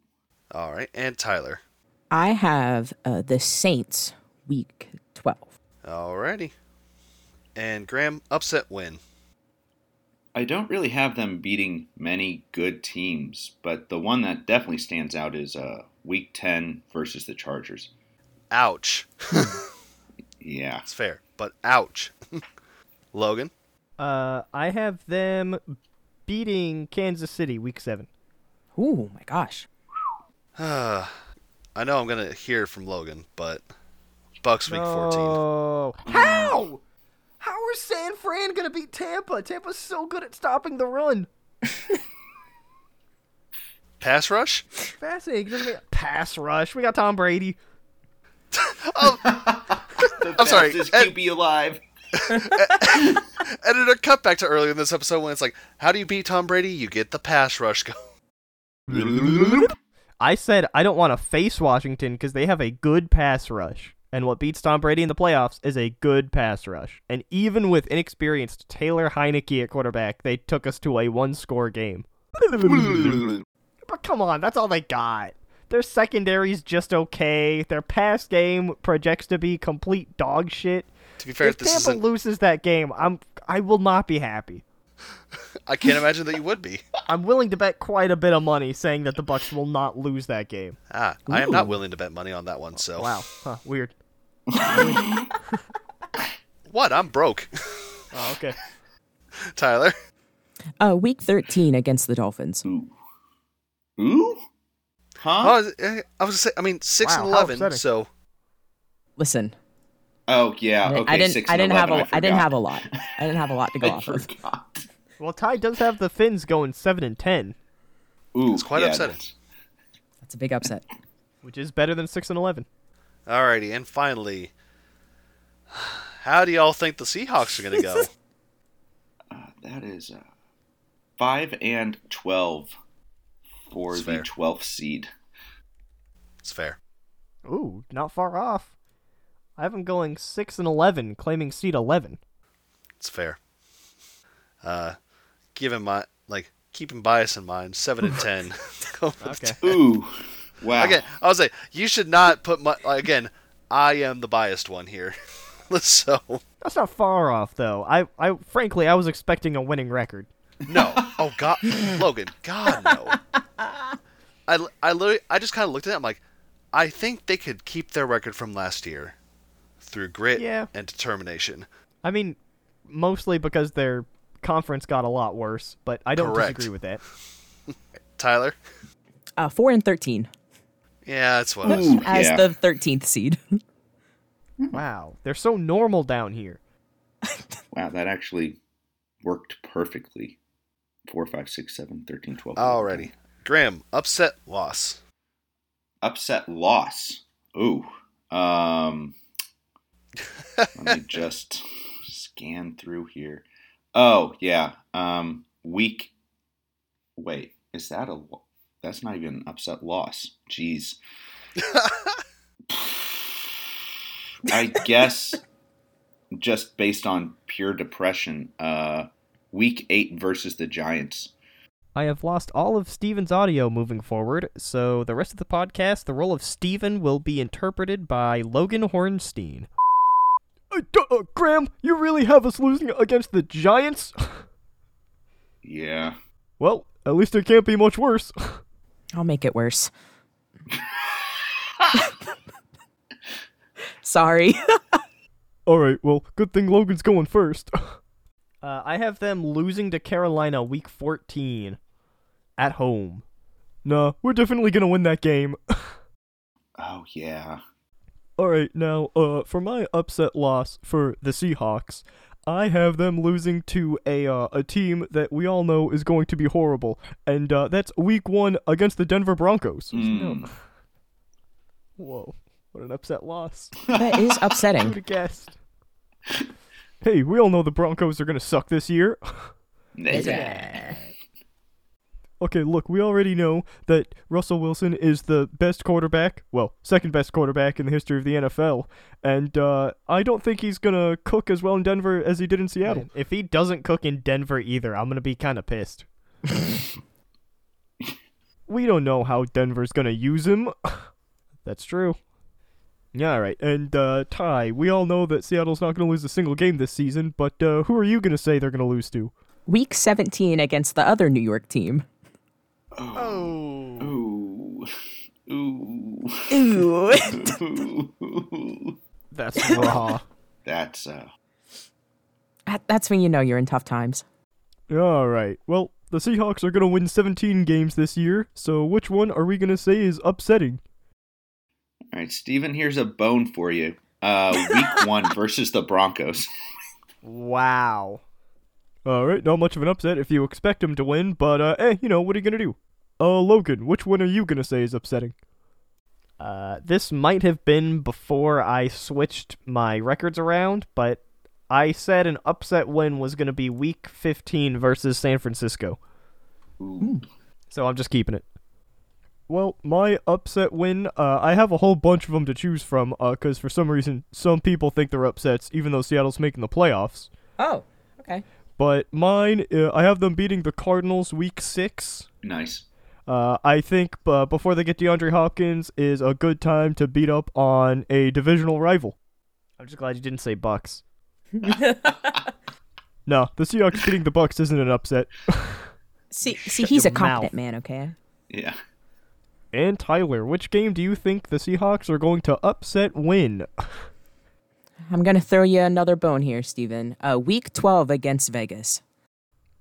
S1: All right, and Tyler.
S3: I have uh, the Saints week twelve.
S1: Alrighty. And Graham, upset win.
S2: I don't really have them beating many good teams, but the one that definitely stands out is uh, week 10 versus the Chargers.
S1: Ouch.
S2: Yeah.
S1: That's fair, but ouch. Logan.
S4: Uh, I have them beating Kansas City week seven.
S3: Ooh, my gosh.
S1: I know I'm gonna hear from Logan, but Bucks week 14.
S4: Oh, how? How are San Fran gonna beat Tampa? Tampa's so good at stopping the run.
S1: Pass rush?
S4: Fascinating. Doesn't it? Pass rush. We got Tom Brady.
S2: The
S1: I'm sorry,
S2: fastest
S1: Ed-
S2: QB alive.
S1: And a cut back to earlier in this episode when it's like, how do you beat Tom Brady? You get the pass rush going.
S4: I said I don't want to face Washington because they have a good pass rush. And what beats Tom Brady in the playoffs is a good pass rush. And even with inexperienced Taylor Heineke at quarterback, they took us to a one score game. But come on, that's all they got. Their secondary's just okay. Their pass game projects to be complete dog shit.
S1: To be fair,
S4: if
S1: this
S4: Tampa
S1: isn't.
S4: loses that game, I'm I will not be happy.
S1: I can't imagine that you would be.
S4: I'm willing to bet quite a bit of money saying that the Bucks will not lose that game.
S1: Ah, I am not willing to bet money on that one. So
S4: Wow, huh, weird.
S1: what? I'm broke,
S4: Oh, okay.
S1: Tyler.
S3: Uh, week 13 against the Dolphins.
S2: Ooh. Ooh? Huh?
S1: Oh, eh, I was. Say, I mean, six
S4: Wow,
S1: and
S4: how
S1: eleven.
S4: upsetting.
S1: So
S3: Listen,
S2: Oh, yeah.
S3: I didn't-
S2: Okay,
S3: I didn't.
S2: six
S3: I
S2: and
S3: didn't have
S2: 11,
S3: a. I didn't
S2: forgot.
S3: have a lot. I didn't have a lot to go
S2: I
S3: off of.
S2: forgot.
S4: Well, Ty does have the Finns going seven and ten,
S2: Ooh,
S1: It's quite
S2: yeah,
S1: upsetting.
S2: that's-
S3: That's a big upset.
S4: which is better than six and eleven.
S1: alrighty, and finally, how do y'all think the Seahawks are gonna go?
S2: That is uh, five and twelve for
S1: It's
S2: the
S1: fair.
S2: twelfth seed.
S1: it's fair.
S4: Ooh, not far off. I have him going six and eleven, claiming seat eleven.
S1: It's fair. Uh, given my like keeping bias in mind, seven and ten.
S4: Okay.
S2: Ooh, wow.
S1: Again, Eh. I was like, you should not put my again. I am the biased one here. so
S4: That's not far off though. I, I frankly I was expecting a winning record.
S1: no. Oh God, Logan, God no. I I literally, I just kind of looked at it. I'm like, I think they could keep their record from last year through grit
S4: Yeah.
S1: and determination.
S4: I mean, mostly because their conference got a lot worse, but I don't
S1: Correct.
S4: disagree with that.
S1: Tyler,
S3: Uh, four and thirteen
S1: yeah, that's what. I was
S2: Ooh,
S3: as
S2: yeah.
S3: the thirteenth seed.
S4: Wow, they're so normal down here.
S2: Wow, that actually worked perfectly. Four, five, six, seven, 13, 12.
S1: Alrighty, Graham, upset loss.
S2: Upset loss. Ooh. Um, let me just scan through here. Oh, yeah. Um, week. Wait, is that a. lo- That's not even an upset loss. Jeez. I guess just based on pure depression, uh, week eight versus the Giants.
S4: I have lost all of Steven's audio moving forward, so the rest of the podcast, the role of Steven will be interpreted by Logan Hornstein. Uh, d- uh, Graham, you really have us losing against the Giants?
S2: Yeah.
S4: well, at least it can't be much worse.
S3: I'll make it worse. Sorry.
S4: all right, well, good thing Logan's going first. uh, I have them losing to Carolina week 14 at home. Nah, we're definitely going to win that game.
S2: Oh, yeah.
S4: All right, now uh, for my upset loss for the Seahawks, I have them losing to a uh, a team that we all know is going to be horrible, and uh, that's Week One against the Denver Broncos.
S2: Mm.
S4: Whoa, what an upset loss!
S3: that is
S4: Who'd
S3: upsetting.
S4: have guessed? hey, we all know the Broncos are gonna suck this year. Okay, look, we already know that Russell Wilson is the best quarterback, well, second best quarterback in the history of the NFL, and uh, I don't think he's gonna cook as well in Denver as he did in Seattle. if he doesn't cook in Denver either, I'm gonna be kind of pissed. we don't know how Denver's gonna use him. That's true. Yeah, all right. And uh, Ty, we all know that Seattle's not gonna lose a single game this season, but uh, who are you gonna say they're gonna lose to?
S3: Week seventeen against the other New York team.
S1: Oh,
S2: Ooh. Ooh.
S3: Ooh.
S2: Ooh.
S4: That's raw.
S2: That's uh
S3: That- That's when you know you're in tough times.
S4: All right. Well, the Seahawks are going to win 17 games this year, so which one are we going to say is upsetting?
S2: all right, Steven, here's a bone for you. Uh week one versus the Broncos.
S4: Wow. All right, not much of an upset if you expect them to win, but uh, eh, you know, what are you going to do? Uh, Logan, which one are you going to say is upsetting? Uh, this might have been before I switched my records around, but I said an upset win was going to be Week 15 versus San Francisco.
S3: Hmm.
S2: Ooh.
S4: So I'm just keeping it. Well, my upset win, uh, I have a whole bunch of them to choose from because for some reason some people think they're upsets even though Seattle's making the playoffs.
S3: Oh, okay.
S4: But mine, uh, I have them beating the Cardinals week six.
S2: Nice.
S4: Uh, I think uh, before they get DeAndre Hopkins is a good time to beat up on a divisional rival. I'm just glad you didn't say Bucks. no, the Seahawks beating the Bucks isn't an upset.
S3: See, see, he's a
S4: your
S3: competent
S4: mouth.
S3: man. Okay.
S2: Yeah.
S4: And Tyler, which game do you think the Seahawks are going to upset win?
S3: I'm gonna throw you another bone here, Steven. Uh, week 12 against Vegas.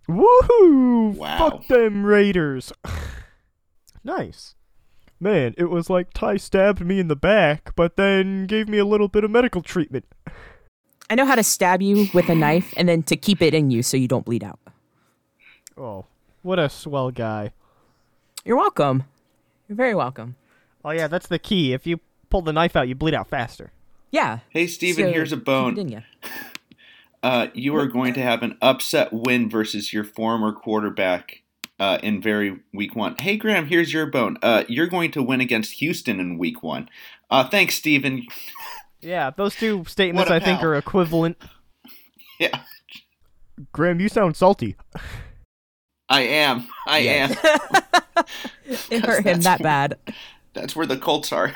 S4: Woohoo!
S2: Wow.
S4: Fuck them Raiders. nice. Man, it was like Ty stabbed me in the back, but then gave me a little bit of medical treatment.
S3: I know how to stab you with a knife and then to keep it in you so you don't bleed out.
S4: Oh, what a swell guy.
S3: You're welcome. You're very welcome.
S4: Oh yeah, that's the key. If you pull the knife out, you bleed out faster.
S3: Yeah.
S2: Hey, Steven,
S3: So,
S2: here's a
S3: keep it
S2: bone.
S3: in ya.
S2: Uh, you are going to have an upset win versus your former quarterback uh, in very week one. Hey, Graham, here's your bone. Uh, you're going to win against Houston in week one. Uh, thanks, Steven.
S4: Yeah, those two statements
S2: What
S4: I
S2: a
S4: think
S2: pal.
S4: are equivalent.
S2: yeah,
S4: Graham, you sound salty.
S2: I am. I am.
S3: It hurt him
S2: that's
S3: that bad.
S2: That's where the Colts are.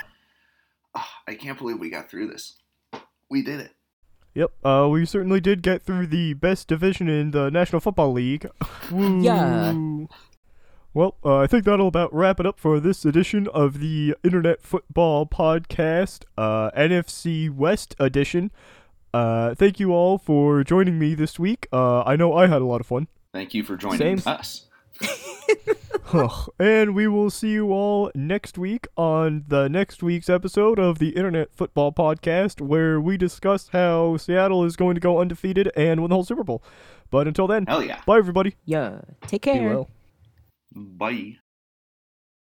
S2: Ah, I can't believe we got through this. We did it.
S4: Yep. Uh, we certainly did get through the best division in the National Football League. Woo.
S3: Yeah.
S4: Well, uh, I think that'll about wrap it up for this edition of the Internet Football Podcast, uh, NFC West edition. Uh, thank you all for joining me this week. Uh, I know I had a lot of fun.
S2: Thank you for joining
S4: Same.
S2: us.
S4: Ugh. and we will see you all next week on the next week's episode of the Internet Football Podcast, where we discuss how Seattle is going to go undefeated and win the whole Super Bowl. But until then,
S2: Hell yeah.
S4: bye everybody.
S3: Yeah. Take
S4: Be
S3: care.
S4: well.
S2: Bye.